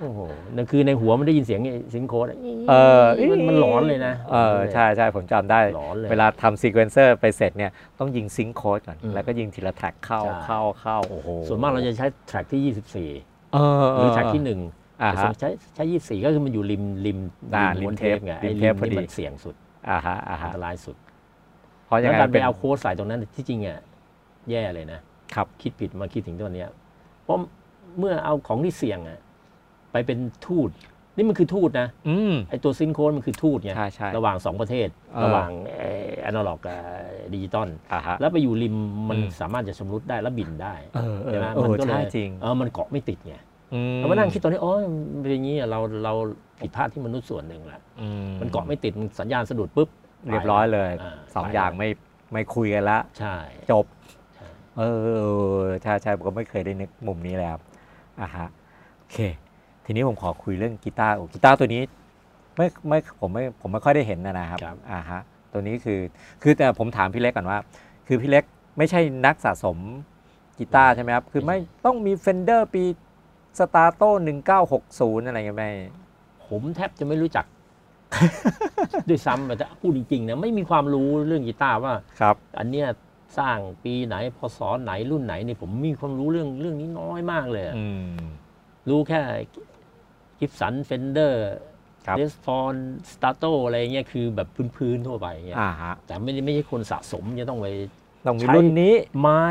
Speaker 1: โอ้โหนั่นคือในหัวมันได้ยินเสียงไอ้ซิงโคดะ
Speaker 2: เออ
Speaker 1: มันมันหลอนเลยนะ
Speaker 2: เออใช่ใช่ผมจำได้
Speaker 1: หลอนเลย
Speaker 2: เวลาทำซีเควนเซอร์ไปเสร็จเนี่ย ต้องยิงซิงค์โค้ดก่อน
Speaker 1: อืม
Speaker 2: แล้วก็ยิงทีละแท็กเข้า
Speaker 1: ใช่
Speaker 2: เข้าเข้าโอ้โห
Speaker 1: ส่วนมากเราจะใช้แทร็กที่ 24
Speaker 2: เออ
Speaker 1: หรือแทร็กที่ 1
Speaker 2: อ่าฮะ
Speaker 1: ใช้ใช้ 24 ก็คือมันอยู่ริมริม
Speaker 2: อ่า
Speaker 1: ม้วน
Speaker 2: ริมเทป
Speaker 1: ไง
Speaker 2: ริ
Speaker 1: ไอ้
Speaker 2: มเท
Speaker 1: ริ
Speaker 2: ป
Speaker 1: ม
Speaker 2: พอดี
Speaker 1: นี่มันเสี่ยงสุด
Speaker 2: อ่าฮะอ่า
Speaker 1: อัน
Speaker 2: ฮะ
Speaker 1: ตรายสุด
Speaker 2: เพราะยั
Speaker 1: แล้ว
Speaker 2: งไง
Speaker 1: การไป
Speaker 2: เป็น
Speaker 1: เอาโค้ดใส่ตรงนั้นที่จริงอ่ะแย่เลยนะครับ คิดผิดมาคิดถึงตัวเนี้ยเพราะเมื่อเอาของที่เสี่ยงอ่ะไปเป็นทูตนี่มันคือทูตนะ
Speaker 2: อืม
Speaker 1: ไอตัวซิงโคดมันคือทูตไง
Speaker 2: ใช่ใช่
Speaker 1: ระหว่างสองประเทศ
Speaker 2: เออ
Speaker 1: ระหว่างแอนาล็อกกับดิจิตอล
Speaker 2: อ่าฮะ
Speaker 1: แล้วไปอยู่ริมมัน
Speaker 2: อืม
Speaker 1: สามารถจะชำรุดได้แล้วบินได้
Speaker 2: เออเอ
Speaker 1: ใช่
Speaker 2: อ
Speaker 1: ไหม
Speaker 2: เอ
Speaker 1: มั
Speaker 2: อน
Speaker 1: ก็เล
Speaker 2: ใช่
Speaker 1: ย
Speaker 2: จริง
Speaker 1: เออมันเกาะไม่ติดไง
Speaker 2: อืม
Speaker 1: แล้วมานั่งคิดตอนนี้อ๋อมันเป็นอย่างนี้อะเราเราผิดพลาดที่มนุษย์ส่วนหนึ่งแหละ
Speaker 2: อื
Speaker 1: มันเกาะไม่ติดมันสัญญาณสะดุดปุ๊บไป
Speaker 2: เรียบร้อยเลย
Speaker 1: า
Speaker 2: สอง
Speaker 1: ไป
Speaker 2: อย่างไม่ไม่คุยกันละ
Speaker 1: ใช่
Speaker 2: จบ เออใช่ใช่ผมก็ไม่เคยได้นึกมุมนี้เลยครับอ่ะฮะโอเค เค ทีนี้ผมขอคุยเรื่องกีตาร์โอ้กีตาร์ตัวนี้ไม่ไม่ผมไม่ผมไม่ค่อยได้เห็นนะนะครับ
Speaker 1: ครับ
Speaker 2: อ่าฮะตัวนี้คือคือแต่ผมถามพี่เล็กก่อนว่า คือพี่เล็กไม่ใช่นักสะสมกีตาร์ใช่ไหมครับ คือไม่ต้องมีเฟนเดอร์ปีสตาร์โต้หนึ่งเก้าหกศูนย์อะไรเงี้ยไม่
Speaker 1: ผมแทบจะไม่รู้จัก *laughs* ด้วยซ้ำแต่พูดจริงๆนะไม่มีความรู้เรื่องกีตาร์ว่า
Speaker 2: ครับ
Speaker 1: อันเนี้ยสร้างปีไหนพศไหนรุ่นไหนเนี่ยผมมีความรู้เรื่องเรื่องนี้น้อยมากเลยอะ
Speaker 2: อืม
Speaker 1: รู้แค่กิฟสันเฟนเดอร์
Speaker 2: ครับ
Speaker 1: เดสฟอนสตาโตอะไรเงี้ยคือแบบพื้นๆทั่วไปเงี้ย
Speaker 2: อ่าฮะ
Speaker 1: แต่ไม่ได้ไม่ใช่คนสะสมจะต้องไป
Speaker 2: ต้องมี
Speaker 1: ใช้
Speaker 2: รุ่นนี้
Speaker 1: ไม้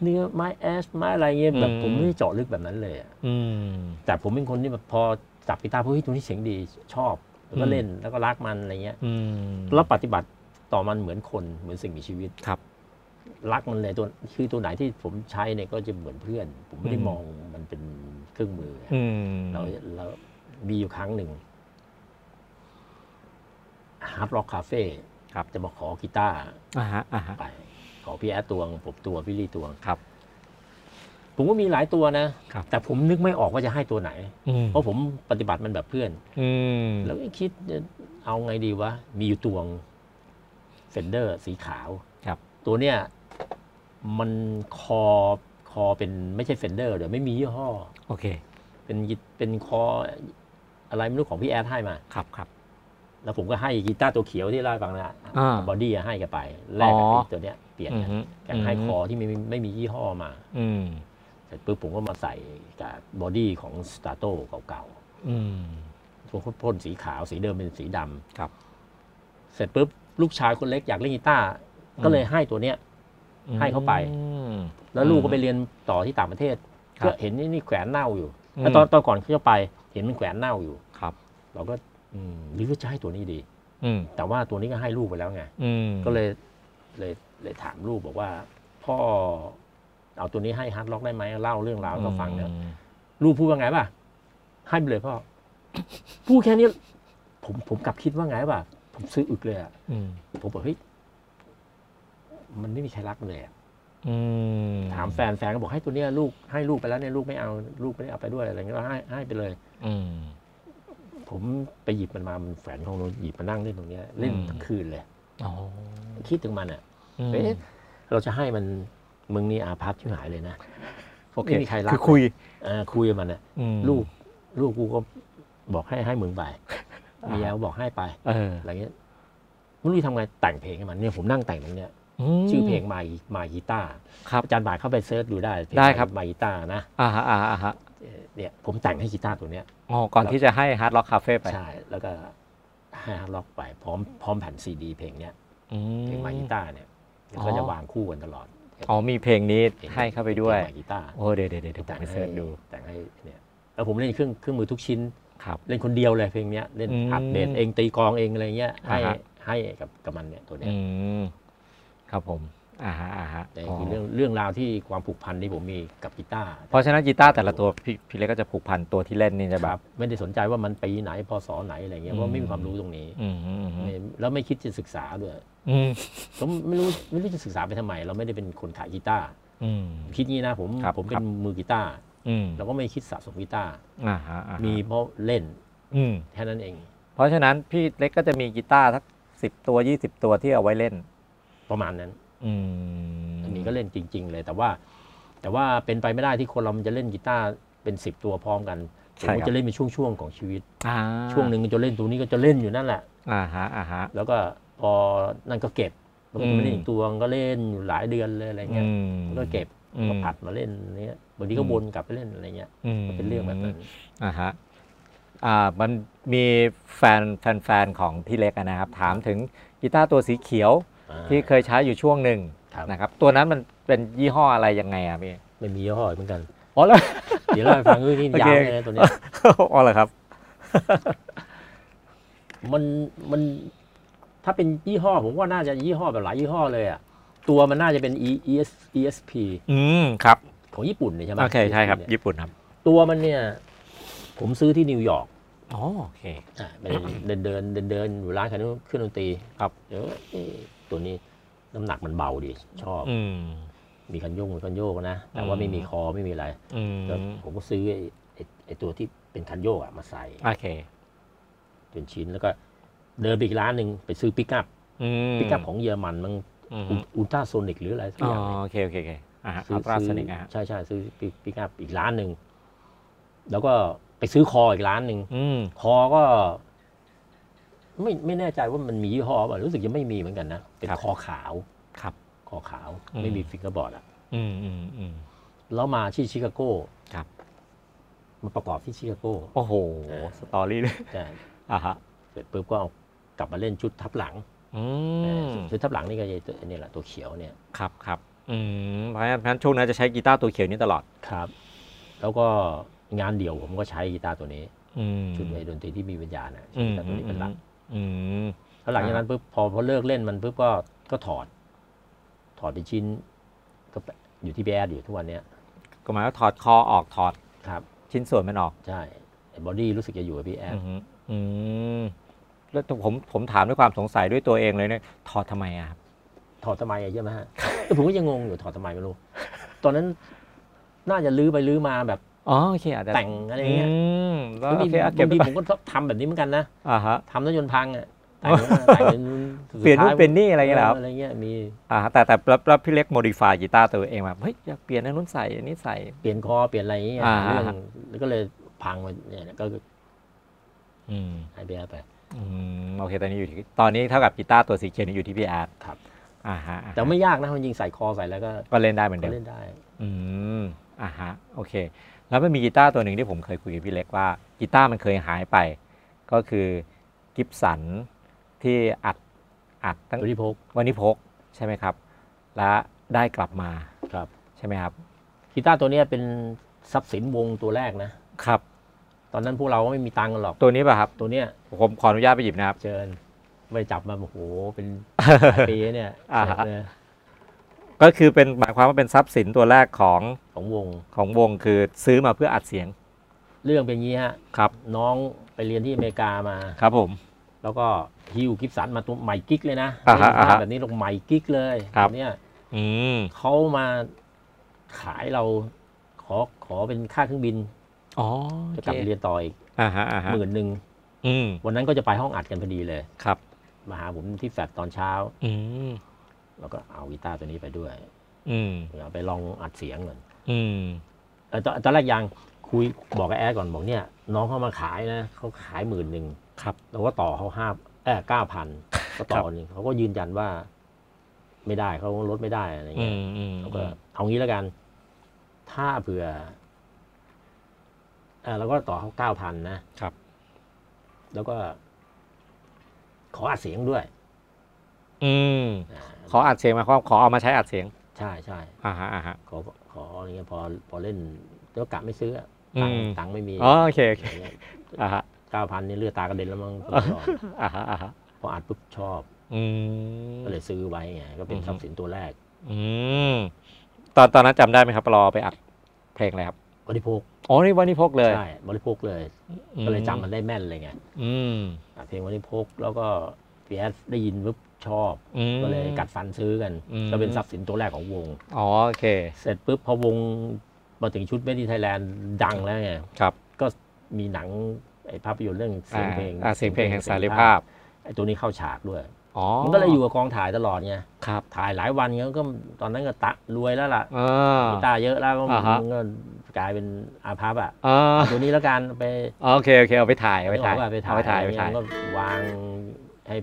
Speaker 1: เนื้อไม้แอชไม้อะไรเงี้ยแบบ
Speaker 2: อืม
Speaker 1: ผมไม่ได้เจาะลึกแบบนั้นเลยอะ
Speaker 2: อืม
Speaker 1: แต่ผมเป็นคนที่แบบพอจับกีตาร์เฮ้ยตัวนี้เสียงดีชอบแล้วก็
Speaker 2: อืม
Speaker 1: เล่นแล้วก็รักมันอะไรเงี้ย
Speaker 2: อืม
Speaker 1: แล้วปฏิบัติต่อมันเหมือนคนเหมือนสิ่งมีชีวิต
Speaker 2: ครับ
Speaker 1: รักมันเลยตัวคือตัวไหนที่ผมใช้เนี่ยก็จะเหมือนเพื่อน ผมไม่ได้
Speaker 2: อืม
Speaker 1: มองมันเป็นเครื่องมืออ
Speaker 2: อืม
Speaker 1: เราเรามีอยู่ครั้งหนึ่งฮาร์ดร็อกคาเฟ่จะมาขอกีตาร์
Speaker 2: อ่าฮะอ่าฮะ
Speaker 1: ไป ขอพี่แอดตวง ผมตัวพี่ลี่ตวง
Speaker 2: ครับ
Speaker 1: ผมก็มีหลายตัวนะ
Speaker 2: ครับ
Speaker 1: แต่ผมนึกไม่ออกว่าจะให้ตัวไหน
Speaker 2: อืม
Speaker 1: เพราะผมปฏิบัติมันแบบเพื่อน
Speaker 2: อืม
Speaker 1: แล้วก็คิดเอาไงดีวะ มีอยู่ตวงเฟนเดอร์สีขาว
Speaker 2: ครับ
Speaker 1: ตัวเนี้ยมันคอคอเป็นไม่ใช่เฟนเดอร์เดี๋ยวไม่มียี่ห้อ
Speaker 2: โอเค
Speaker 1: เป็นยิเป็นคออะไรไม่รู้ของพี่แอดให้มา
Speaker 2: ครับครับ
Speaker 1: แล้วผมก็ให้กีตาร์ตัวเขียวที่เล่าให้ฟังนะ
Speaker 2: อ่า
Speaker 1: บอดี้ให้แกันไป แลกกับ
Speaker 2: อ๋อ
Speaker 1: ไอ้ตัวเนี้ยเปลี่ยน
Speaker 2: อืม
Speaker 1: กัน
Speaker 2: ฮึ
Speaker 1: แกให้คอที่ไม่มีไม่มียี่ห้อมา
Speaker 2: อืม
Speaker 1: เสร็จปุ๊บผมก็มาใส่กับบอดี้ของสตาโต้เก่าๆ
Speaker 2: อืม
Speaker 1: ผมก็พ่นสีขาวสีเดิมเป็นสีดำ
Speaker 2: ครับ
Speaker 1: เสร็จปุ๊บลูกชายคนเล็กอยากเล่นกีตาร์ก็เลยให้ตัวเนี้ย ให้เข้าไป
Speaker 2: อืม
Speaker 1: แล้วลูกก็ไปเรียนต่อที่ต่างประเทศ
Speaker 2: ครับ
Speaker 1: ก็เห็นนี่นี่แขวนเน่าอยู่
Speaker 2: อืม
Speaker 1: แล้วตอนตอนก่อนเขาจะไป เห็นมันแขวนเน่าอยู่
Speaker 2: ครับ
Speaker 1: เราก็อืมหรือว่าจะให้ตัวนี้ดี
Speaker 2: อืม
Speaker 1: แต่ว่าตัวนี้ก็ให้ลูกไปแล้วไง
Speaker 2: อืม
Speaker 1: ก็เลยเลยเลยถามลูกบอกว่า พ่อเอาตัวนี้ให้ฮาร์ดล็อกได้ไหมเล่าเรื่องราวให้เขาฟังเนี่ย
Speaker 2: อืม
Speaker 1: ลูกพูดว่าไงป่ะให้ไปเลยพ่อ *coughs* พูดแค่นี้ผมผมกลับคิดว่าไงป่ะผมซื้ออึกเลยอะ
Speaker 2: อืม
Speaker 1: ผมบอกเฮ้ย มันไม่มีใครรักมันเลยอะ
Speaker 2: อืม
Speaker 1: ถามแฟนแฟนก็บอกให้ตัวเนี้ยลูกให้ลูกไปแล้วเนี่ยลูกไม่เอาลูกไม่ได้เอาไปด้วยอะไรเงี้ยก็ให้ให้ไปเลย
Speaker 2: อืม
Speaker 1: ผมไปหยิบมันมามันแฝนของเราหยิบมานั่งเล่นตรงเนี้ยเล่น
Speaker 2: อืม
Speaker 1: ทั้งคืนเลย
Speaker 2: อ๋อ
Speaker 1: คิดถึงมันอ่ะ
Speaker 2: อืม
Speaker 1: เอ๊ะเราจะให้มันมึงนี่อาภัพชิบหายเลยนะ
Speaker 2: โอเค
Speaker 1: ไม่มีใครรัก
Speaker 2: คือคุย
Speaker 1: เออคุยกับมันอ่ะ
Speaker 2: อืม
Speaker 1: ลูกลูกกูก็บอกให้ให้มึงไปเมียก็บอกให้ไป
Speaker 2: เออ
Speaker 1: อะไรเงี้ยไม่รู้จะทำไงแต่งเพลงให้มันเนี่ยผมนั่งแต่งตรงเนี้ย
Speaker 2: ม
Speaker 1: ชื่อเพลงมามากีตา
Speaker 2: ครับ
Speaker 1: อาจารย์บาทเข้าไปเซิร์ชดูได้เพลง
Speaker 2: ได้ครับ
Speaker 1: มากีตาร์นะ
Speaker 2: อ่าฮะอ่าฮะอ่าฮะ
Speaker 1: เอ่อเนี่ยผมแต่งให้กีตาร์ตัวเนี้ย
Speaker 2: อ๋อก่อนที่จะให้ฮาร์ดล็อกคาเฟ่ไป
Speaker 1: ใช่แล้วก็ให้ฮาร์ดล็อกไปพร้อมพร้อมแผ่นซีดีเพลงเนี้ย
Speaker 2: อืม
Speaker 1: เพลงมากีตาร์เนี่ย
Speaker 2: อ๋อ
Speaker 1: ก็จะวางคู่กันตลอด
Speaker 2: อ๋อมีเพลงนี้ให้เข้าไปด้วย
Speaker 1: พลงมากีตาร์
Speaker 2: โอ้เดี๋ยวเดี๋ยวเดี๋ยวผมไปเสิร์ชดู
Speaker 1: แต่งให้เนี่ยแล้วผมเล่นเครื่องเครื่องมือทุกชิ้น
Speaker 2: ครับ
Speaker 1: เล่นคนเดียวเลยเพลงเนี้ยเล่น
Speaker 2: อืม
Speaker 1: อัดเดตเองตีกลองเองอะไรเงี้ยให้
Speaker 2: อ่าฮะ
Speaker 1: ให้กับกับมันเนี่ยตัวเนี้ย
Speaker 2: อืมครับผมอ่าฮะอ่าฮะ
Speaker 1: แต่คือเรื่องเรื่องราวที่ความผูกพันที่ผมมีกับกีตาร์
Speaker 2: เพราะฉะนั้นกีตาร์แต่ละตัวพี่พี่เล็กก็จะผูกพันตัวที่เล่นนี่จะ
Speaker 1: ค
Speaker 2: แบ
Speaker 1: รั
Speaker 2: บบ
Speaker 1: ไม่ได้สนใจว่ามันปีไหนพศไหนอะไรเงี้ยเพราะไม่มีความรู้ตรงนี้
Speaker 2: อืมอืมอืม
Speaker 1: ไม่แล้วไม่คิดจะศึกษาด้วย
Speaker 2: อืม
Speaker 1: ผมไม่รู้ไม่รู้จะศึกษาไปทำไม เราไม่ได้เป็นคนขายกีตาร์
Speaker 2: อืม
Speaker 1: คิดงี้นะผม
Speaker 2: ครับ
Speaker 1: ผม
Speaker 2: ค
Speaker 1: เป็
Speaker 2: รั
Speaker 1: น
Speaker 2: บ
Speaker 1: มือกีตาร์
Speaker 2: อืม
Speaker 1: เราก็ไม่คิดสะสมกีตาร์
Speaker 2: อ่าฮะอ่าฮะ
Speaker 1: มีเพราะเล่น
Speaker 2: อืม
Speaker 1: แค่นั้นเอง
Speaker 2: เพราะฉะนั้นพี่เล็กก็จะมีกีตาร์ทักสิบตัวยี่สิบตัวที่เอาไว้เล่น
Speaker 1: ประมาณนั้น
Speaker 2: อืม
Speaker 1: อันนี้ก็เล่นจริง ๆ เลย แต่ว่า แต่ว่าเป็นไปไม่ได้ที่คนเรามันจะเล่นกีตาร์เป็นสิบตัวพร้อมกันผมก็จะเล่นเป็นช่วงๆของชีวิต
Speaker 2: อ่า
Speaker 1: ช่วงหนึ่งก็จะเล่นตัวนี้ก็จะเล่นอยู่นั่นแหละ
Speaker 2: อ่าฮะอ่าฮะ
Speaker 1: แล้วก็พอนั่นก็เก็บแล้วก็จะไม่เล่นอี
Speaker 2: อื
Speaker 1: ก
Speaker 2: ม
Speaker 1: ตัวก็เล่นอยู่หลายเดือนเลยอะไรเงี้ย
Speaker 2: อืม
Speaker 1: ก็เก็บ
Speaker 2: อืม
Speaker 1: ก็ผัดมาเล่นเนี้ยบางทีก็
Speaker 2: อื
Speaker 1: ว
Speaker 2: ม
Speaker 1: นกลับไปเล่นอะไรเงี้ย
Speaker 2: อืม
Speaker 1: มันเป็นเรื่องแบบนั้น
Speaker 2: อ่าฮะอ่ามันมีแฟนแฟนแฟนของพี่เล็กอะนะครับ ถามถึงกีตาร์ตัวสีเขียว
Speaker 1: อ่า
Speaker 2: ที่เคยใช้อยู่ช่วงหนึ่ง
Speaker 1: ครับ
Speaker 2: นะครับ ตัวนั้นมันเป็นยี่ห้ออะไรยังไงอ่ะพี่
Speaker 1: ไม่มียี่ห้อเหมือนกัน
Speaker 2: อ๋อแล้ว
Speaker 1: เดี๋ยวเล่าให้ฟังด้วยนี่
Speaker 2: โอเค
Speaker 1: ยาวเลยนะตัวเนี้ย
Speaker 2: *laughs* อ๋อเหรอครับ
Speaker 1: มันมันถ้าเป็นยี่ห้อ ผมว่าน่าจะยี่ห้อแบบหลายยี่ห้อเลยอ่ะตัวมันน่าจะเป็น E S E S P
Speaker 2: อืมครับ
Speaker 1: ของญี่ปุ่นเนี่ยใช่ไหม
Speaker 2: โอเค
Speaker 1: ESP
Speaker 2: ใช่ครับ
Speaker 1: เนี่ย
Speaker 2: ญี่ปุ่นครับ
Speaker 1: ตัวมันเนี่ย ผมซื้อที่นิวยอร์ก
Speaker 2: อ๋อโอเค
Speaker 1: อ่ะไปเดินเดินเดินเดินอยู่ร้านขายเครื่องดนตรี
Speaker 2: ครับ
Speaker 1: เดี๋ยวเอ๊ะตัวนี้น้ำหนักมันเบาดีชอบ
Speaker 2: อืม
Speaker 1: มีคันโยกมีคันโยกนะ แต่ว่าไม่มีคอไม่มีอะไร
Speaker 2: อืม
Speaker 1: แล้วผมก็ซื้อไอ้ไอ้ไอ ไอตัวที่เป็นคันโยกอะมาใส่
Speaker 2: โอเค
Speaker 1: จนชิ้นแล้วก็เดินไปอีกร้านหนึ่งไปซื้อปิกอัพ
Speaker 2: อืม
Speaker 1: ปิกอัพของเยอรมันมั้ง
Speaker 2: อืม
Speaker 1: อุลตราโซนิกหรืออะไรสัก
Speaker 2: อ๋อ
Speaker 1: อย่างเนี่ย
Speaker 2: โอเคโอเคโอเคอ่าฮะ
Speaker 1: ซื้
Speaker 2: อัลตราสนิก
Speaker 1: ซื้
Speaker 2: อ่ะฮะ
Speaker 1: ใช่ใช่ซื้อปิปิกอัพอีกร้านหนึ่ง แล้วก็ไปซื้อคออีกร้านหนึ่ง
Speaker 2: อืม
Speaker 1: คอก็ ไม่ไม่แน่ใจว่ามันมียี่ห้อป่ะรู้สึกยังไม่มีเหมือนกันนะเป็นคอขาว
Speaker 2: ครับ
Speaker 1: คอขาว
Speaker 2: อืม
Speaker 1: ไม่มีฟิงเกอร์บอร์ดอะ
Speaker 2: อืมอืมอืม
Speaker 1: แล้วมาที่ชิคาโก้
Speaker 2: ครับ
Speaker 1: มาประกอบที่ชิคาโก้
Speaker 2: โอ้โห สตอรี่ *laughs* เลย
Speaker 1: ใช่
Speaker 2: อ่ะฮะ
Speaker 1: เสร็จปุ๊บก็เอากลับมาเล่นชุดทับหลัง
Speaker 2: อื
Speaker 1: เออ
Speaker 2: ม
Speaker 1: ชุดทับหลังนี่ก็จะตัวนี่แหละตัวเขียวเนี่ย
Speaker 2: ครับครับอืมเพราะฉะนั้นช่วงนั้นจะใช้กีตาร์ตัวเขียวนี้ตลอด
Speaker 1: ครับ แล้วก็งานเดี่ยวผมก็ใช้กีตาร์ตัวนี้
Speaker 2: อืม
Speaker 1: ชุดไอ้ดนตรีที่มีวิญญาณนะใช้
Speaker 2: อืม
Speaker 1: กีตาร์ตัวนี้เป็นหลัก
Speaker 2: อืม
Speaker 1: แล้วหลังจากนั้นปุ๊บพอพอเลิกเล่นมันปุ๊บก็ก็ถอด ถอดเป็นชิ้น ก็ไปอยู่ที่แบดอยู่ทุกวันเนี้ย
Speaker 2: ก็หมายว่าถอดคอออกถอด
Speaker 1: ครับ
Speaker 2: ชิ้นส่วนมันออก
Speaker 1: ใช่บอดี้รู้สึกจะอยู่กับพี่แอด
Speaker 2: อืมอืมแล้วผมผมถามด้วยความสงสัยด้วยตัวเองเลยเนี่ยถอดทำไมอ่ะครับ
Speaker 1: ถอดทำไมอะเยอะไหมฮะ แต่ผมก็ยังงงอยู่ถอดทำไม
Speaker 2: *laughs*
Speaker 1: ไม่รู้ ตอนนั้นน่าจะลื้อไปลื้อมาแบบ
Speaker 2: อ๋อโอเคอาจจะ
Speaker 1: แต่งอะไรเงี้ย
Speaker 2: มแล้ว
Speaker 1: บาง
Speaker 2: โอ
Speaker 1: ที
Speaker 2: เคอ่ะเก็บบ
Speaker 1: างที
Speaker 2: ไป
Speaker 1: ผมก็ทำแบบนี้เหมือนกันนะ
Speaker 2: อ่าฮะ
Speaker 1: ทำแล้วยนต์พังอ่ะแต่ง
Speaker 2: *laughs* อ๋อ
Speaker 1: แต่งจนสุด
Speaker 2: เปลี่ยนนู่น
Speaker 1: ท้า
Speaker 2: เปลี่ยนนี่อะไรเงี้ยเหรอครับ
Speaker 1: อะไรเงี้ยมี
Speaker 2: อ่าฮะแต่แต่แล้วแล้วพี่เล็กโมดิฟายกีตาร์ตัวเองแบบเฮ้ยอยากเปลี่ยนอันนู้นใส่อันนี้ใส่
Speaker 1: เปลี่ยนคอเปลี่ยนอะไรเงี้ย
Speaker 2: อ่า
Speaker 1: หาเรื่องแล้วก็เลยพังมาเนี่ยก็
Speaker 2: อืม
Speaker 1: ให้พี่แอดไป
Speaker 2: อืมโอเคตอนนี้อยู่ที่ตอนนี้เท่ากับกีตาร์ตัวสีเขียวนี่อยู่ที่พี่อาร์ต
Speaker 1: ครับ
Speaker 2: อ่าฮะอ่าฮะ
Speaker 1: แต่ไม่ยากนะมันยิงใส่คอใส่แล้วก็
Speaker 2: ก็เล่นได้เหมือน
Speaker 1: ก็
Speaker 2: เดิม
Speaker 1: เล่นได้
Speaker 2: อืมอ่าฮะ โอเค แล้วมันมีกีตาร์ตัวหนึ่งที่ผมเคยคุยกับพี่เล็กว่ากีตาร์มันเคยหายไป ก็คือกิฟสันที่อัดอัดตั้ง
Speaker 1: ตัวที่พก
Speaker 2: วันนี้พกใช่ไหมครับ และได้กลับมา
Speaker 1: ครับ
Speaker 2: ใช่ไหมครับ
Speaker 1: กีตาร์ตัวเนี้ยเป็นทรัพย์สินวงตัวแรกนะ
Speaker 2: ครับ
Speaker 1: ตอนนั้นพวกเราก็ไม่มีตังค์กันหรอก
Speaker 2: ตัวนี้ป่ะครับ
Speaker 1: ตัวเนี้ย
Speaker 2: ผมขออนุญาตไปหยิบนะครับ *laughs*
Speaker 1: เชิญไม่จับมาโอ้โหเป็น หลายปีเนี่ย
Speaker 2: อ่าฮะ
Speaker 1: เออ
Speaker 2: ก็คือเป็นหมายความว่าเป็นทรัพย์สินตัวแรกของ
Speaker 1: ของวง
Speaker 2: ของวงคือซื้อมาเพื่ออัดเสียง
Speaker 1: เรื่องเป็นอย่างงี้ฮะ
Speaker 2: ครับ
Speaker 1: น้องไปเรียนที่อเมริกามา
Speaker 2: ครับผม
Speaker 1: แล้วก็ฮิวกิฟสันมาตัวใหม่กิ๊กเลยนะ
Speaker 2: อ่าฮะ
Speaker 1: เล่นกีต
Speaker 2: อ่าฮะ
Speaker 1: แบบนี้ลงใหม่กิ๊กเลย
Speaker 2: ครับ
Speaker 1: แบบเนี้ย
Speaker 2: อืม
Speaker 1: เขามาขายเราขอขอเป็นค่าเครื่องบิน
Speaker 2: อ๋อ
Speaker 1: จะกลับไปเรียนต่ออีก
Speaker 2: อ่าฮะอ่าฮะ
Speaker 1: หมื่นหนึ่ง
Speaker 2: อืม
Speaker 1: วันนั้นก็จะไปห้องอัดกันพอดีเลย
Speaker 2: ครับ
Speaker 1: มาหาผมที่แฟลตตอนเช้า
Speaker 2: อืม
Speaker 1: แล้วก็เอากีตาร์ตัวนี้ไปด้วย
Speaker 2: อืม
Speaker 1: เอาไปลองอัดเสียงก่อน
Speaker 2: อืม
Speaker 1: เอ่อตอนตอนแรกยังคุยบอกกับแอดก่อนบอกเนี่ย น้องเขามาขายนะเขาขายหมื่นหนึ่ง
Speaker 2: ครับ
Speaker 1: เราก็ต่อเขาห้าเออเก้าพันก็ต่อหนึ่งเขาก็ยืนยันว่า ไม่ได้เขาลดไม่ได้อะไร
Speaker 2: อื
Speaker 1: เงี้ย
Speaker 2: มอืม
Speaker 1: เราก็เอางี้แล้วกัน ถ้าเผื่อเออเราก็ต่อเขาเก้าพันนะครับ แล้วก็ ขออัดเสียงด้วย
Speaker 2: อืม
Speaker 1: อ่า
Speaker 2: ขออัดเสียงหมาความขอเอามาใช้อัดเสียง
Speaker 1: ใช่ใช่
Speaker 2: อ่าฮะอ่าฮะ
Speaker 1: ขอขออะไรเงี้ยพอพอเล่นแล้วกะไม่ซื้ออะ
Speaker 2: อื
Speaker 1: ตังค์
Speaker 2: ม
Speaker 1: ตังค์ไม่มี
Speaker 2: อ๋อโอเคโอเคอ่าฮะ
Speaker 1: เก้าพันนี่เลือดตากระเด็นแล้วมั้งผมชอบ
Speaker 2: อ่าฮะอ่าฮะ
Speaker 1: พออ่านปุ๊บชอบ
Speaker 2: อืม
Speaker 1: ก็เลยซื้อไว้ไงก็เป็น
Speaker 2: อือฮึ
Speaker 1: ทรัพย์สินตัวแรก
Speaker 2: อืมตอนตอนนั้นจำได้ไหมครับรอไปอัดเพลงอะไรครับ
Speaker 1: บริโภค
Speaker 2: อ๋อนี่วันนี้พกเลย
Speaker 1: ใช่บริโภคเลย
Speaker 2: อื
Speaker 1: ก็เลยจำมันได้แม่นเลยไง
Speaker 2: อืม
Speaker 1: อ่ะเพลงบริโภคแล้วก็พีแอสได้ยินปุ๊บชอบ
Speaker 2: อืม
Speaker 1: ก็เลยกัดฟันซื้อกัน
Speaker 2: อืม
Speaker 1: ก็เป็นทรัพย์สินตัวแรกของวง
Speaker 2: อ๋อโอเค
Speaker 1: เสร็จปุ๊บพอวงมาถึงชุดเมดิไทยแลนด์ดังแล้วไง
Speaker 2: ครับ
Speaker 1: ก็มีหนังไอ้ภาพยนตร์เรื่องเสียงเพลง
Speaker 2: อ่าอ่าเสียงเพลงแห่งสารีภาพ
Speaker 1: ไอ้ตัวนี้เข้าฉากด้วย
Speaker 2: อ๋อ
Speaker 1: มันก็เลยอยู่กับกองถ่ายตลอดไง
Speaker 2: ครับ
Speaker 1: ถ่ายหลายวันเงี้ยก็ตอนนั้นก็ตะรวยแล้วล่ะ
Speaker 2: อ่า
Speaker 1: กีตาร์เยอะแล้วก็
Speaker 2: อ่าฮะ
Speaker 1: มันก็กลายเป็นอาพับอ่ะ
Speaker 2: อ่า
Speaker 1: เอาตัวนี้แล้วกันไป
Speaker 2: โอเคโอเคเอาไปถ่ายเอาไปถ่าย
Speaker 1: นึกออกปะไปถ่าย
Speaker 2: เอาไปถ่ายเอาไปถ่าย
Speaker 1: เงี้ก็วางให้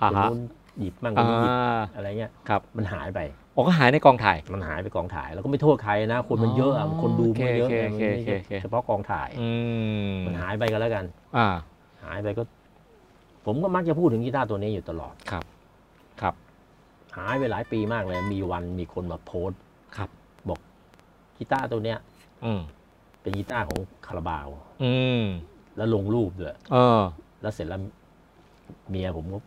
Speaker 1: ค
Speaker 2: อ่าน ฮะ
Speaker 1: นู้นหยิบมั่งคน
Speaker 2: อ่า
Speaker 1: นี้หยิบอะไรเงี้ย
Speaker 2: ครับ
Speaker 1: มันหายไป
Speaker 2: โอ้ก็หายในกองถ่าย
Speaker 1: มันหายไปกองถ่าย แล้วก็ไม่โทษใครนะ คนมันเยอะอะ
Speaker 2: อ๋อ
Speaker 1: คนดูมันเยอะ
Speaker 2: โอเค
Speaker 1: ไงมัน
Speaker 2: โอ
Speaker 1: ไม่
Speaker 2: เค
Speaker 1: ใช่
Speaker 2: โอเค
Speaker 1: เฉพาะกองถ่าย
Speaker 2: อืม
Speaker 1: มันหายไปก็แล้วกัน
Speaker 2: อ่า
Speaker 1: หายไปก็ ผมก็มักจะพูดถึงกีตาร์ตัวนี้อยู่ตลอด
Speaker 2: ครับ ครับ
Speaker 1: หายไปหลายปีมากเลย มีวันมีคนมาโพสต์
Speaker 2: ครับ
Speaker 1: บอกกีตาร์ตัวเนี้ย
Speaker 2: อืม
Speaker 1: เป็นกีตาร์ของคาราบาว
Speaker 2: อืม
Speaker 1: แล้วลงรูปด้วย
Speaker 2: เออ
Speaker 1: แล้วเสร็จแล้วเมียผมก็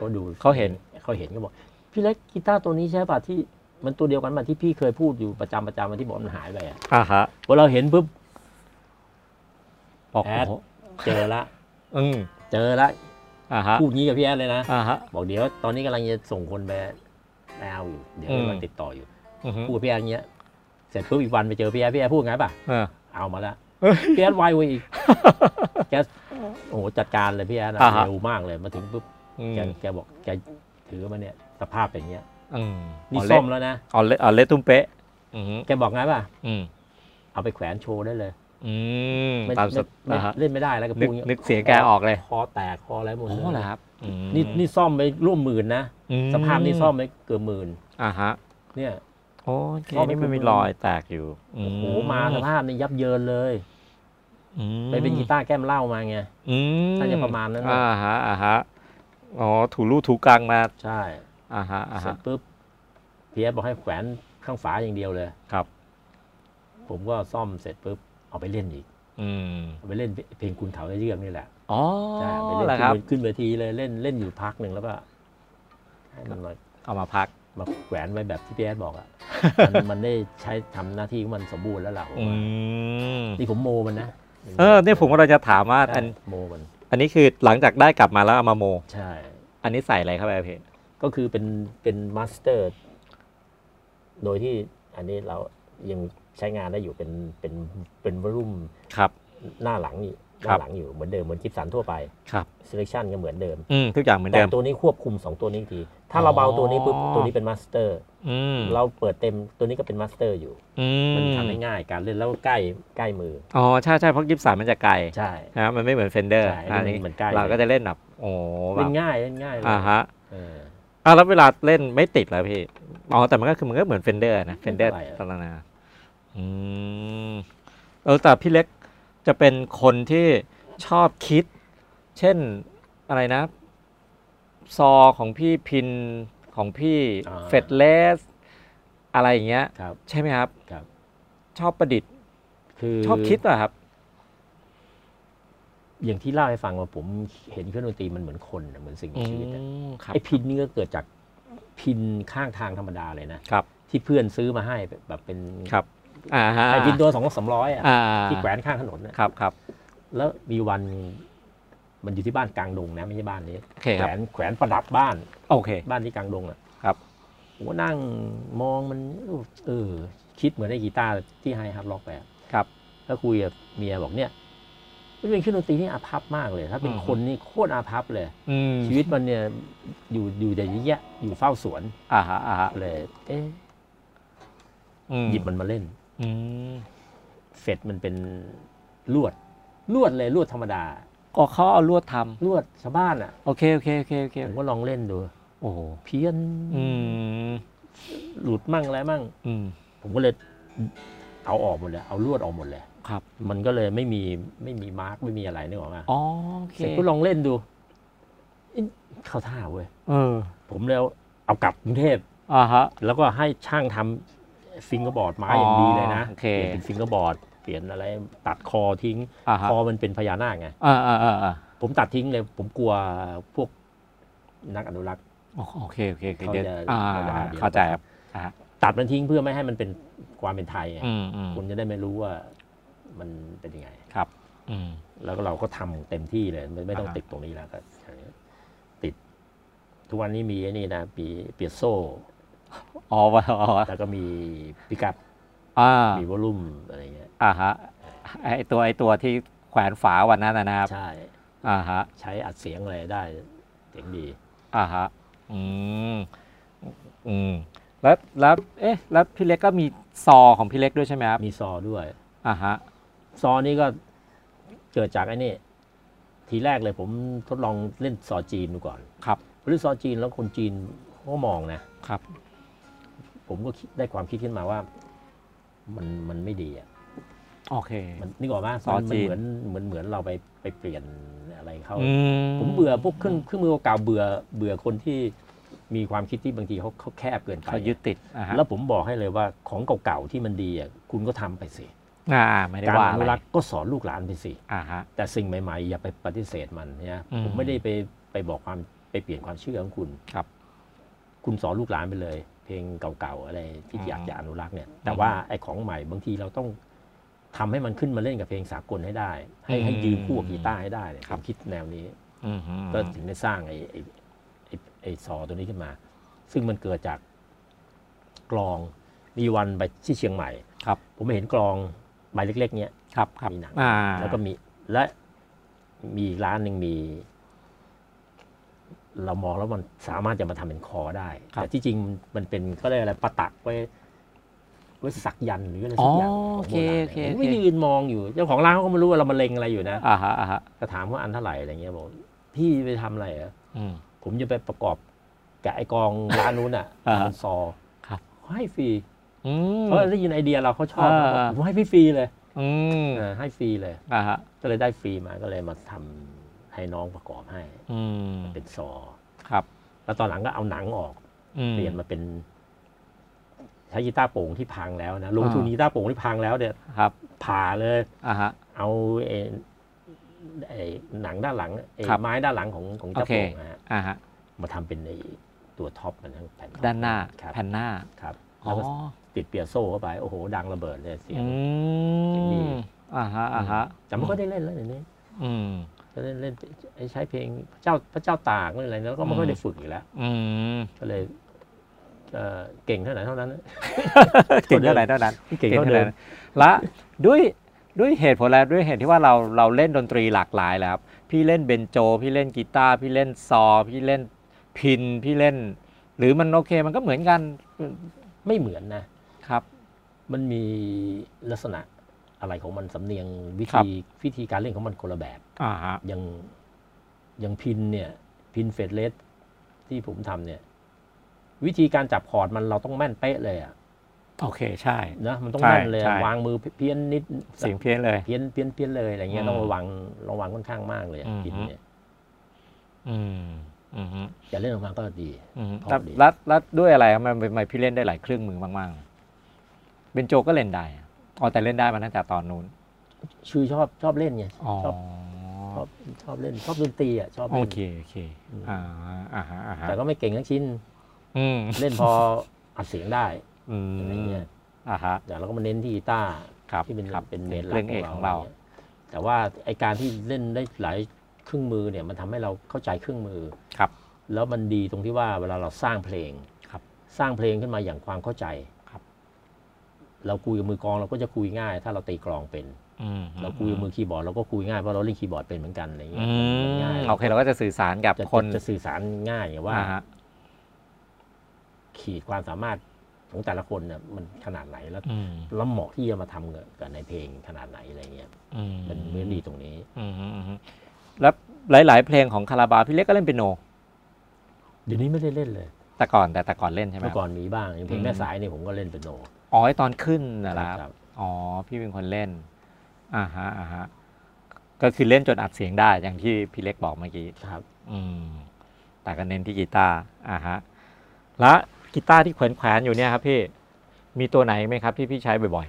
Speaker 1: ก็ดู
Speaker 2: เขาเห็น
Speaker 1: เขาเห็นก็บอก พี่เล็กกีตาร์ตัวนี้ใช่ป่ะที่มันตัวเดียวกันมาที่พี่เคยพูดอยู่ประจำประจำมาที่บอกมันหายไปอะ
Speaker 2: อ่าฮะ
Speaker 1: พอเราเห็นปุ๊บ
Speaker 2: บอก
Speaker 1: แอ
Speaker 2: โอ้
Speaker 1: ด
Speaker 2: โห
Speaker 1: เจอละ
Speaker 2: อืม
Speaker 1: เจอละ
Speaker 2: อ่าฮะ
Speaker 1: พูดงี้กับพี่แอดเลยนะ
Speaker 2: อ่าฮะ
Speaker 1: บอกเดี๋ยวตอนนี้กำลังจะส่งคนไปแอลอยู่เดี๋ยว
Speaker 2: อืม
Speaker 1: มาติดต่ออยู่
Speaker 2: อือฮึ
Speaker 1: พูดกับพี่แอดอย่างเงี้ยเสร็จปุ๊บอีกวันไปเจอพี่แอดพี่แอดพูดไงป่ะ
Speaker 2: เออ
Speaker 1: เอามาละ พี่แอดไวก
Speaker 2: *laughs*
Speaker 1: ว่าอีกแกโอ้โหจัดการเลยพี่แอดอะ
Speaker 2: อ่าฮะ
Speaker 1: เร็วมากเลยมาถึงปุ๊บ
Speaker 2: อืม
Speaker 1: แกแกบอกแกถือมาเนี่ยสภาพเป็นอย่างเงี้ย
Speaker 2: อืม
Speaker 1: นี่
Speaker 2: อ๋อเละ
Speaker 1: ส้มแล้วนะ
Speaker 2: อ๋อเละอ๋อเละตุ้มเป๊ะอืม
Speaker 1: แกบอกไงป่ะ
Speaker 2: อืม
Speaker 1: เอาไปแขวนโชว์ได้เลย
Speaker 2: อืม
Speaker 1: ไม่
Speaker 2: ตามส
Speaker 1: ไม่ไม่
Speaker 2: ไตล์อ่าฮะ
Speaker 1: เล่นไม่ได้แล้วกับ
Speaker 2: นึ
Speaker 1: พ
Speaker 2: ก
Speaker 1: วกเนี้ย
Speaker 2: นึกเสียงแกออกเลย
Speaker 1: คอแตกคออะไรหมด
Speaker 2: โอ้
Speaker 1: เลย
Speaker 2: โหเหรอครับอืม
Speaker 1: นี่นี่ซ่อมไปร่วมหมื่นนะ
Speaker 2: อื
Speaker 1: สภาพนี่ซ่อมไปเกือบหมื่น
Speaker 2: อ่าฮะ
Speaker 1: เนี่ย
Speaker 2: โอ้ยเค
Speaker 1: รอบนี้
Speaker 2: นี่
Speaker 1: มั
Speaker 2: มัน
Speaker 1: น
Speaker 2: มี
Speaker 1: มี
Speaker 2: รอยแตกอยู่
Speaker 1: โอ้โหมาสภาพนี่ยับเยินเลย
Speaker 2: อืม
Speaker 1: ไปเป็นกีตาร์แก้มเหล้ามาไง
Speaker 2: อืม
Speaker 1: น่าจะประมาณนั้นนะ
Speaker 2: อ่าฮะอ่าฮะอ๋อถูรูถูกลางมา
Speaker 1: ใช่
Speaker 2: อ่าฮะอ่า
Speaker 1: เสร็
Speaker 2: ฮะ
Speaker 1: จปุ๊บพีเอสบอกให้แขวนข้างฝาอย่างเดียวเลย
Speaker 2: ครับ
Speaker 1: ผมก็ซ่อมเสร็จปุ๊บเอาไปเล่นอีก
Speaker 2: อืม
Speaker 1: เอาไปเล่นเพลงคุณเถาได้เยื่องนี่แหละ
Speaker 2: อ๋อ
Speaker 1: ใช่ไป
Speaker 2: แห
Speaker 1: เล่
Speaker 2: ละ
Speaker 1: น
Speaker 2: ครับ
Speaker 1: ขึ้นขึ้นเวทีเลยเล่นเล่นอยู่พักหนึ่งแล้วก็ให้มันมา
Speaker 2: เอามาพัก
Speaker 1: มาแขวนไว้แบบที่พีเอสบอก
Speaker 2: *laughs*
Speaker 1: อะ มันมันได้ใช้ทำหน้าที่ของมันสมบูรณ์แล้วล่ะผม
Speaker 2: อื
Speaker 1: ว่าม นี่ผมโมมันนะ
Speaker 2: เออเนี่ยผมก็เราจะถามว่าอัน
Speaker 1: ใช่โมมัน
Speaker 2: อันนี้คือหลังจากได้กลับมาแล้วเอามาโม
Speaker 1: ใช่
Speaker 2: อันนี้ใส่อะไรเข้าไปอะเพจ
Speaker 1: ก็คือเป็นเป็นมาสเตอร์ โดยที่อันนี้เรายังใช้งานได้อยู่เป็นเป็นเป็นวอลุ่ม
Speaker 2: ครับ
Speaker 1: หน้าหลังอยู่ห
Speaker 2: ครั
Speaker 1: น้า
Speaker 2: บ
Speaker 1: หลังอยู่เหมือนเดิมเหมือนกิฟสันทั่วไป
Speaker 2: ครับ
Speaker 1: selection ก็เหมือนเดิม
Speaker 2: อืมทุกอย่างเหมือน
Speaker 1: แต่
Speaker 2: เดิม
Speaker 1: ตัวนี้ควบคุม 2 ตัวนี้อีกที ถ้าเราเบาตัวนี้ปุ๊บ
Speaker 2: อ๋อ
Speaker 1: ตัวนี้เป็นมาสเตอร์
Speaker 2: อืม
Speaker 1: เราเปิดเต็มตัวนี้ก็เป็นมาสเตอร์อยู่
Speaker 2: อืม
Speaker 1: มันทำได้ง่ายการเล่นแล้วใกล้ใกล้มือ
Speaker 2: อ๋อใช่ใช่เพราะกิฟสันมันจะไกล
Speaker 1: ใช่
Speaker 2: นะมันไม่เหมือนเฟนเดอร์
Speaker 1: ใช่อันนี้มันใกล้
Speaker 2: เราก็จะเล่นแบบโอ้แบ
Speaker 1: เล่
Speaker 2: บ
Speaker 1: นง่ายเล่นง่ายเลย
Speaker 2: อ่าฮะ
Speaker 1: เออ
Speaker 2: อ่ะแล้วเวลาเล่นไม่ติดแล้วพี่ อ๋อ แต่มันก็คือมันก็เหมือนเฟนเดอร์นะเฟนเดอร์
Speaker 1: ไม่เป็นไรอะ
Speaker 2: ตลานาอืมเออแต่พี่เล็กจะเป็นคนที่ชอบคิด เช่นอะไรนะ ซอของพี่พินของพี่เฟดเลส อะไรอย่างเงี้ย
Speaker 1: ครับ
Speaker 2: ใช่ไหมครับ
Speaker 1: ครับ
Speaker 2: ชอบประดิษฐ์
Speaker 1: คือ
Speaker 2: ชอบคิดเหรอะครับ
Speaker 1: อย่างที่เล่าให้ฟังว่าผมเห็นเครื่องดนตรีมันเหมือนคนน่ะเหมือนสิ่งมี
Speaker 2: อื
Speaker 1: ชีวิตอะ
Speaker 2: มครับ
Speaker 1: ไอ้พินนี่ก็เกิดจากพินข้างทางธรรมดาเลยนะ
Speaker 2: ครับ
Speaker 1: ที่เพื่อนซื้อมาให้แบบเป็น
Speaker 2: ครับ อ่าฮะ
Speaker 1: ไอ้พินตัวสองสามร้อยอ่ะ
Speaker 2: อ่า
Speaker 1: ที่แขวนข้างถนนนะครับ
Speaker 2: ครับ
Speaker 1: แล้วมีวัน มันอยู่ที่บ้านกลางดงนะ ไม่ใช่บ้านนี้
Speaker 2: โอเคค
Speaker 1: แข
Speaker 2: รั
Speaker 1: ว
Speaker 2: บ
Speaker 1: นแขวนประดับบ้าน
Speaker 2: โอเค
Speaker 1: บ้านที่กลางดงอ่ะ
Speaker 2: ครับ
Speaker 1: ผมก็นั่งมองมันเออ คิดเหมือนไอ้กีตาร์ที่ไฮฮาร์ดล็อกไปอะ
Speaker 2: ครับ
Speaker 1: แล้วคุยกับเมียบอกเนี่ยมันเป็นเครื่องดนตรีที่อาภัพมากเลย ถ้าเป็น
Speaker 2: อืม
Speaker 1: คนนี่โคตรอาภัพเลย
Speaker 2: อืม
Speaker 1: ชีวิตมันเนี่ยอยู่อยู่แต่แยะอยู่เฝ้าสวน
Speaker 2: อ่าฮะอ่าฮะ
Speaker 1: เลยเอ๊ะ
Speaker 2: อืม
Speaker 1: หยิบมันมาเล่น
Speaker 2: อืม
Speaker 1: เฟดมันเป็นลวด ลวดเลยลวดธรรมดา
Speaker 2: ก็เขาเอาลวดทำ
Speaker 1: ลวดชาวบ้านอ่ะ
Speaker 2: โอเค โอเค โอเค โอเค
Speaker 1: ผมก็ลองเล่นดู
Speaker 2: โอ้โห
Speaker 1: เพี้ยน
Speaker 2: อืม
Speaker 1: หลุดมั่งอะไรมั่ง
Speaker 2: อืม
Speaker 1: ผมก็เลยเอาออกหมดเลย เอาลวดออกหมดเลย
Speaker 2: ครับ
Speaker 1: มันก็เลยไม่มีไม่มีมาร์กไม่มีอะไรนึกออกมา
Speaker 2: อ๋อโอเค
Speaker 1: เสร็จก็ลองเล่นดูเอ๊ะเข้าท่าเว้ย
Speaker 2: เออ
Speaker 1: ผมแล้วเอากลับกรุงเทพ
Speaker 2: อ่าฮะ
Speaker 1: แล้วก็ให้ช่างทำฟิงเกอร์บอร์ดไม้อย่างดีเลยนะ
Speaker 2: อ๋อโอ
Speaker 1: เป
Speaker 2: เค
Speaker 1: ลี่ยนเป็นฟิงเกอร์บอร์ดเปลี่ยนอะไรตัดคอทิ้ง
Speaker 2: อ่าฮะ
Speaker 1: คอมันเป็นพญานาคไง
Speaker 2: อ่าอ่าอ่าอ่า
Speaker 1: ผมตัดทิ้งเลย ผมกลัวพวกนักอนุรักษ์
Speaker 2: โอโอเคโอเคโอเคเดี๋ยว
Speaker 1: เขาจะเขาจะ
Speaker 2: อ่า
Speaker 1: หาเดี๋ยว
Speaker 2: เข้าใจครับอ่าฮะ
Speaker 1: ตัดมันทิ้งเพื่อไม่ให้มันเป็นความเป็นไทยไง
Speaker 2: อืมอืม
Speaker 1: คนจะได้ไม่รู้ว่ามันเป็นยังไง
Speaker 2: ครับอืม
Speaker 1: แล้วก็เราก็ทำเต็มที่เลย ไม่ไม่ต้อง
Speaker 2: อ่าฮะ
Speaker 1: ติดตรงนี้แล้วก็ติด ทุกวันนี้มีไอ้นี่นะปีเปียโซ่
Speaker 2: อ๋อ *laughs* วะอ๋อวะ
Speaker 1: แล้วก็มีปิกัพ
Speaker 2: อ่า
Speaker 1: มีวอลลุ่มอะไรเงี้ย
Speaker 2: อ่าฮะไอตัวไอตัวที่แขวนฝาวันนั้นนะนะครับ
Speaker 1: ใช่
Speaker 2: อ่าฮะ
Speaker 1: ใช้อัดเสียงอะไรได้เสียงดี
Speaker 2: อ่าฮะอืมอืมแล้วแล้วเอ๊ะแล้วพี่เล็กก็มีซอของพี่เล็กด้วยใช่ไหมครับ
Speaker 1: มีซอด้วย
Speaker 2: อ่าฮะ
Speaker 1: ซอนี่ก็เกิดจากไอ้นี่ ทีแรกเลยผมทดลองเล่นซอจีนดูก่อน
Speaker 2: ครับ
Speaker 1: หรือซอจีนแล้วคนจีนเขาก็มองนะ
Speaker 2: ครับ
Speaker 1: ผมก็คิดได้ความคิดขึ้นมาว่า มันมันไม่ดีอ่ะ
Speaker 2: โอเค
Speaker 1: มันนึกออกไหม
Speaker 2: ซอ
Speaker 1: มั
Speaker 2: จีน
Speaker 1: เหมือนเหมือนเหมือนเราไปไปเปลี่ยนอะไรเข้า
Speaker 2: อื
Speaker 1: ผมเบื่อพวกเครื่องเครื่องมือเก่าๆเบื่อเบื่อคนที่มีความคิดที่บางทีเขาเขาแคบเกินไป
Speaker 2: เขายึดติดอ่าฮะ
Speaker 1: แล้วผมบอกให้เลยว่าของเก่าๆที่มันดีอ่ะคุณก็ทำไปสิ
Speaker 2: อ่าไม่ได้
Speaker 1: การ
Speaker 2: ว่า
Speaker 1: อ
Speaker 2: อะ
Speaker 1: นุ
Speaker 2: ไร
Speaker 1: รักษ์ก็สอนลูกหลานไปสิ
Speaker 2: อ่าฮะ
Speaker 1: แต่สิ่งใหม่ๆ อย่าไปปฏิเสธมันนะ
Speaker 2: อืม
Speaker 1: ผมไม่ได้ไปไปบอกความไปเปลี่ยนความเชื่อของคุณ
Speaker 2: ครับ
Speaker 1: คุณสอนลูกหลานไปเลย เพลงเก่าๆอะไรที่อยากจะอนุรักษ์เนี่ย แต่ว่าไอ้ของใหม่บางทีเราต้องทำให้มันขึ้นมาเล่นกับเพลงสากลให้ได้ ให้ให้ยืมคู่กับกีตาร์ให้ได้เนี่ยผมคิดแนวนี้
Speaker 2: อืมฮึ
Speaker 1: ก็ถึงได้สร้างไอ้ไอ้ไอ้ไอ้ซอตัวนี้ขึ้นมา ซึ่งมันเกิดจากกลองมีวันไปที่เชียงใหม่
Speaker 2: ครับ
Speaker 1: ผมไปเห็นกลองใบเล็ก ๆ เนี้ย
Speaker 2: ครับครับ
Speaker 1: มีหนัง
Speaker 2: อ่า
Speaker 1: แล้วก็มีและมีอีกร้านหนึ่งมี เรามองแล้วมันสามารถจะมาทำเป็นคอได้ แต่ที่จริงมันเป็นก็ได้อะไรประตักไว้ไว้สักยันต์หรืออะไรสักอย่าง
Speaker 2: อ๋อ
Speaker 1: ของ
Speaker 2: โอเค
Speaker 1: โบราณ
Speaker 2: โอเค
Speaker 1: เนี่ยผม
Speaker 2: โอเค
Speaker 1: ก็ยืนมองอยู่ เจ้าของร้านเขาก็ไม่รู้ว่าเรามาเลงอะไรอยู่นะ
Speaker 2: อ่าฮะอ่าฮะ
Speaker 1: ก็ถามว่าอันเท่าไหร่อะไรเงี้ยบอกพี่ไปทำอะไรเหรอ่ะ
Speaker 2: อืม
Speaker 1: ผมจะไปประกอบกับไอ้กองร้านนู้นอ่ะ
Speaker 2: อ่าฮะ
Speaker 1: ซอ
Speaker 2: ครับ
Speaker 1: เขาให้ฟรี
Speaker 2: อืม
Speaker 1: เขาได้ยินไอเดียเราเขาชอบ
Speaker 2: อ่า
Speaker 1: เขาบอกผมให้พี่ฟรีเลย
Speaker 2: อืม
Speaker 1: เออให้ฟรีเลย
Speaker 2: อ่าฮะ
Speaker 1: ก็เลยได้ฟรีมาก็เลยมาทำให้น้องประกอบให้
Speaker 2: อืม
Speaker 1: เป็นซอ
Speaker 2: ครับ
Speaker 1: แล้วตอนหลังก็เอาหนังออก
Speaker 2: อืม
Speaker 1: เปลี่ยนมาเป็นใช้กีตาร์โปร่งที่พังแล้วนะลงทุน
Speaker 2: อ่า
Speaker 1: กีตาร์โปร่งที่พังแล้วเนี่ย
Speaker 2: ครับ
Speaker 1: ผ่าเลย
Speaker 2: อ่าฮะ
Speaker 1: เอาไอ้ไอ้หนังด้านหลังไอ้
Speaker 2: ครับ
Speaker 1: ไม้ด้านหลังของของ
Speaker 2: โอ
Speaker 1: กีตาร์
Speaker 2: เค
Speaker 1: โปร่งนะฮะ
Speaker 2: อ่าฮะ
Speaker 1: มาทำเป็นไอ้ตัวท็อปมันทั้งแผ่น
Speaker 2: ด้านหน้า
Speaker 1: ครับ
Speaker 2: แผ่นหน้า
Speaker 1: ครับ
Speaker 2: อ๋
Speaker 1: แล้
Speaker 2: อ
Speaker 1: วก็ติดเปียโซ่เข้าไปโอ้โห ดังระเบิดเลยเสียง
Speaker 2: อื
Speaker 1: เสียงดี
Speaker 2: มอ่าฮะอ่าฮะ
Speaker 1: แต่มันก็ได้เล่นแล้วเดี๋ยวนี้
Speaker 2: อืม
Speaker 1: ก็เล่นเล่นไอ้ใช้เพลงพระเจ้าพระเจ้าตากเรื่องอะไรแล้วก็ไม่ค่อยได้ฝึกอยู่แล้ว
Speaker 2: อืม
Speaker 1: ก็เลยเอ่อเก่งเท่าไหร่เท่านั้น
Speaker 2: เก่งเท่าไหร่เท่านั้น
Speaker 1: *laughs* เก่งเท่าเดิม
Speaker 2: และด้วยด้วยเหตุผลและด้วยเหตุที่ว่าเราเราเล่นดนตรีหลากหลายแล้วครับพี่เล่นเบนโจ พี่เล่นกีตาร์พี่เล่นซอ พี่เล่นพินพี่เล่น หรือมันโอเคมันก็เหมือนกัน
Speaker 1: ไม่เหมือนนะ
Speaker 2: ครับ
Speaker 1: มันมีลักษณะอะไรของมันสำเนียงวิ
Speaker 2: ครับ
Speaker 1: ธีวิธีการเล่นของมันคนละแบบ
Speaker 2: อ่าฮะ
Speaker 1: อย่างอย่างพินเนี่ย พินเฟดเลสที่ผมทำเนี่ย วิธีการจับคอร์ดมันเราต้องแม่นเป๊ะเลยอะ
Speaker 2: โอเคใช่
Speaker 1: นะมันต้อง
Speaker 2: ใช่
Speaker 1: แม่นเลยอะ
Speaker 2: ใช่
Speaker 1: วางมือเพี้ยนนิด
Speaker 2: เสียงเพี้ยนเลย
Speaker 1: เพี้ยนเพี้ยนเพี้ยนเลยอะไรเงี้ย
Speaker 2: อืม
Speaker 1: ต้องระวังระวังค่อนข้างมากเลยอะ
Speaker 2: อืม
Speaker 1: พินเนี่ย
Speaker 2: อืมอืมฮึ
Speaker 1: จะเล่นออกมาก็ดี
Speaker 2: อืม
Speaker 1: ครับดี
Speaker 2: แล้วแล้วด้วยอะไรครับมันเป็นไมพี่เล่นได้หลายเครื่องมือมากๆเบนโจก็เล่นได้อะอ๋อแต่เล่นได้มาตั้งแต่ตอนนู้น
Speaker 1: ชื่อชอบชอบเล่นไง
Speaker 2: อ๋อ
Speaker 1: ชอบชอบชอบเล่นชอบดนตรีอะชอบ
Speaker 2: โอ
Speaker 1: เล่น
Speaker 2: เค โอเค
Speaker 1: อืม
Speaker 2: อ่าอ่าฮะอ่าฮะ
Speaker 1: แต่ก็ไม่เก่งทั้งชิ้น
Speaker 2: อืม
Speaker 1: เล่นพออัดเสียงได้
Speaker 2: อืม
Speaker 1: อะไรเงี้ย
Speaker 2: อ่าฮะ
Speaker 1: แต่เราก็มาเน้นที่กีตาร์
Speaker 2: ครับ
Speaker 1: ที่เป็น
Speaker 2: ครับ
Speaker 1: เป็นเมนหลั
Speaker 2: เรื่องเอก
Speaker 1: ก
Speaker 2: ของเรา
Speaker 1: นี่ยแต่ว่าไอการที่เล่นได้หลายเครื่องมือเนี่ยมันทำให้เราเข้าใจเครื่องมือ
Speaker 2: ครับ
Speaker 1: แล้วมันดีตรงที่ว่าเวลาเราสร้างเพลง
Speaker 2: ครับ
Speaker 1: สร้างเพลงขึ้นมาอย่างความเข้าใจ
Speaker 2: ครับ
Speaker 1: เราคุยกับมือกลองเราก็จะคุยง่าย ถ้าเราตีกลองเป็น
Speaker 2: อืม
Speaker 1: เราคุยกับมือคีย์บอร์ดเราก็คุยง่ายเพราะเราเล่นคีย์บอร์ดเป็นเหมือนกันอะไรเงี้
Speaker 2: อื
Speaker 1: ยมันง่าย
Speaker 2: มโอเค เราก็จะสื่อสารกับ
Speaker 1: จะ
Speaker 2: คน
Speaker 1: จะสื่อสารง่ายไงว่า
Speaker 2: อ่าฮะ
Speaker 1: ขีดความสามารถของแต่ละคนเนี่ยมันขนาดไหนแล้ว
Speaker 2: อืม
Speaker 1: แล้วเหมาะที่จะมาทำกับในเพลงขนาดไหนอะไรเงี้ย
Speaker 2: อืม
Speaker 1: มันเรื่องดีตรงนี้
Speaker 2: อืมอืมอืมแล้วหลาย ๆ เพลงของคาราบาวพี่เล็กก็เล่นเปียโน
Speaker 1: เดี๋ยวนี้ไม่ได้เล่นเลย
Speaker 2: แต่ก่อนแต่แต่ก่อนเล่นใช่ไหม
Speaker 1: เมื่อก่อนมีบ้างอย่างเพลง
Speaker 2: อืม
Speaker 1: แม่สายเนี่ยผมก็เล่นเป็นโน
Speaker 2: อ๋อไอ้ตอนขึ้นนะ
Speaker 1: ค
Speaker 2: ครั
Speaker 1: รับ บ
Speaker 2: อ๋อ พี่เป็นคนเล่น อ่าฮะ อ่าฮะ ก็คือเล่นจนอัดเสียงได้อย่างที่พี่เล็กบอกเมื่อกี้
Speaker 1: ครับ
Speaker 2: อืมแต่ก็เน้นที่กีตาร์อ่าฮะ และกีตาร์ที่แขวนๆอยู่เนี่ยครับพี่ มีตัวไหนไหมครับที่พี่ใช้บ่อย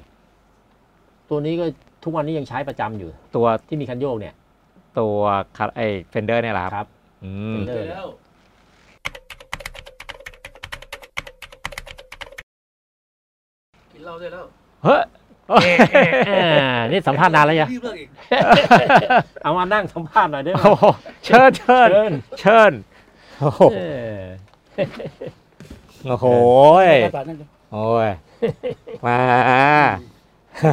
Speaker 1: ตัวนี้ก็ทุกวันนี้ยังใช้ประจำอยู่
Speaker 2: ๆ ตัว
Speaker 1: ที่มีคันโยกเนี่ย
Speaker 2: ตัวคาไอเฟนเดอร์เนี่ยแหละ
Speaker 1: ค
Speaker 2: ค
Speaker 1: รั
Speaker 2: รับบ อื
Speaker 1: เฟ
Speaker 2: ม
Speaker 1: นเดอร์เนี่ย
Speaker 4: กินเหล้าได้แล้ว
Speaker 2: เฮ้ย
Speaker 1: อ่านี่สัมภาษณ์นานแล้วยัง
Speaker 4: รีบเลิกอีก
Speaker 1: เอามานั่งสัมภาษณ์หน่อยได้ไหม
Speaker 2: โอ้โหเชิญเชิญ
Speaker 1: เชิญ
Speaker 2: เชิญโอ้โห
Speaker 1: เออ
Speaker 2: โอ้โหโอ้ยมา
Speaker 1: เอ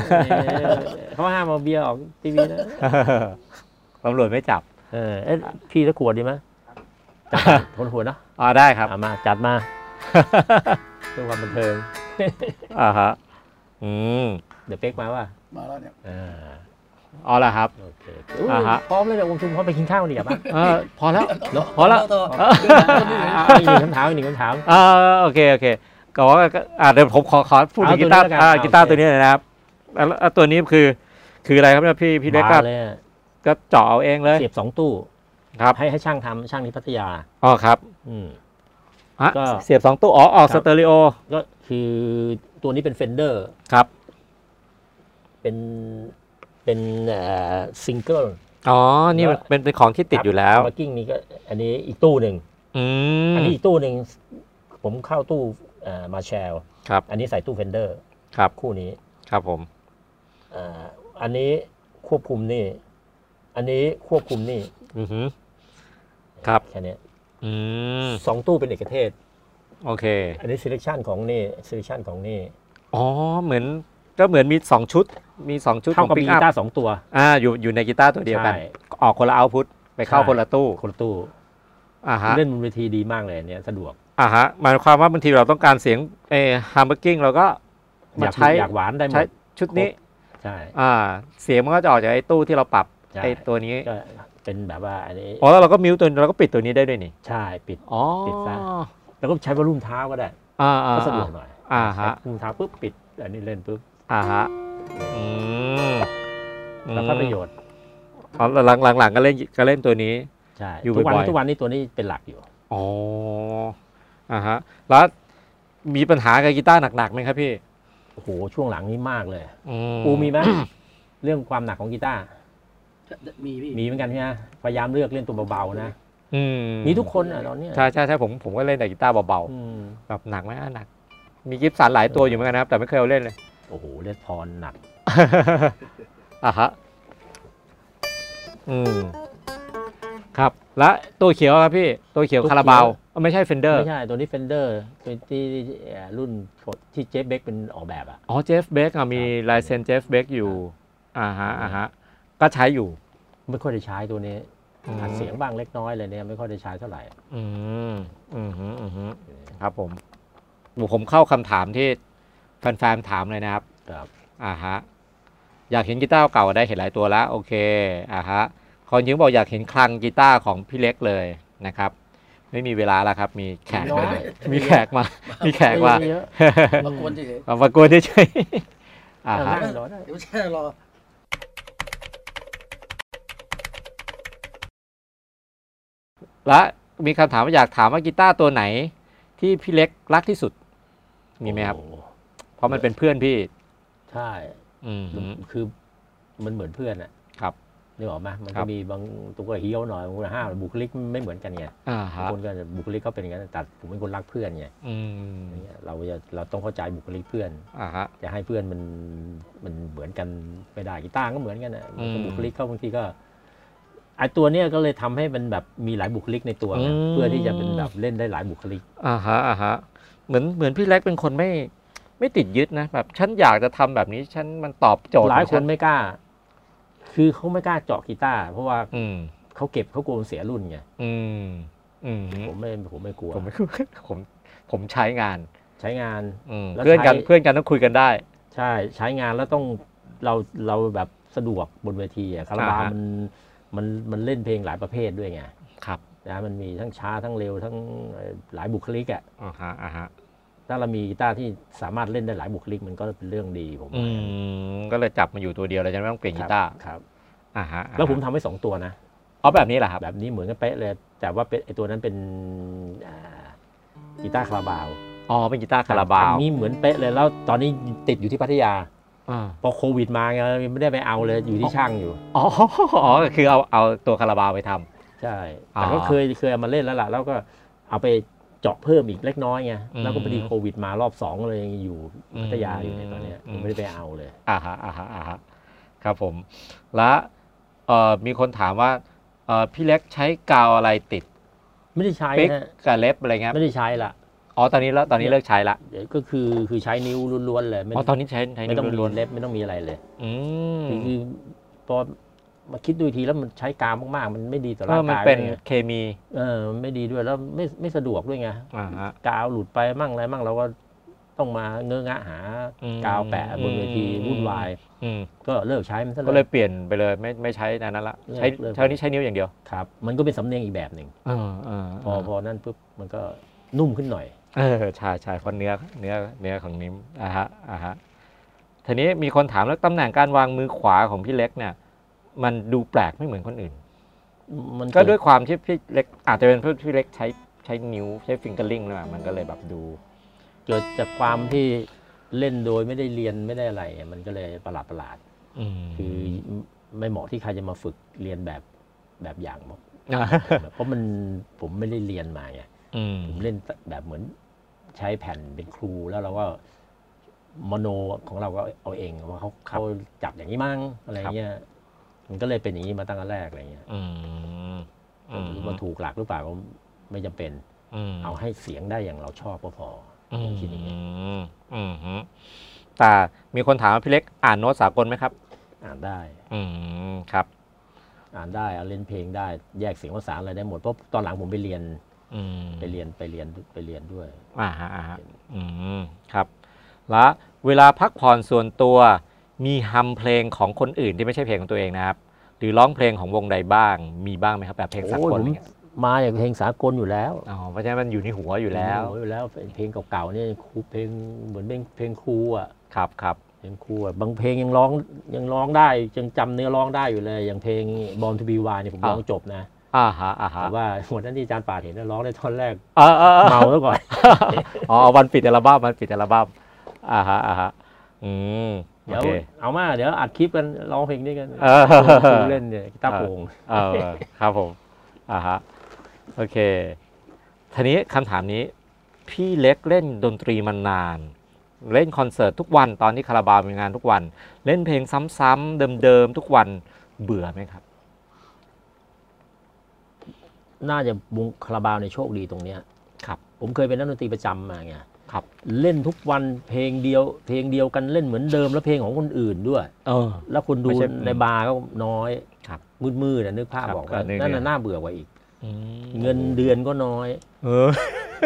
Speaker 1: อเขาห้ามเอาเบียร์ออกทีวีนะ
Speaker 2: ตำรวจไม่จับ
Speaker 1: เออเอ๊ะพี่ตะขวดดีไหมจัดคนหัวดเนาะ
Speaker 2: อ๋อได้ครับ
Speaker 1: เอามาจัดมาเพื่อความบันเทิง
Speaker 2: อ่าฮะอืม
Speaker 1: เดี๋ยวเป๊กมาว่า
Speaker 5: มาแล้วเนี่ย
Speaker 1: อ่า
Speaker 2: เอาละครับ
Speaker 1: โอเคอุ๊ย
Speaker 2: อ่าฮะ
Speaker 1: พร้อมแล้วเนี่ยวงชุมพร้อมไปกินข้าวดีกว่าปะ
Speaker 2: เออพอแล้ว
Speaker 1: เนาะ
Speaker 2: พอแล้ว
Speaker 1: อ่ะอีกหนึ่งคำถามอีกหนึ่งคำถาม
Speaker 2: อ่าโอเค โอเคก็ว่าก็อ่าเดี๋ยวผมขอขอพูดถึง
Speaker 1: เอา
Speaker 2: กีตาร์
Speaker 1: ตัวนี้แล้วกันเอาโอเค
Speaker 2: อ่ากีตาร์ตัวนี้หนอยนะครับแล้วแล้วตัวนี้คือคืออะไรครับเนี่ยพี่พี่เล็กก็
Speaker 1: มาเลยอะ
Speaker 2: ก็เจาะเอาเองเลย
Speaker 1: เสียบสองตู้
Speaker 2: ครับ
Speaker 1: ให้ให้ช่างทำช่างที่พัทยา
Speaker 2: อ๋อครับ
Speaker 1: อืม
Speaker 2: อ่ะ
Speaker 1: ก็
Speaker 2: เสียบสองตู้อ๋อออก
Speaker 1: ค
Speaker 2: ส
Speaker 1: รับ
Speaker 2: เตอริโอ
Speaker 1: ก็คือตัวนี้เป็นเฟนเดอร์
Speaker 2: ครับ
Speaker 1: เป็นเป็นซิงเกิล
Speaker 2: อ๋อนี่มันเป็นเป็นของที่ติด
Speaker 1: ครับ
Speaker 2: อยู่แล้ว
Speaker 1: มาร์กิ้งนี้ก็อันนี้อีกตู้หนึ่ง
Speaker 2: อืม
Speaker 1: อันนี้อีกตู้หนึ่ง ผมเข้าตู้มาแชล
Speaker 2: ครับ
Speaker 1: อันนี้ใส่ตู้เฟนเดอร์
Speaker 2: ครับ
Speaker 1: คู่นี้
Speaker 2: ครับผม
Speaker 1: อ่าอันนี้ควบคุมนี่ อันนี้ควบคุมนี่
Speaker 2: อือหือ ครับ
Speaker 1: แค่เนี้ย
Speaker 2: อืม
Speaker 1: สองตู้เป็นเอกเทศ
Speaker 2: โอเค
Speaker 1: อันนี้ selection ของนี่ selection ของนี่
Speaker 2: อ๋อเหมือน ก็เหมือนมี 2 ชุด มี 2 ชุด
Speaker 1: เท่า
Speaker 2: ของ
Speaker 1: กับ
Speaker 2: ปิ
Speaker 1: มี
Speaker 2: ก
Speaker 1: กี
Speaker 2: อัพ
Speaker 1: ตาร์สองตัว
Speaker 2: อ่าอยู่อยู่ในกีตาร์ตัวเดียวกัน
Speaker 1: ใช่
Speaker 2: ออกคนละเอาพุทไปเข้า
Speaker 1: ใช่
Speaker 2: คนละตู้
Speaker 1: คนละตู้
Speaker 2: อ่าฮะ
Speaker 1: เล่นบนเวทีดีมากเลยอันเนี่ยสะดวก
Speaker 2: อ่าฮะหมายความว่าบางทีเราต้องการเสียงเอฮาร์มเบอร์กิ้งเราก็มาย
Speaker 1: อาก
Speaker 2: ใช้
Speaker 1: อยากหวานได้หม
Speaker 2: ใช้
Speaker 1: ด
Speaker 2: ชุดนี้
Speaker 1: ใช่
Speaker 2: อ่าเสียงมันก็จะออกจากไอ้ตู้ที่เราปรับ
Speaker 1: ใช่
Speaker 2: ไอ้ตัวนี้
Speaker 1: ก็เป็นแบบว่าอันนี้
Speaker 2: อ๋อแล้วเราก็มิวตัวนี้เราก็ปิดตัวนี้ได้ด้วยนี่
Speaker 1: ใช่ปิด
Speaker 2: อ๋อ
Speaker 1: ปิดซะ แล้วก็ใช้วอลลุ่มเท้าก็ได้
Speaker 2: อ่าอ่า
Speaker 1: ก็สะดว
Speaker 2: อ่า
Speaker 1: กหน่อย
Speaker 2: อ่าฮะ
Speaker 1: ใช้วอลลุ่มเท้าปุ๊บปิดอันนี้เล่นปุ๊บ
Speaker 2: อ่าฮะอืม
Speaker 1: แล้วก็ประโยชน์
Speaker 2: อ๋อหลังหลังหลังก็เล่นก็เล่นตัวนี้
Speaker 1: ใช่
Speaker 2: อยู่
Speaker 1: ทุกวัน
Speaker 2: บ่อยๆ
Speaker 1: ทุกวันนี้ตัวนี้เป็นหลักอยู่
Speaker 2: อ๋ออ่าฮะ แล้วมีปัญหากับกีตาร์หนักๆไหมครับพี่
Speaker 1: โอ้โหช่วงหลังนี้มากเลย
Speaker 2: ม
Speaker 1: ปู
Speaker 2: *coughs*
Speaker 1: มีไหม เรื่องความหนักของกีตาร์
Speaker 4: มีพี่
Speaker 1: มีเหมือนกันใช่ไหมพยายามเลือกเล่นตัวเบาๆนะ
Speaker 2: อืม
Speaker 1: มีทุกคนอ่ะตอนเนี้ย
Speaker 2: ใช่ใช่ใช่ผมผมก็เล่นแต่กีตาร์เบา
Speaker 1: อืม
Speaker 2: ๆแบบหนักไหมอ่ะหนัก มีกิฟสันหลายตัวอยู่เหมือนกันนะครับ แต่ไม่เคยเอาเล่นเลย
Speaker 1: โอ้โหเลดพรหนัก
Speaker 2: อ่ะฮะ อืม ครับ และตัวเขียวครับพี่ ตัวเขียว
Speaker 1: ตัวเขียว
Speaker 2: คาราบาวเอ้าไม่ใช่เฟนเดอร์
Speaker 1: ไม่ใช่ตัวนี้เฟนเดอร์ตัวที่เอ่อรุ่นที่เจฟเบคเป็นออกแบบอ่ะ
Speaker 2: อ๋อเจฟเบกอ่ะมีลายเซ็นเจฟเบกอยู่ อ่าฮะอ่าฮะ ก็ใช้อยู่
Speaker 1: ไม่ค่อยได้ใช้ตัวนี้
Speaker 2: อืม
Speaker 1: อัดเสียงบ้างเล็กน้อยเลยเนี่ยไม่ค่อยได้ใช้เท่าไหร่
Speaker 2: อืมอืมฮึอืมฮึครับผมผมเข้าคำถามที่แฟนๆถามเลยนะครับ
Speaker 1: ครับ
Speaker 2: อ่าฮะ อยากเห็นกีตาร์เก่าได้เห็นหลายตัวแล้วโอเค อ่าฮะคนยิงบอกอยากเห็นคลังกีตาร์ของพี่เล็กเลยนะครับ ไม่มีเวลาแล้วครับ มีแขก
Speaker 1: น้อย
Speaker 2: มีแขกมา มีแขก
Speaker 1: ไม่
Speaker 2: มา
Speaker 1: เยอะ
Speaker 4: มากวนเฉย
Speaker 2: มากวนเฉยๆอ่า
Speaker 1: นั่ง
Speaker 2: ฮะ
Speaker 1: รอได้
Speaker 4: ๆเดี๋ยวแช่รอ
Speaker 2: และมีคำถามว่าอยากถามว่ากีตาร์ตัวไหน ที่พี่เล็กรักที่สุด มีไหมครับ
Speaker 1: โอ้โ
Speaker 2: เพราะมันเป็นเพื่อนพี่
Speaker 1: ใช่
Speaker 2: อืมฮึ
Speaker 1: คือมันเหมือนเพื่อนอ่ะ
Speaker 2: ครับ
Speaker 1: นึกออกไหมมัน
Speaker 2: ครั
Speaker 1: ก็
Speaker 2: บ
Speaker 1: มีบางตัวก็เฮี้ยวหน่อยบางตัวห้าวบุคลิกไม่เหมือนกันไง
Speaker 2: อ่า
Speaker 1: บาง
Speaker 2: ฮะ
Speaker 1: คนก็จะบุคลิกเขาเป็นอย่างนั้นแต่ผมเป็นคนรักเพื่อนไง
Speaker 2: อืม
Speaker 1: อย่างเงี้ยเราจะเราต้องเข้าใจบุคลิกเพื่อน
Speaker 2: อ่าฮะ
Speaker 1: จะให้เพื่อนมันมันเหมือนกันไม่ได้กีตาร์ก็เหมือนกันนะมันก็
Speaker 2: อืม
Speaker 1: บุคลิกเขาบางทีก็ไอตัวเนี้ยก็เลยทำให้มันแบบมีหลายบุคลิกในตัวไง
Speaker 2: อืม
Speaker 1: เพื่อที่จะเป็นแบบเล่นได้หลายบุคลิก
Speaker 2: อ่าฮะอ่าฮะ เหมือนเหมือนพี่เล็กเป็นคนไม่ไม่ติดยึดนะแบบฉันอยากจะทำแบบนี้ฉันมันตอบโจทย์
Speaker 1: หลาย
Speaker 2: ของ
Speaker 1: ค
Speaker 2: ฉั
Speaker 1: นไม่กล้า คือเขาไม่กล้าเจาะกีตาร์เพราะว่า
Speaker 2: อืม
Speaker 1: เขาเก็บเขากลัวมันเสียรุ่นไง
Speaker 2: อืม อืม
Speaker 1: ผมไม่ผมไม่กลัว
Speaker 2: ผมไม่ *laughs* รู้ผมผมใช้งาน
Speaker 1: ใช้งาน
Speaker 2: อืม
Speaker 1: แล้ว
Speaker 2: เพื่อนกัน
Speaker 1: ใช้
Speaker 2: เพื่อนกันต้องคุยกันได้
Speaker 1: ใช่ใช้งานแล้วต้องเราเราแบบสะดวกบนเวทีอะคาราบาว
Speaker 2: อ่าฮะ
Speaker 1: มันมันมันเล่นเพลงหลายประเภทด้วยไง
Speaker 2: ครับ
Speaker 1: นะมันมีทั้งช้าทั้งเร็วทั้งเอ่อหลายบุคลิกอะ
Speaker 2: อ่าฮะอ่าฮะ
Speaker 1: ถ้าเรามีกีตาร์ที่สามารถเล่นได้หลายบุคลิกมันก็เป็นเรื่องดีผม
Speaker 2: อืมก็เลยจับมาอยู่ตัวเดียวเลยฉันไม่ต้องเปลี่ยนกีตาร์
Speaker 1: ครับ
Speaker 2: อ่าฮะอ่าฮะ
Speaker 1: แล้วผมทำไว้สองตัวนะ
Speaker 2: เอาแบบนี้แหละครับ
Speaker 1: แบบนี้เหมือนกันเป๊ะเลย แต่ว่าเป็นไอตัวนั้นเป็นอ่ากีตาร์คาราบาว
Speaker 2: อ๋อเป็นกีตาร์คาราบา
Speaker 1: อั
Speaker 2: วน
Speaker 1: นี้เหมือนเป๊ะเลยแล้วตอนนี้ติดอยู่ที่พัทยา
Speaker 2: อ่า
Speaker 1: พอโควิดมาไงไม่ได้ไปเอาเลยอยู่ที่ช่างอยู่
Speaker 2: อ๋ออ๋อคือเอาเอาตัวคาราบาวไปทำ
Speaker 1: ใช่
Speaker 2: อ๋อ
Speaker 1: แต่ก็เคยเคยเอามาเล่นแล้วล่ะแล้วก็เอาไปเจาะเพิ่มอีกเล็กน้อยไง
Speaker 2: อืม
Speaker 1: แล้วก็พอดีโควิดมารอบสองเลยยังอยู่พัทยาอยู่ในยตอนเนี้ย
Speaker 2: อืม
Speaker 1: ยังไม่ได้ไปเอาเลย
Speaker 2: อ่าฮะอ่าฮะอ่าฮะครับผม และเอ่อมีคนถามว่าเอ่อพี่เล็กใช้กาวอะไรติด
Speaker 1: ไม่ได้ใช้
Speaker 2: ปิ๊ก
Speaker 1: นะ
Speaker 2: กับเล็บอะไรเงี้ย
Speaker 1: ไม่ได้ใช้ละ
Speaker 2: อ๋อตอนนี้แล้วตอนนี้เลิกใช้ละ
Speaker 1: เดี๋ยวก็คือคือใช้นิ้วล้วนๆเลยไม่
Speaker 2: อ๋อตอนนี้ใช้ใช้
Speaker 1: ไม่ต้องมี
Speaker 2: ล้วนๆ
Speaker 1: เล็บไม่ต้องมีอะไรเลย
Speaker 2: อืม
Speaker 1: คือคือพอมาคิดดูอีกทีแล้วมันใช้กาวมากๆ มันไม่ดีต่อ
Speaker 2: เอ
Speaker 1: ร่า
Speaker 2: อง มัน
Speaker 1: กาย
Speaker 2: เป็น
Speaker 1: ด้วยไง
Speaker 2: เคมี
Speaker 1: เออไม่ดีด้วยแล้วไม่ไม่สะดวกด้วยไง
Speaker 2: อ่าฮะ
Speaker 1: กาวหลุดไปมั่งอะไรมั่งเราก็ต้องมาเงอะงะหา
Speaker 2: อืม
Speaker 1: กาวแปะบนเวที
Speaker 2: อืม
Speaker 1: วุ่นวาย
Speaker 2: อืม
Speaker 1: ก็เลิกใช้มันซะ
Speaker 2: ก็เล
Speaker 1: เลย
Speaker 2: ยเปลี่ยนไปเลยไม่ไม่ใช้อันนั้นละใช้
Speaker 1: เลิก
Speaker 2: ใช้นี้ใช้นิ้วอย่างเดียว
Speaker 1: ครับ มันก็เป็นสำเนียงอีกแบบหนึ่ง
Speaker 2: เออเออ
Speaker 1: พอพอนั่นปุ๊บมันก็นุ่มขึ้นหน่อย
Speaker 2: เออใช่ใช่เพราะเนื้อเนื้อเนื้อของนิ้มอ่าฮะอ่าฮะทีนี้มีคนถามแล้วตำแหน่งการวางมือขวาของพี่เล็กเนี่ย มันดูแปลกไม่เหมือนคนอื่น
Speaker 1: มัน
Speaker 2: ก็ด้วยความที่พี่เล็กอาจจะเป็นเพราะพี่เล็กใช้ใช้นิ้วใช้ฟิงเกอร์ลิงนะมันก็เลยแบบดู
Speaker 1: เกิดจากความที่เล่นโดยไม่ได้เรียนไม่ได้อะไร มันก็เลยประหลาดประหลาดๆคือไม่เหมาะที่ใครจะมาฝึกเรียนแบบแบบอย่าง *laughs* หมด เพราะมันผมไม่ได้เรียนมาไงผมเล่นแบบเหมือนใช้แผ่นเป็นครูแล้วเราก็มโนของเราก็เอาเองว่าเขาเขาจับอย่างนี้มั่งอะไรเงี้ยมันก็เลยเป็นอย่างนี้มาตั้งแต่แรกอะไรเงี้ยมันถูกหลักหรือเปล่าก็ไม่จำเป็นเอาให้เสียงได้อย่างเราชอบก็พอ
Speaker 2: อืม
Speaker 1: คิดอย่างเงี้ย
Speaker 2: อืมอืม แต่มีคนถามว่าพี่เล็กอ่านโน้ตสากลไหมครับ
Speaker 1: อ่านได้
Speaker 2: อืมครับ
Speaker 1: อ่านได้เอาเล่นเพลงได้แยกเสียงภาษาอะไรได้หมดเพราะตอนหลังผมไปเรียน
Speaker 2: อืม
Speaker 1: ไปเรียนไปเรียนไปเรียนด้วย
Speaker 2: อ่าฮะอ่าฮะอืมครับและเวลาพักผ่อนส่วนตัวมีฮัมเพลงของคนอื่นที่ไม่ใช่เพลงของตัวเองนะครับ หรือร้องเพลงของวงใดบ้างมีบ้างไหมครับแบบเพลงสา
Speaker 1: โอ้ย
Speaker 2: กล
Speaker 1: ผม
Speaker 2: อะไรเงี้ย
Speaker 1: มาอย่างเพลงสากลอยู่แล้ว
Speaker 2: อ๋อเพราะฉะนั้นมันอยู่ในหัวอยู่แล้ว
Speaker 1: โอยู่แล้วเพลงเก่าๆเนี่ยครูเพลงเหมือนเพลงเพลงครูอ่ะ
Speaker 2: ครับครับ
Speaker 1: เพลงครูอะบางเพลงยังร้องยังร้องได้ยังจำเนื้อร้องได้อยู่เลย อย่างเพลง Born to be Wild เนี่ยผมร้องจบนะ
Speaker 2: อ่าฮะอ่าฮะ
Speaker 1: แต่ว่าวันนั้นที่อาจารย์ป่าดเห็นนะร้องได้ท่อนแรก
Speaker 2: เออเออเออ
Speaker 1: เมาแล้วก่อน
Speaker 2: อ๋อวันปิดอัลบั้มวันปิดอัลบั้มอ่าฮะอ่าฮะอืมโอ
Speaker 1: เดี๋ยว
Speaker 2: เค
Speaker 1: เอามาเดี๋ยวอัดคลิปกันร้องเพลงนี้กัน
Speaker 2: เออ
Speaker 1: ครูเล่นเนี่ยกีตาร์โปร่ง
Speaker 2: เออครับผมอ่าฮะโอเคทีนี้คำถามนี้ พี่เล็กเล่นดนตรีมานาน เล่นคอนเสิร์ตทุกวันตอนที่คาราบาวมีงานทุกวัน เล่นเพลงซ้ำๆเดิมๆทุกวันเบื่อไหมครับ
Speaker 1: น่าจะวงคาราบาวในยโชคดีตรงเนี้ย
Speaker 2: ครับ
Speaker 1: ผมเคยเป็นนักดนตรีประจำมาไง
Speaker 2: ครับ
Speaker 1: เล่นทุกวันเพลงเดียว เพลงเดียวกันเล่นเหมือนเดิมแล้วเพลงของคนอื่นด้วย
Speaker 2: เออ
Speaker 1: แล้วคนดู
Speaker 2: ไม่ใช่
Speaker 1: ในบาร์ก็น้อย
Speaker 2: ครับ
Speaker 1: มืดๆนะนึกภาพ
Speaker 2: ครับ
Speaker 1: บอก
Speaker 2: ก็
Speaker 1: ว่า
Speaker 2: นึก
Speaker 1: นั่น
Speaker 2: นึ
Speaker 1: น่ะ
Speaker 2: ก
Speaker 1: น่าเบื่อกว่าอีก
Speaker 2: อืม
Speaker 1: เงินเดือนก็น้อย
Speaker 2: เออ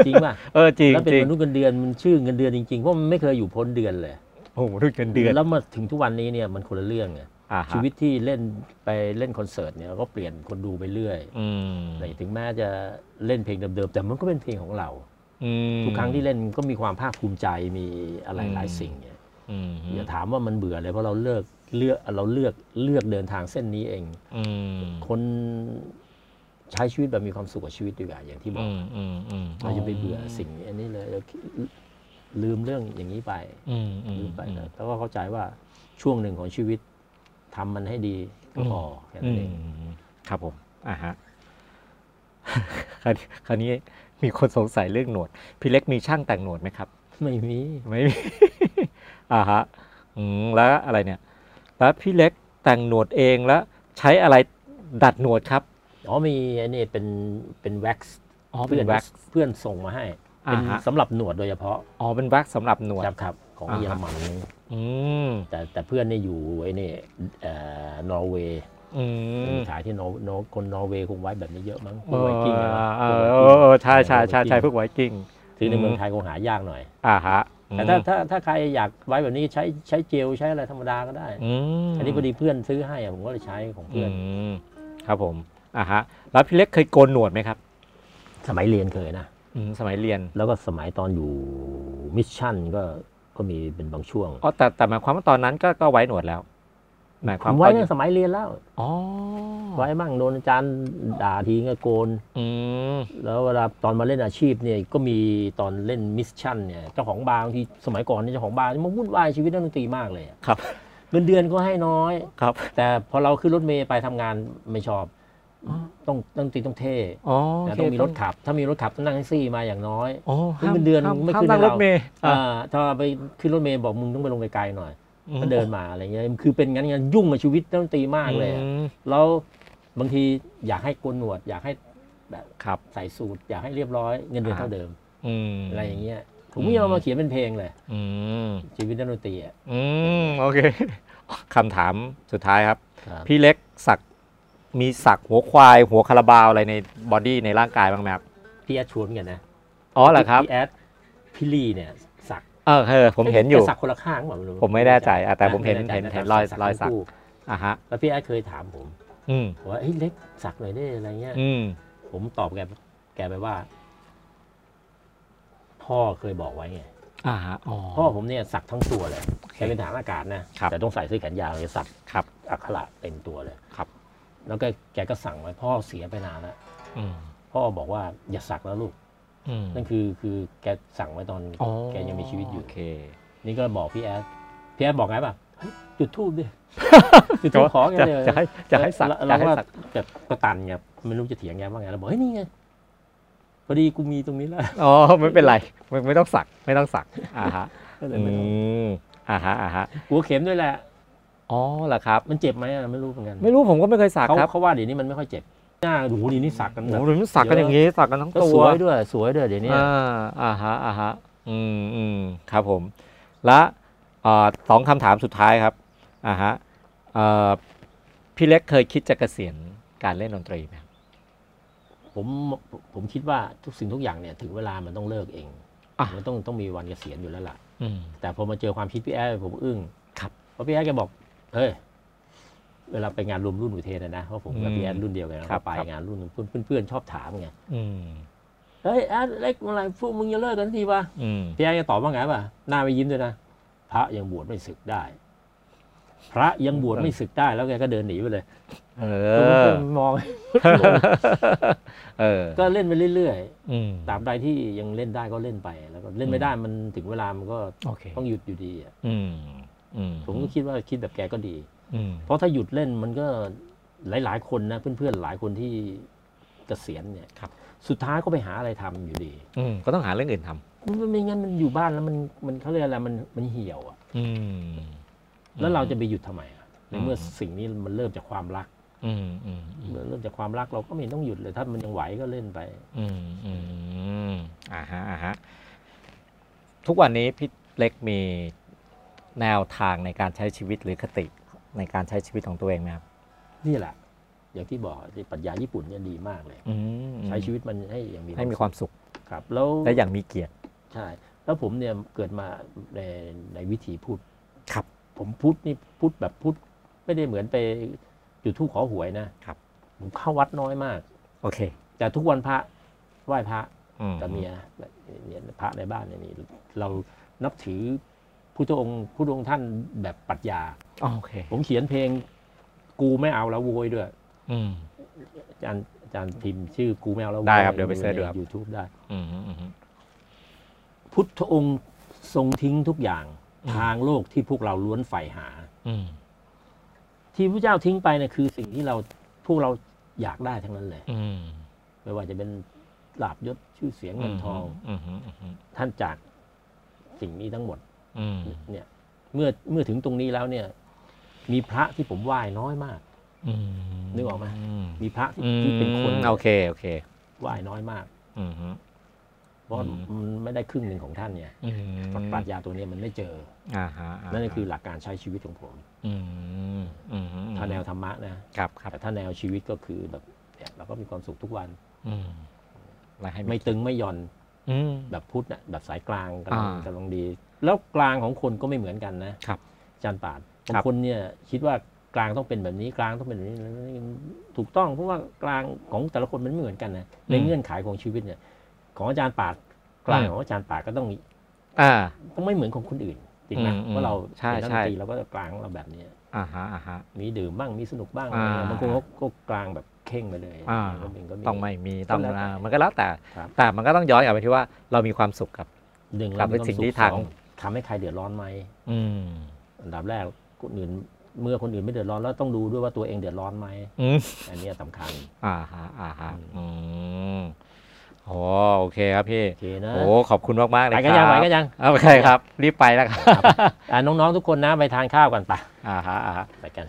Speaker 1: จริงป่ะ
Speaker 2: เออจริง
Speaker 1: แล้วเป็น
Speaker 2: จริง
Speaker 1: มนุษย์เงินเดือนมันชื่อเงินเดือนจริงๆเพราะมันไม่เคยอยู่พ้นเดือนเลย
Speaker 2: โอ้โหทุกเงินเดือน
Speaker 1: แล้วมาถึงทุกวันนี้เนี่ยมันคนละเรื่องไง
Speaker 2: อ่าฮะ
Speaker 1: ชีวิตที่เล่นไปเล่นคอนเสิร์ตเนี่ยเราก็เปลี่ยนคนดูไปเรื่อย
Speaker 2: อืม
Speaker 1: ถึงแม้จะเล่นเพลงเดิมๆแต่มันก็เป็นเพลงของเรา
Speaker 2: อืม
Speaker 1: ทุกครั้งที่เล่นก็มีความภาคภูมิใจมีอะไร
Speaker 2: อืม
Speaker 1: หลายสิ่งเนี่ย
Speaker 2: อืม
Speaker 1: อย่าถามว่ามันเบื่อเลยเพราะเราเลือกเลือกเราเลือกเลือกเดินทางเส้นนี้เอง
Speaker 2: อืม
Speaker 1: คนใช้ชีวิตแบบมีความสุขกับชีวิตดีกว่าอย่างที่บอ
Speaker 2: อื
Speaker 1: ก
Speaker 2: มอืมอืม
Speaker 1: เราจะไปเบื่อสิ่งอันนี้เลยเราลืมเรื่องอย่างนี้ไป
Speaker 2: อืมอืม
Speaker 1: ลืมไป
Speaker 2: อืม
Speaker 1: นะแล้วก็เข้าใจว่าช่วงหนึ่งของชีวิตทำมันให้ดีก็พออแค่นั้นเอง
Speaker 2: มครับผมอ่าฮะ *laughs* คราวนี้คราวนี้มีคนสงสัยเรื่องหนวด พี่เล็กมีช่างแต่งหนวดไหมครับ
Speaker 1: ไม่มี
Speaker 2: ไม่มี *laughs* อ่าฮะอืมแล้วอะไรเนี่ย แล้วพี่เล็กแต่งหนวดเองแล้วใช้อะไรดัดหนวดครับ
Speaker 1: อ๋อมีอันนี้เป็นเป็นแว็กซ์
Speaker 2: อ๋อเป็นแว็กซ์
Speaker 1: เพื่อนส่งมาให้เป็น
Speaker 2: อ่าฮะ
Speaker 1: สำหรับหนวดโดยเฉพาะ
Speaker 2: อ๋อเป็นแว็กซ์สำหรับหนวด
Speaker 1: ครับครับของ
Speaker 2: อ่าฮะ
Speaker 1: เยอรมัน
Speaker 2: อืม
Speaker 1: แต่แต่เพื่อนเนี่ยอยู่ไอ้นี่เอ่อนอร์เวย์
Speaker 2: อืม
Speaker 1: ขายที่นอร์นอร์คนนอร์เวย์คงไว้แบบนี้เยอะมั้งพ
Speaker 2: เอ
Speaker 1: วก
Speaker 2: อ
Speaker 1: ไวกิ้งอะ
Speaker 2: เออ
Speaker 1: พ
Speaker 2: เอ
Speaker 1: วกไวกิ้ง
Speaker 2: อเออใช่ใช่ใช่ใช่พวกไวกิ้ง
Speaker 1: ซื้อใน
Speaker 2: อืม
Speaker 1: เมืองไทยคงหายากหน่อย
Speaker 2: อ่าฮะ
Speaker 1: แต่ถ้าถ้าถ้าใครอยากไว้แบบนี้ใช้ใช้เจลใช้อะไรธรรมดาก็ได้
Speaker 2: อืม
Speaker 1: อันนี้พอดีเพื่อนซื้อให้อะผมก็เลยใช้ของเพื่อน
Speaker 2: มครับผมอ่ะฮะแล้วพี่เล็กเคยโกนหนวดไหมครับ
Speaker 1: สมัยเรียนเคยนะ
Speaker 2: อืมสมัยเรียน
Speaker 1: แล้วก็สมัยตอนอยู่มิชชั่นก็ก็มีเป็นบางช่วง
Speaker 2: อ๋อแต่แต่หมายความว่าตอนนั้นก็ก็ไว้หนวดแล้วหมายค
Speaker 1: ผ
Speaker 2: วาม
Speaker 1: ม
Speaker 2: ว่า
Speaker 1: ไว้ตั้งแต่สมัยเรียนแล้ว
Speaker 2: อ๋อ
Speaker 1: ไว้มั่งโดนอาจารย์ด่าทีก็โกน
Speaker 2: อืม
Speaker 1: แล้วเวลาตอนมาเล่นอาชีพเนี่ยก็มีตอนเล่นมิสชั่นเนี่ยเจ้าของบาร์บางทีสมัยก่อนเนี่ยเจ้าของบาร์นี่มันวุ่นวายชีวิตนักดนตรีมากเลยอะ
Speaker 2: ครับ
Speaker 1: เงินเดือนก็ให้น้อย
Speaker 2: ครับ
Speaker 1: แต่พอเราขึ้นรถเมย์ไปทำงานไม่ชอบ ต้องนักดนตรีต้องเท่
Speaker 2: อ๋อ
Speaker 1: นะต้องมีรถขับ ถ้ามีรถขับต้องนั่งแท็กซี่มาอย่างน้อย
Speaker 2: อ๋อ
Speaker 1: ขึ้นเงินเดือน
Speaker 2: ห้า
Speaker 1: ไม่
Speaker 2: ห้า
Speaker 1: ขึ้น
Speaker 2: นั่ง
Speaker 1: ให้
Speaker 2: ร
Speaker 1: เรา
Speaker 2: ถเมย์อ่ะ
Speaker 1: อ่าถ้าไปขึ้นรถเมย์บอกมึงต้องไปลงไกลๆหน่อย
Speaker 2: อืม
Speaker 1: ก็เดินมาอะไรเงี้ยคือเป็นงั้นงั้นยุ่งกับชีวิตนักดนตรีมากเลยอะ
Speaker 2: อืม
Speaker 1: แล้วบางทีอยากให้โกนหนวด อยากให้แบบ
Speaker 2: ครับ
Speaker 1: ใส่สูทอยากให้เรียบร้อยเงินเดือนเท่าเดิม
Speaker 2: อืม
Speaker 1: อะไรอย่างเงี้ย ผม
Speaker 2: อืม
Speaker 1: ไม่ยอมมาเขียนเป็นเพลงเลย
Speaker 2: อืม
Speaker 1: ชีวิตนักดนตรีอ่ะ
Speaker 2: อืมโอเคคำถามสุดท้ายครับ พี่เล็กสักมีสักหัวควายหัวคาราบาวอะไรในบอดี้ในร่างกายบ้างไหมครับ
Speaker 1: พี่แอดชวนเหมือนกันนะ
Speaker 2: อ๋อเหรอครับ
Speaker 1: พี่แอดพี่ลีเนี่ยสัก
Speaker 2: เออเออผมเห็นอยู่
Speaker 1: แกสักคนละข้างเปล่ารู้
Speaker 2: ผมไม่แน่ใจอ่ะแต่ผมเห็น
Speaker 1: ไแใจ
Speaker 2: เห็น
Speaker 1: นะ
Speaker 2: เห็น
Speaker 1: แต่
Speaker 2: รอยรอยสั
Speaker 1: ทั้
Speaker 2: ก
Speaker 1: งคู่
Speaker 2: อ่ะฮะ
Speaker 1: แล้วพี่แอดเคยถามผม
Speaker 2: อืม
Speaker 1: ว่าเฮ้ยเล็กสักหน่อยได้อะไรเงี้ย
Speaker 2: อืม
Speaker 1: ผมตอบแกแกไปว่า พ่อเคยบอกไว้ไง
Speaker 2: อ่าฮะ อ๋อ
Speaker 1: พ่อผมเนี่ยสักทั้งตัวเลยแกเป็นทหารอากาศนะครับ แต่ต้องใส่เสื้อแขนยาวเลยสัก
Speaker 2: ครับ
Speaker 1: อักขระเต็มตัวเลย
Speaker 2: ครับ
Speaker 1: แล้วก็แกก็สั่งไว้พ่อเสียไปนานแล้ว
Speaker 2: อืม
Speaker 1: พ่อบอกว่าอย่าสักแล้วลูก
Speaker 2: อืม
Speaker 1: นั่นคือคือแกสั่งไว้ตอนแกยังมีชีวิตอยู่
Speaker 2: โอเค
Speaker 1: นี่ก็บอกพี่แอดพี่แอดบอกไงป่ะเฮ้ยจุดทู
Speaker 2: *laughs*
Speaker 1: บดิ จุดทูบขอแก
Speaker 2: จะ
Speaker 1: เลย
Speaker 2: จะให้จะให้สัก
Speaker 1: แล้ว
Speaker 2: จะ
Speaker 1: เรา
Speaker 2: ให้
Speaker 1: ก็
Speaker 2: สัก
Speaker 1: แบบก็ตันไงไม่รู้จะเถียงแกว่าไงเราบอกเฮ้ยนี่ไงพอดีกูมีตรงนี้แล้ว
Speaker 2: อ๋อ ไม่เป็นไร ไม่ไม่ต้องสัก ไม่ต้องสัก อ่าฮะ
Speaker 1: ก็เลย
Speaker 2: อื
Speaker 1: ไม่ต้อง
Speaker 2: ม อ่าฮะ อ่าฮะ
Speaker 1: หัวเข็มด้วยแหละ
Speaker 2: อ๋อเหรอครับ
Speaker 1: มันเจ็บไหมอะไม่รู้เหมือนกัน
Speaker 2: ไม่รู้ผมก็ไม่เคยสัก
Speaker 1: เขา
Speaker 2: ครับ
Speaker 1: เขาว่าเดี๋ยวนี้มันไม่ค่อยเจ็บหน้าโอ้โหเดียวนี้สักกัน
Speaker 2: โอ้
Speaker 1: แบ
Speaker 2: โห
Speaker 1: บ
Speaker 2: หรือมันสักกันอย่างงี้ สักกันทั้ง
Speaker 1: ก็
Speaker 2: ตั
Speaker 1: ส
Speaker 2: ว
Speaker 1: วยด้วยสวยด้วยเดี๋ยวนี้
Speaker 2: อ่า อ่าฮะ อ่าฮะ อืมอืมครับผม และ เอ่อสองคำถามสุดท้ายครับอ่าฮะเอ่อพี่เล็กเคยคิดจะเกษียณการเล่นดนตรีไหมครับ
Speaker 1: ผมผมคิดว่าทุกสิ่งทุกอย่างเนี่ยถึงเวลามันต้องเลิกเอง
Speaker 2: อ่ะ
Speaker 1: มันต้องต้องมีวันเกษียณอยู่แล้วล่ะ
Speaker 2: อืม
Speaker 1: แต่พอมาเจอความคิดพี่แอ๊ดผมอึ้ง
Speaker 2: ครับ
Speaker 1: เพราะพี่แอ๊ดแกบอกเฮ้ยเวลาไปงานรวมรุ่นอุเทนนะนะเพราะผมกับพี่แอ๊ดรุ่นเดียวกันนะก็ไปงานรุ่นเพื่อนเพื่อนๆชอบถามไง
Speaker 2: อืม
Speaker 1: เฮ้ยแอ๊ดเล็กเมื่อไหรพวกมึงจะเลิกกันทีวะ
Speaker 2: อืม
Speaker 1: พี่แอ๊ดจะตอบว่าไงป่ะหน้าไม่ยิ้มด้วยนะพระยังบวชไม่ศึกได้ พระยังบวชไม่ศึกได้แล้วแกก็เดินหนีไปเลย
Speaker 2: เอ
Speaker 1: ผม
Speaker 2: อ
Speaker 1: ก็มอง
Speaker 2: *laughs* เออ
Speaker 1: ก็เล่นไปเรื่อยๆ
Speaker 2: อืม
Speaker 1: ตราบใดที่ยังเล่นได้ก็เล่นไป แล้วก็เล่นไม่ได้มันถึงเวลามันก็
Speaker 2: โอเค
Speaker 1: ต้องหยุดอยู่ดีอะ
Speaker 2: อืมอืม
Speaker 1: ผมก็คิดว่าคิดแบบแกก็ดี
Speaker 2: อืม
Speaker 1: เพราะถ้าหยุดเล่นมันก็หลาย ๆ คนนะเพื่อนๆหลายคนที่เกษียณเนี่ยสุดท้ายก็ไปหาอะไรทำอยู่ดี
Speaker 2: อืมก็ต้องหาเรื่องอื่นท
Speaker 1: มันไม่งั้นมันอยู่บ้านแล้วมันมันเขาเรียกอะไรมันมันเหี่ยวอะ
Speaker 2: ำอืม
Speaker 1: แล้วเราจะไปหยุดทำไมอะในเมื่ออ
Speaker 2: ม
Speaker 1: สิ่งนี้มันเริ่มจากความรัก
Speaker 2: อืมอืมอืม
Speaker 1: เมื่อเริ่มจากความรักเราก็ไม่ต้องหยุดเลยถ้ามันยังไหวก็เล่นไป
Speaker 2: อืมอืมอืมอ่าฮะอ่าฮะทุกวันนี้พี่เล็กมีแนวทางในการใช้ชีวิตหรือคติในการใช้ชีวิตของตัวเองไหมครับ
Speaker 1: นี่แหละ อย่างที่บอกปรัชญาญี่ปุ่นเนี่ยดีมากเลย
Speaker 2: อืม
Speaker 1: ใช้ชีวิตมันให้อย่างมี
Speaker 2: ให้มีความสุข
Speaker 1: ครับแล้ว
Speaker 2: และอย่างมีเกียรติ
Speaker 1: ใช่ แล้วผมเนี่ยเกิดมาในในวิถีพุทธ
Speaker 2: ครับ
Speaker 1: ผมพุทธนี่พุทธแบบพุทธไม่ได้เหมือนไปจุดธูปขอหวยนะครับ ผมเข้าวัดน้อยมาก
Speaker 2: โอเค
Speaker 1: แต่ทุกวันพระไหว้พระ
Speaker 2: อืม
Speaker 1: กับเมียเนี่ยพระในบ้านเนี่ยมีเรานับถือพุทธองค์พุทธองค์ท่านแบบปรัชญา
Speaker 2: อ๋อโอเค
Speaker 1: ผมเขียนเพลงกูไม่เอาแล้วโวยด้วย
Speaker 2: อืม
Speaker 1: อาจารย์อาจารย์พิมพ์ชื่อกูไม่เอาแล้วโ
Speaker 2: ได้ครับเดี๋ยวไปเสิร์ชดูครับ
Speaker 1: ยูทูบได้
Speaker 2: อืมอืมอืม
Speaker 1: พุทธองค์ทรงทิ้งทุกอย่าง
Speaker 2: อืม
Speaker 1: ทางโลกที่พวกเราล้วนใฝ่หา
Speaker 2: อืม
Speaker 1: ที่พระเจ้าทิ้งไปเนี่ยคือสิ่งที่เราพวกเราอยากได้ทั้งนั้นเลย
Speaker 2: อืม
Speaker 1: ไม่ว่าจะเป็นลาบยศชื่อเสียงเงินทอง
Speaker 2: อืมอืมอืม
Speaker 1: ท่านจากสิ่งนี้ทั้งหมด
Speaker 2: อืม
Speaker 1: เนี่ยเมื่อเมื่อถึงตรงนี้แล้วเนี่ย มีพระที่ผมไหว้น้อยมาก
Speaker 2: อืม
Speaker 1: นึกออกไหม
Speaker 2: ม
Speaker 1: มีพระที่
Speaker 2: อืม
Speaker 1: ที่เป็นคน
Speaker 2: โอเคโอเค
Speaker 1: ไหว้น้อยมาก
Speaker 2: อืมฮึ
Speaker 1: เพราะมันไม่ได้ครึ่งหนึ่งของท่านเนี่ย
Speaker 2: อืม
Speaker 1: ปรัชญาตัวเนี้มันไม่เจอ
Speaker 2: อ่าฮะ
Speaker 1: นั่นก็คือหลักการใช้ชีวิตของผม
Speaker 2: อืมอืมอืม
Speaker 1: ถ้าแนวธรรมะนะ
Speaker 2: ครับครับ
Speaker 1: แต่ถ้าแนวชีวิตก็คือแบบเนี่ยเราก็มีความสุขทุกวัน
Speaker 2: อืมแล้วให้
Speaker 1: ไม่ตึงไม่หย่อน
Speaker 2: อืม
Speaker 1: แบบพุทธน่ะแบบสายกลางกำลัง
Speaker 2: อ่าก
Speaker 1: ำลังดี แล้วกลางของคนก็ไม่เหมือนกันนะครับ อาจารย์ปาด
Speaker 2: ครับ
Speaker 1: บางคนเนี่ยคิดว่ากลางต้องเป็นแบบนี้กลางต้องเป็นแบบนี้ถูกต้องเพราะว่ากลางของแต่ละคนมันไม่เหมือนกันนะใน
Speaker 2: อืม
Speaker 1: เงื่อนไขของชีวิตเนี่ยของอาจารย์ปาดกลาง
Speaker 2: อืม
Speaker 1: ของอาจารย์ปาดก็ต้อง
Speaker 2: อ่า
Speaker 1: ต้องไม่เหมือนของคนอื่นจริงไหม
Speaker 2: อืมอืม
Speaker 1: เพราะเรา
Speaker 2: ใช่
Speaker 1: เป็นนักด
Speaker 2: ใช่
Speaker 1: นตรีเราก็กลางของเราแบบเนี้ย
Speaker 2: อ่าฮะอ่าฮะ
Speaker 1: มีดื่มบ้างมีสนุกบ้างอะไรเงี้ย
Speaker 2: อ่า
Speaker 1: บางคนเขาก็กลางแบบเข่งไปเลย
Speaker 2: อ่า
Speaker 1: คนอื่นก็
Speaker 2: ต้องไม่มีต้อง
Speaker 1: แล้วแต่
Speaker 2: อ่ามันก็แล้วแต่
Speaker 1: ครับ
Speaker 2: แต่มันก็ต้องย้อนกลับไปที่ว่าเรามีความสุขกับ
Speaker 1: หนึ่ง
Speaker 2: กลับ
Speaker 1: เรามี
Speaker 2: ไป
Speaker 1: ความ
Speaker 2: สิ่ง
Speaker 1: สุ
Speaker 2: ที่
Speaker 1: ข
Speaker 2: ทำ
Speaker 1: สองทำให้ใครเดือดร้อนไหม
Speaker 2: อืม
Speaker 1: อันดับแรกคนอื่นเมื่อคนอื่นไม่เดือดร้อนแล้วต้องดูด้วยว่าตัวเองเดือดร้อนไหม
Speaker 2: อืม
Speaker 1: อันเนี้ยสำคัญ
Speaker 2: อ่าฮะอ่าฮะอืมโอ้โอเคครับพี่
Speaker 1: โอเคนะ
Speaker 2: โอ้ขอบคุณมากมากๆเลย
Speaker 1: ไป
Speaker 2: ครับ
Speaker 1: กันยังไปกันยัง
Speaker 2: โอเคครับ รีบไปแล้วครับ
Speaker 1: อ่ะน้องๆทุกคนนะไปทานข้าวกันไปะ
Speaker 2: อ่าฮะอ่าฮะ
Speaker 1: ไปกัน